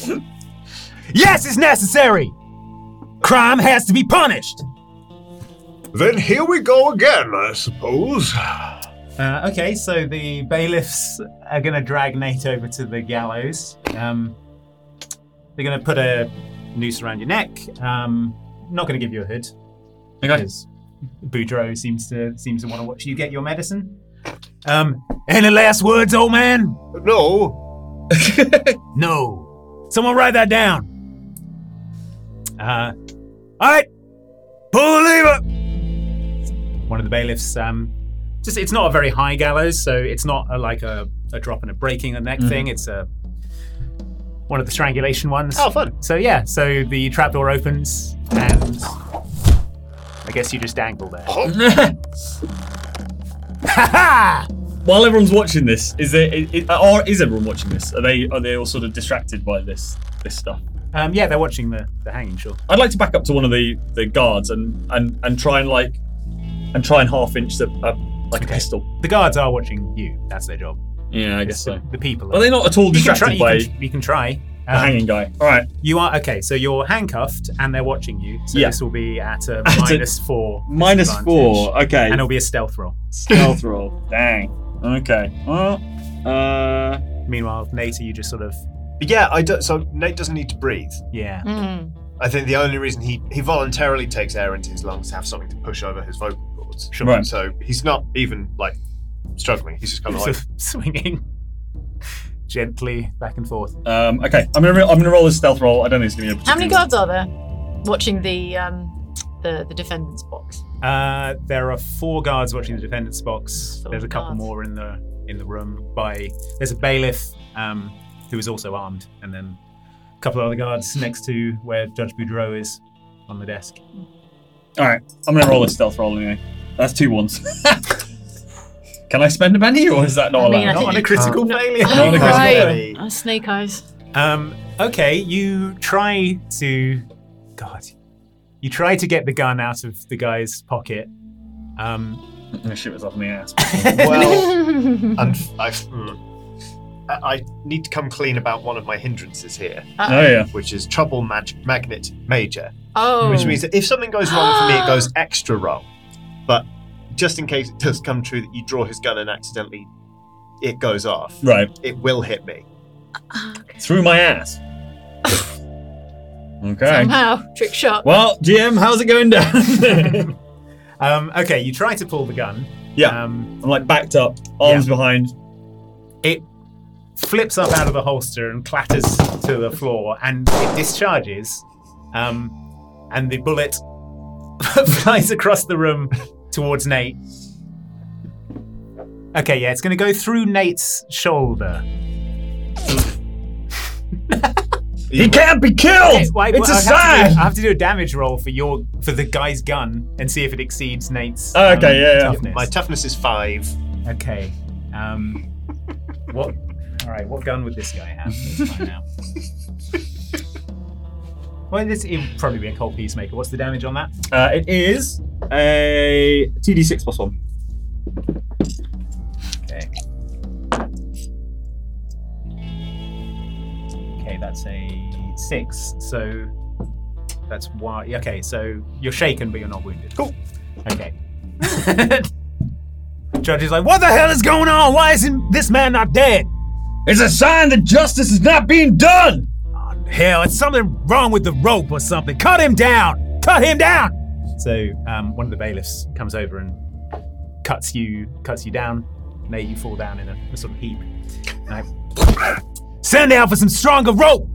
Speaker 11: Yes, it's necessary. Crime has to be punished.
Speaker 10: then here we go again, I suppose.
Speaker 6: Uh, okay, so the bailiffs are going to drag Nate over to the gallows. Um, they're going to put a noose around your neck. Um, not going to give you a hood.
Speaker 7: Okay.
Speaker 6: Because Boudreaux seems to seems to want to watch you get your medicine.
Speaker 11: Um, any last words, old man?
Speaker 10: No,
Speaker 11: No. Someone write that down. Uh, all right. Pull the lever.
Speaker 6: One of the bailiffs, um, just it's not a very high gallows, so it's not a, like a, a drop and a breaking the neck
Speaker 11: Mm-hmm.
Speaker 6: thing. It's a one of the strangulation ones.
Speaker 1: Oh, fun.
Speaker 6: So yeah, so the trapdoor opens and I guess you just dangle there.
Speaker 7: [laughs] While everyone's watching this, is there i- i- or is everyone watching this? Are they are they all sort of distracted by this this stuff?
Speaker 6: Um, yeah, they're watching the, the hanging, sure.
Speaker 7: I'd like to back up to one of the the guards and and and try and like and try and half inch the uh, like a pistol.
Speaker 6: The guards are watching you. That's their job.
Speaker 7: Yeah, I guess
Speaker 6: the,
Speaker 7: so.
Speaker 6: the
Speaker 7: [laughs]
Speaker 6: people.
Speaker 7: Are they not at all
Speaker 6: You can try-
Speaker 7: distracted
Speaker 6: you can-
Speaker 7: by
Speaker 6: You can, try. Um,
Speaker 7: the hanging guy? All right.
Speaker 6: You are okay. So you're handcuffed and they're watching you. So
Speaker 7: Yeah.
Speaker 6: this will be at a
Speaker 7: [laughs] At a-
Speaker 6: minus four.
Speaker 7: minus
Speaker 6: disadvantage.
Speaker 7: four, okay.
Speaker 6: And it'll be a stealth roll.
Speaker 7: Stealth
Speaker 6: [laughs]
Speaker 7: roll. Dang. Okay. Well, uh.
Speaker 6: Meanwhile, Nate, you just sort of.
Speaker 8: But yeah, I don't, so Nate doesn't need to breathe.
Speaker 6: Yeah.
Speaker 8: I think the only reason he, he voluntarily takes air into his lungs to have something to push over his vocal cords.
Speaker 6: Sure. Right.
Speaker 8: So he's not even like struggling. He's just kind of
Speaker 6: sort
Speaker 8: like
Speaker 6: of [laughs] swinging gently back and forth.
Speaker 7: Um, okay, I'm gonna I'm gonna roll a stealth roll. I don't think it's gonna be a
Speaker 4: How many
Speaker 7: particularly-
Speaker 4: guards are there watching the um, the the defendant's box?
Speaker 6: Uh, there are four guards watching the defendant's box. There's a couple more in the in the room. By there's a bailiff um, who is also armed, and then a couple of other guards next to where Judge Boudreau is on the desk.
Speaker 7: All right, I'm gonna roll a stealth roll anyway. That's two ones. [laughs] Can I spend a penny, or is that not
Speaker 4: I mean,
Speaker 7: allowed?
Speaker 4: I think you can't.
Speaker 6: Not on a critical failure.
Speaker 4: right. Uh, snake eyes.
Speaker 6: Um, okay, you try to. God. You try to get the gun out of the guy's pocket. Um,
Speaker 7: I'm gonna shoot myself in
Speaker 8: [laughs]
Speaker 7: the ass.
Speaker 8: well, and I, mm. I, I need to come clean about one of my hindrances here.
Speaker 4: Uh-oh. Oh, yeah.
Speaker 8: Which is trouble mag- magnet major.
Speaker 4: Oh.
Speaker 8: Which means that if something goes wrong for me, it
Speaker 4: [gasps]
Speaker 8: goes extra wrong. But just in case it does come true that you draw his gun and accidentally it goes off,
Speaker 7: Right.
Speaker 8: it will hit me.
Speaker 7: Through my ass. okay.
Speaker 4: Somehow, trick shot.
Speaker 7: Well, GM, how's it going down? [laughs]
Speaker 6: um, okay, you try to pull the gun.
Speaker 7: Yeah.
Speaker 6: Um,
Speaker 7: I'm like backed up, arms behind.
Speaker 6: It flips up out of the holster and clatters to the floor, and it discharges. Um, and the bullet [laughs] flies across the room towards Nate. Okay, yeah, it's going to go through Nate's shoulder.
Speaker 19: He can't be killed!
Speaker 6: Okay, wait,
Speaker 19: it's
Speaker 6: well,
Speaker 19: a
Speaker 6: I'd have to
Speaker 19: sign!
Speaker 6: do- I have to do a damage roll for your for the guy's gun and see if it exceeds Nate's. um,
Speaker 8: Oh, okay, yeah, yeah.
Speaker 6: Toughness.
Speaker 8: My toughness is five.
Speaker 6: Okay. Um, what? All right. What gun would this guy have?
Speaker 8: [laughs]
Speaker 6: Let's find out. Well, this it would probably be a cold peacemaker. What's the damage on that?
Speaker 7: Uh, it is a TD6 plus one.
Speaker 6: Okay. Okay, that's a six. So that's why. Okay, so you're shaken, but you're not wounded. Cool. Okay. Judge is like,
Speaker 11: What the hell is going on? Why isn't this man not dead? It's a sign that justice is not being done. Oh, hell, it's something wrong with the rope or something. Cut him down. Cut him down.
Speaker 6: So um, one of the bailiffs comes over and cuts you cuts you down. Nate, you fall down in a, a sort of heap. Like,
Speaker 11: Send out for some stronger rope.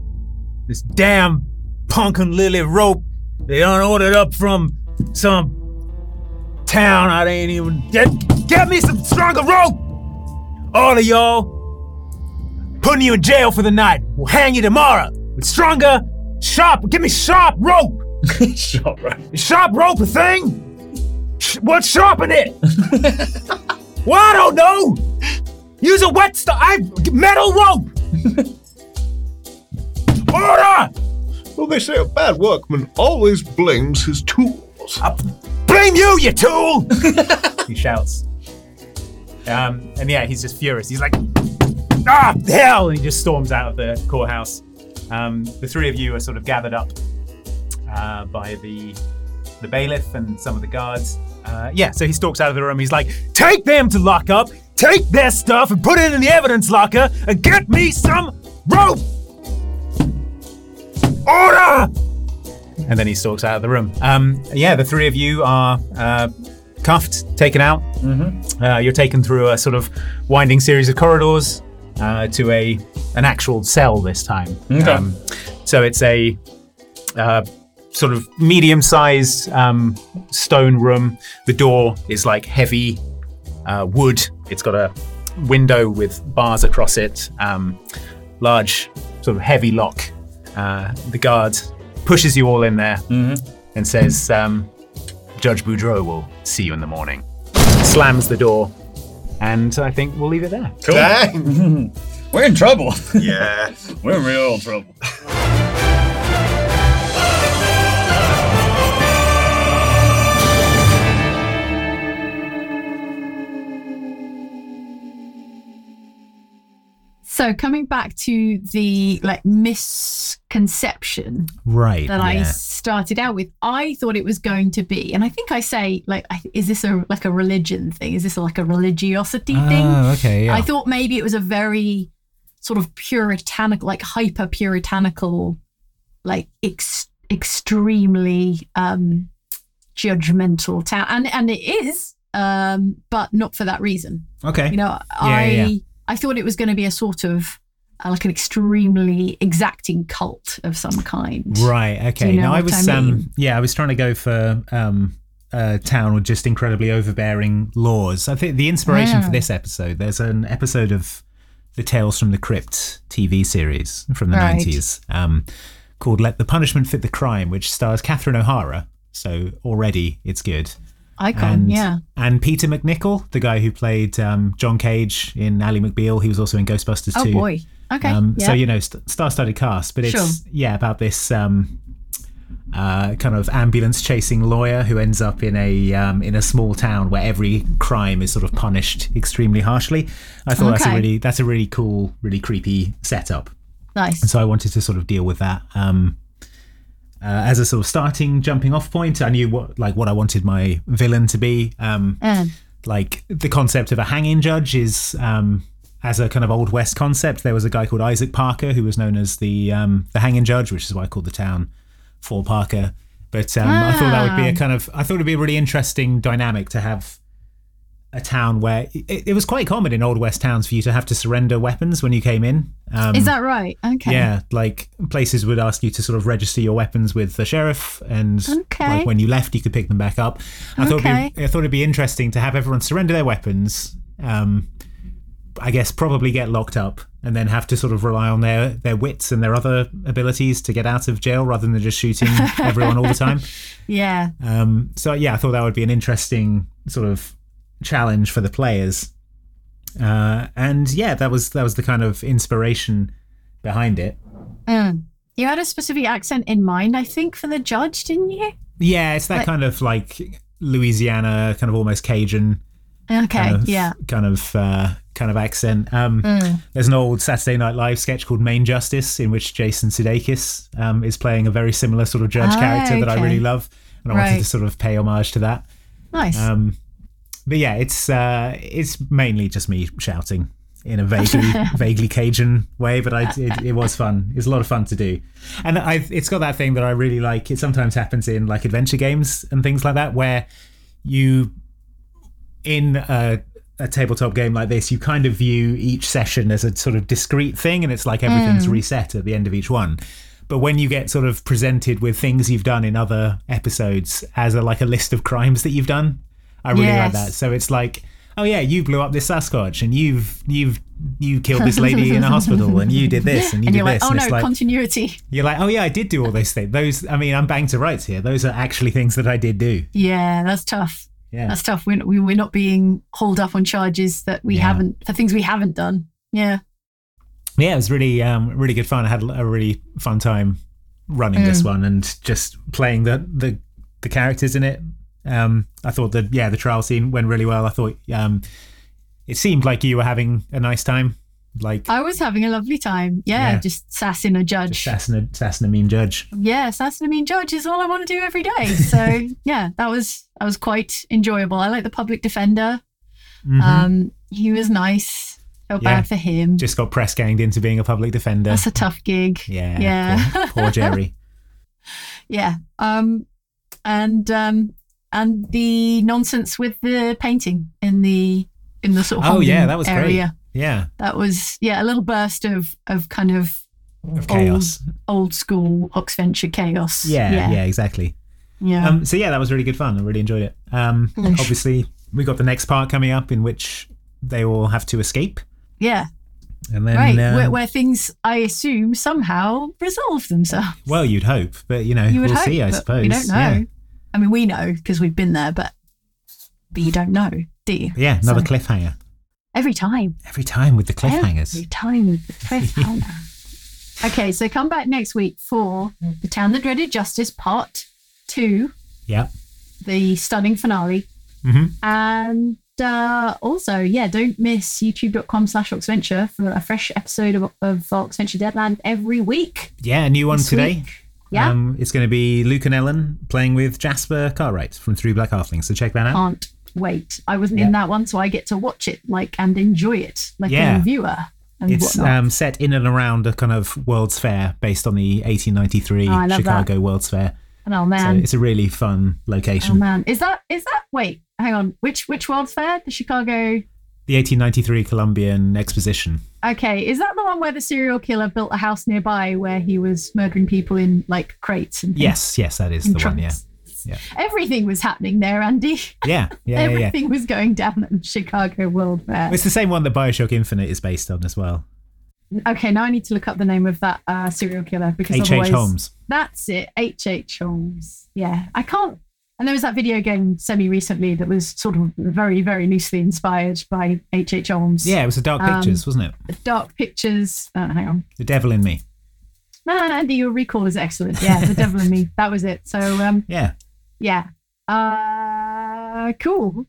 Speaker 11: This damn punk and lily rope they done ordered up from some town I ain't even. Get, get me some stronger rope. All of y'all putting you in jail for the night. We'll hang you tomorrow. With stronger, sharp. Give me sharp rope.
Speaker 7: [laughs] sharp rope.
Speaker 11: Sharp rope a thing? Sh- What's sharp in
Speaker 7: [laughs]
Speaker 11: it? well, I don't know. Use a wet stuff. I metal rope. Order!
Speaker 10: Well, they say a bad workman always blames his tools.
Speaker 11: blame you, you tool!
Speaker 6: he shouts. Um, and yeah, he's just furious. He's like,
Speaker 11: ah,
Speaker 6: hell! And he just storms out of the courthouse. Um, the three of you are sort of gathered up uh, by the the bailiff and some of the guards. Uh, yeah, so he stalks out of the room. He's like,
Speaker 11: Take them to lock up. Take their stuff and put it in the evidence locker and get me some rope. Order!
Speaker 6: and then he stalks out of the room. Um, yeah, the three of you are uh, cuffed, taken out. Mm-hmm. Uh, you're taken through a sort of winding series of corridors uh, to a an actual cell this time. Um,
Speaker 7: Okay.
Speaker 6: so it's a uh, sort of medium-sized um, stone room. The door is like heavy uh, wood. It's got a window with bars across it. Um, large, sort of heavy lock. Uh, the guard pushes you all in there and says, um, "Judge Boudreau will see you in the morning." Slams the door, and I think we'll leave it there. [laughs]
Speaker 7: Cool. Dang. [laughs] We're in trouble.
Speaker 8: Yeah.
Speaker 7: We're in real trouble.
Speaker 4: So coming back to the like misconception
Speaker 1: Right,
Speaker 4: that I
Speaker 1: yeah.
Speaker 4: started out with, I thought it was going to be, and I think I say like, I- is this a like a religion thing? Is this like a religiosity thing?
Speaker 1: Oh, okay, yeah.
Speaker 4: I thought maybe it was a very sort of puritanical, like hyper puritanical, like ex- extremely um, judgmental town, and and it is, um, but not for that reason.
Speaker 1: Okay.
Speaker 4: you know,
Speaker 1: Yeah,
Speaker 4: I
Speaker 1: yeah, yeah.
Speaker 4: I thought it was going to be a sort of uh, like an extremely exacting cult of some kind.
Speaker 1: Right. Okay.
Speaker 4: Do you know
Speaker 1: now I
Speaker 4: what
Speaker 1: was
Speaker 4: I mean?
Speaker 1: um yeah I was trying to go for um a town with just incredibly overbearing laws. I think the inspiration
Speaker 4: Yeah.
Speaker 1: for this episode there's an episode of the Tales from the Crypt TV series from the
Speaker 11: Right.
Speaker 1: 90s um called Let the Punishment Fit the Crime which stars Catherine O'Hara. So already it's good.
Speaker 4: Icon,
Speaker 1: And-
Speaker 4: yeah.
Speaker 1: And Peter McNichol, the guy who played um, John Cage in Ally McBeal, he was also in Ghostbusters
Speaker 4: Oh
Speaker 1: 2.
Speaker 4: boy. Okay.
Speaker 1: Um,
Speaker 4: yeah.
Speaker 1: So you know, st- star-studded cast, but it's
Speaker 4: Sure.
Speaker 1: yeah about this um, uh, kind of ambulance-chasing lawyer who ends up in a um, in a small town where every crime is sort of punished extremely harshly. I thought that's a
Speaker 4: Okay.
Speaker 1: really that's a really cool, really creepy setup.
Speaker 4: nice.
Speaker 1: And so I wanted to sort of deal with that um, uh, as a sort of starting jumping off point. I knew what like what I wanted my villain to be. Um,
Speaker 4: Um,
Speaker 1: like the concept of a hanging judge is um, as a kind of old west concept. There was a guy called Isaac Parker who was known as the um, the hanging judge, which is why I called the town Fort Parker. But um, I thought that would be a
Speaker 11: Ah.
Speaker 1: kind of I thought it'd be a really interesting dynamic to have a town where it, it was quite common in old west towns for you to have to surrender weapons when you came in. Um,
Speaker 4: is that right? Okay.
Speaker 1: Yeah, like places would ask you to sort of register your weapons with the sheriff, and
Speaker 4: Okay.
Speaker 1: like when you left, you could pick them back up. I thought it'd
Speaker 4: Okay.
Speaker 1: be, I thought it'd be interesting to have everyone surrender their weapons. Um, I guess probably get locked up and then have to sort of rely on their their wits and their other abilities to get out of jail rather than just
Speaker 4: [laughs]
Speaker 1: shooting everyone all the time.
Speaker 4: Yeah.
Speaker 1: Um, so yeah, I thought that would be an interesting sort of challenge for the players. Uh, and yeah, that was that was the kind of inspiration behind it.
Speaker 4: Mm. You had a specific accent in mind, I think, for the judge, didn't you?
Speaker 1: Yeah, it's that
Speaker 4: Like-
Speaker 1: kind of like Louisiana, kind of almost Cajun.
Speaker 4: Okay.
Speaker 1: kind of,
Speaker 4: yeah.
Speaker 1: Kind of uh, kind of accent. Um,
Speaker 4: Mm.
Speaker 1: There's an old Saturday Night Live sketch called Main Justice in which Jason Sudeikis um, is playing a very similar sort of judge
Speaker 4: Ah,
Speaker 1: character that I
Speaker 4: okay.
Speaker 1: really love, and I wanted
Speaker 4: Right.
Speaker 1: to sort of pay homage to that.
Speaker 4: Nice.
Speaker 1: Um, but yeah, it's uh, it's mainly just me shouting in a vaguely vaguely Cajun way, but I, it, it was fun. It's a lot of fun to do, and I it's got that thing that I really like. It sometimes happens in like adventure games and things like that where you in a, a tabletop game like this, you kind of view each session as a sort of discrete thing, and it's like everything's
Speaker 4: Hmm.
Speaker 11: Mm.
Speaker 1: reset at the end of each one. But when you get sort of presented with things you've done in other episodes as a, like a list of crimes that you've done, I really like
Speaker 11: Yes.
Speaker 1: that. So it's like, oh yeah, you blew up this Sasquatch, and you've you've you killed this lady in a hospital, and you did
Speaker 4: [laughs]
Speaker 1: this, and you
Speaker 4: and
Speaker 1: did
Speaker 4: you're like,
Speaker 1: this,
Speaker 4: oh
Speaker 1: and
Speaker 4: no,
Speaker 1: it's like,
Speaker 4: continuity.
Speaker 1: you're like, oh yeah, I did do all those things. Those, I mean, I'm bang to rights here. Those are actually things that I did do.
Speaker 4: Yeah, that's tough.
Speaker 1: Yeah.
Speaker 4: That's tough. We're, we, we're not being hauled up on charges that we
Speaker 1: Yeah.
Speaker 4: haven't, for things we haven't done. Yeah.
Speaker 1: yeah, it was really, um, really good fun. I had a really fun time running this
Speaker 4: Mm.
Speaker 1: one and just playing the the, the characters in it. Um, I thought that yeah, the trial scene went really well. I thought um, it seemed like you were having a nice time, like
Speaker 4: I was having a lovely time. Yeah.
Speaker 1: Yeah.
Speaker 4: Just sassing a judge.
Speaker 1: assassin, a- assassin a mean judge.
Speaker 4: yeah, sassing a mean judge is all I want to do every day. So [laughs] yeah, that was, that was quite enjoyable. I like the public defender.
Speaker 1: Mhm.
Speaker 4: Um, he was nice. Felt
Speaker 1: Yeah.
Speaker 4: bad for him.
Speaker 1: Just got press ganged into being a public defender.
Speaker 4: That's a tough gig.
Speaker 1: yeah,
Speaker 4: Yeah.
Speaker 1: Poor, poor
Speaker 4: [laughs]
Speaker 1: Jerry.
Speaker 4: Yeah. Um, and um, and the nonsense with the painting in the in the sort of
Speaker 1: oh yeah,
Speaker 4: Hongkong
Speaker 1: that was
Speaker 4: area.
Speaker 1: great. Yeah,
Speaker 4: That was yeah a little burst of of kind of,
Speaker 1: Of chaos.
Speaker 4: old, old school Oxventure chaos.
Speaker 1: yeah, yeah,
Speaker 4: yeah.
Speaker 1: exactly.
Speaker 4: Yeah.
Speaker 1: Um, so yeah, that was really good fun. I really enjoyed it. Um,
Speaker 4: Mm.
Speaker 1: obviously, we got the next part coming up in which they all have to escape,
Speaker 4: Yeah.
Speaker 1: and then
Speaker 4: right,
Speaker 1: uh,
Speaker 4: where, where things I assume somehow resolve themselves.
Speaker 1: well, you'd hope, but you know,
Speaker 4: you would
Speaker 1: we'll
Speaker 4: hope,
Speaker 1: see. I
Speaker 4: but
Speaker 1: suppose.
Speaker 4: we don't know.
Speaker 1: Yeah,
Speaker 4: I mean, we know because we've been there, but but you don't know, do you?
Speaker 1: yeah another
Speaker 4: So-
Speaker 1: cliffhanger
Speaker 4: every time.
Speaker 1: every time with the cliffhangers.
Speaker 4: Every time with the cliffhanger. okay, so come back next week for The Town That Dreaded Justice Part 2,
Speaker 1: [laughs] Yeah.
Speaker 4: the stunning finale.
Speaker 1: Mm-hmm.
Speaker 4: And uh, also, yeah, don't miss youtube.com slash Oxventure for a fresh episode of, of Oxventure Deadland every week.
Speaker 1: Yeah, a new one
Speaker 4: This
Speaker 1: today.
Speaker 4: week. Yeah.
Speaker 1: Um, it's going to be Luke and Ellen playing with Jasper Cartwright from Three Black Halflings. So check that out.
Speaker 4: Can't wait. I wasn't in that one, so I get to watch it like and enjoy it like
Speaker 1: Yeah.
Speaker 4: a viewer and
Speaker 1: it's
Speaker 4: whatnot.
Speaker 1: um, set in and around a kind of World's Fair based on the 1893
Speaker 4: Oh, I love
Speaker 1: Chicago
Speaker 4: that.
Speaker 1: World's Fair.
Speaker 4: and oh
Speaker 1: So
Speaker 4: man.
Speaker 1: it's a really fun
Speaker 4: oh
Speaker 1: location.
Speaker 4: man. Is that is that wait, hang on. Which which World's Fair? The Chicago
Speaker 1: the 1893 Columbian Exposition.
Speaker 4: Okay, is that the one where the serial killer built a house nearby where he was murdering people in like crates and things?
Speaker 1: Yes, yes, that is
Speaker 4: In
Speaker 1: the one. Yeah,
Speaker 4: trunks.
Speaker 1: yeah,
Speaker 4: Everything was happening there, Andy.
Speaker 1: yeah, yeah, yeah. yeah.
Speaker 4: Everything was going down at the Chicago World Fair.
Speaker 1: It's the same one that Bioshock Infinite is based on as well.
Speaker 4: Okay, now I need to look up the name of that uh, serial killer because
Speaker 1: H.H.
Speaker 4: otherwise,
Speaker 1: Holmes.
Speaker 4: That's it, H. H. Holmes. Yeah, I can't. And there was that video game semi recently that was sort of very, very loosely inspired by H. H. Holmes.
Speaker 1: Yeah, it was the Dark
Speaker 4: Um,
Speaker 1: Pictures, wasn't
Speaker 4: it? Dark Pictures. Uh, hang on.
Speaker 1: The Devil in Me.
Speaker 4: Man, Andy, your recall is excellent. Yeah, The Devil in Me. [laughs] That was it. So, um,
Speaker 1: Yeah.
Speaker 4: yeah. Uh, cool.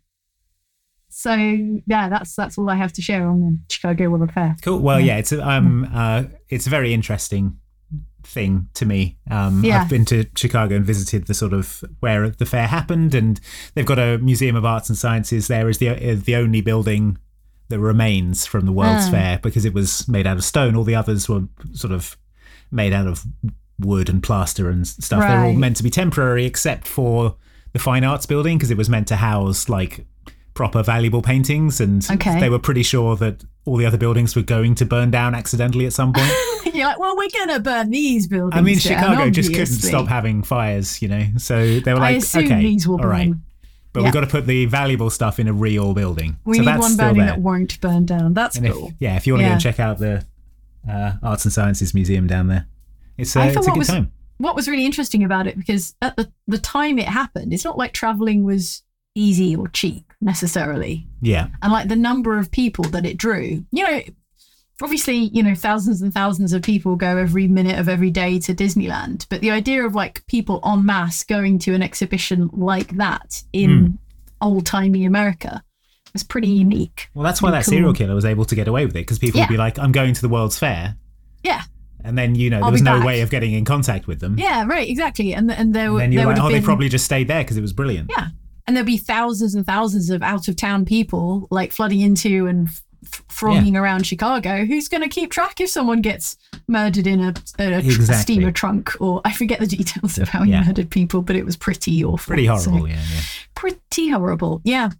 Speaker 4: So yeah, that's that's all I have to share on the Chicago World Fair.
Speaker 1: Cool. Well, yeah, it's a, um, uh, it's a very interesting thing to me. Um,
Speaker 4: Yeah.
Speaker 1: I've been to Chicago and visited the sort of where the fair happened, and they've got a Museum of Arts and Sciences there as the uh, the only building that remains from the World's
Speaker 4: Hmm.
Speaker 11: Ah.
Speaker 1: Fair because it was made out of stone. All the others were sort of made out of wood and plaster and stuff. They're all
Speaker 11: Right.
Speaker 1: meant to be temporary, except for the Fine Arts Building because it was meant to house like proper valuable paintings and
Speaker 4: Okay.
Speaker 1: they were pretty sure that all the other buildings were going to burn down accidentally at some point.
Speaker 4: [laughs] You're like, well, we're gonna burn these buildings.
Speaker 1: I mean,
Speaker 4: down,
Speaker 1: Chicago just couldn't
Speaker 4: obviously."
Speaker 1: stop having fires, you know. So they were
Speaker 4: I
Speaker 1: like,
Speaker 4: assume
Speaker 1: okay,
Speaker 4: these will
Speaker 1: all right,
Speaker 4: burn.
Speaker 1: but
Speaker 4: Yeah.
Speaker 1: we've got to put the valuable stuff in a real building.
Speaker 4: We
Speaker 1: so
Speaker 4: need
Speaker 1: that's
Speaker 4: one
Speaker 1: still
Speaker 4: building
Speaker 1: there.
Speaker 4: that won't burn down. That's
Speaker 1: and if,
Speaker 4: cool.
Speaker 1: yeah, if you want to go
Speaker 4: Yeah.
Speaker 1: and check out the uh, Arts and Sciences Museum down there, it's, uh,
Speaker 4: I
Speaker 1: it's
Speaker 4: thought
Speaker 1: a
Speaker 4: what
Speaker 1: good
Speaker 4: was
Speaker 1: time.
Speaker 4: what was really interesting about it because at the, the time it happened, it's not like traveling was easy or cheap necessarily.
Speaker 1: Yeah.
Speaker 4: and like the number of people that it drew. You know, obviously, you know, thousands and thousands of people go every minute of every day to Disneyland, but the idea of like people en masse going to an exhibition like that in
Speaker 1: Hmm.
Speaker 4: old timey America was pretty unique.
Speaker 1: Well, that's why
Speaker 4: Pretty
Speaker 1: that serial
Speaker 4: cool.
Speaker 1: killer was able to get away with it because people
Speaker 4: Yeah.
Speaker 1: would be like, I'm going to the World's Fair.
Speaker 4: Yeah.
Speaker 1: And then, you know, there
Speaker 4: I'll
Speaker 1: was
Speaker 4: be
Speaker 1: no
Speaker 4: back.
Speaker 1: way of getting in contact with them.
Speaker 4: Yeah, right, exactly. And and there were
Speaker 1: And then
Speaker 4: there
Speaker 1: you're
Speaker 4: would
Speaker 1: like,
Speaker 4: have
Speaker 1: oh,
Speaker 4: been
Speaker 1: they probably just stayed there because it was brilliant.
Speaker 4: Yeah. And there'd be thousands and thousands of out of town people like flooding into and f- f- thronging around Chicago. Who's going to keep track if someone gets murdered in a, a, tr- a
Speaker 1: Exactly.
Speaker 4: steamer trunk? Or I forget the [laughs] details of how he
Speaker 1: Yeah.
Speaker 4: murdered people, but it was pretty awful.
Speaker 1: Pretty
Speaker 4: So-
Speaker 1: horrible, yeah, yeah.
Speaker 4: Pretty horrible. Yeah.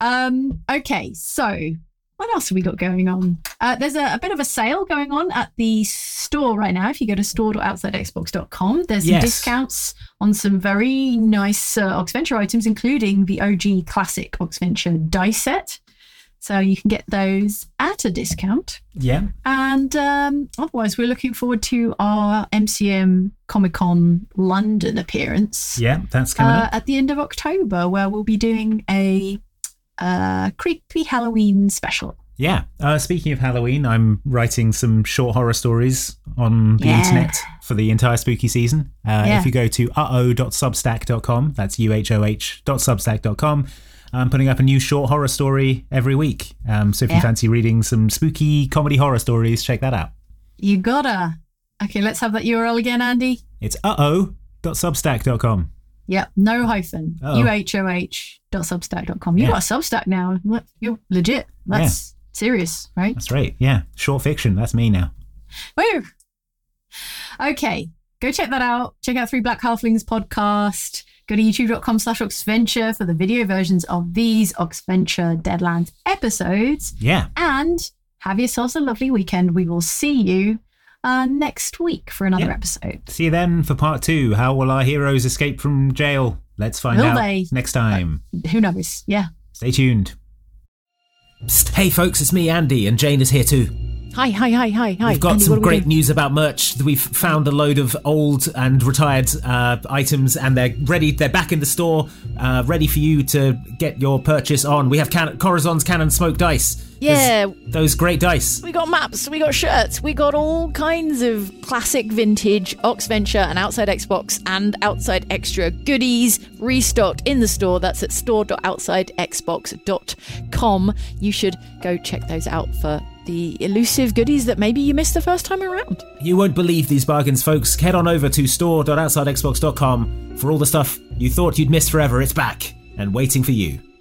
Speaker 4: Um, okay. So what else have we got going on? Uh, there's a, a bit of a sale going on at the store right now. If you go to store.outsidexbox.com, there's some
Speaker 2: Yes.
Speaker 4: discounts on some very nice uh, Oxventure items, including the OG classic Oxventure die set. So you can get those at a discount.
Speaker 1: Yeah.
Speaker 4: And um, otherwise, we're looking forward to our MCM Comic Con London appearance
Speaker 1: Yeah, that's coming
Speaker 4: uh,
Speaker 1: up.
Speaker 4: at the end of October, where we'll be doing a uh, creepy Halloween special.
Speaker 1: Yeah. Uh, speaking of Halloween, I'm writing some short horror stories on the
Speaker 4: Yeah.
Speaker 1: internet for the entire spooky season. Uh,
Speaker 4: Yeah.
Speaker 1: If you go to uh-oh.substack.com, that's uhoh.substack.com, I'm putting up a new short horror story every week. Um, so if
Speaker 4: Yeah.
Speaker 1: you fancy reading some spooky comedy horror stories, check that out.
Speaker 4: You gotta. Okay, let's have that URL again, Andy.
Speaker 1: It's uh-oh.substack.com.
Speaker 4: Yep, no hyphen.
Speaker 1: Oh.
Speaker 4: uhoh.substack.com. You
Speaker 1: Yeah.
Speaker 4: got a Substack now. Look, You're legit.
Speaker 1: Yeah.
Speaker 4: That's serious, right?
Speaker 1: That's right. Yeah. Short fiction. That's me now.
Speaker 4: Woo! Okay, go check that out. Check out Three Black Halflings podcast. Go to youtube.com slash Oxventure for the video versions of these Oxventure Deadlands episodes.
Speaker 1: Yeah.
Speaker 4: And have yourselves a lovely weekend. We will see you uh, next week for another episode.
Speaker 1: See you then for part two. How will our heroes escape from jail? Let's find
Speaker 4: Will
Speaker 1: out
Speaker 4: they?
Speaker 1: next time.
Speaker 4: Who knows? Yeah.
Speaker 1: Stay tuned.
Speaker 20: Psst, hey folks, it's me, Andy, and Jane is here too.
Speaker 2: Hi, hi, hi, hi, hi.
Speaker 20: We've got
Speaker 2: Andy,
Speaker 20: some
Speaker 2: what are we
Speaker 20: great
Speaker 2: doing?
Speaker 20: news about merch. We've found a load of old and retired uh, items, and they're ready. They're back in the store, uh, ready for you to get your purchase on. We have can- Corazon's Cannon Smoke Dice.
Speaker 4: Yeah.
Speaker 1: Those great dice.
Speaker 4: We got maps, we got shirts, we got all kinds of classic vintage Ox Venture and outside Xbox and outside extra goodies restocked in the store. That's at store.outsidexbox.com. You should go check those out for the elusive goodies that maybe you missed the first time around.
Speaker 1: You won't believe these bargains, folks. Head on over to store.outsidexbox.com for all the stuff you thought you'd miss forever. It's back and waiting for you.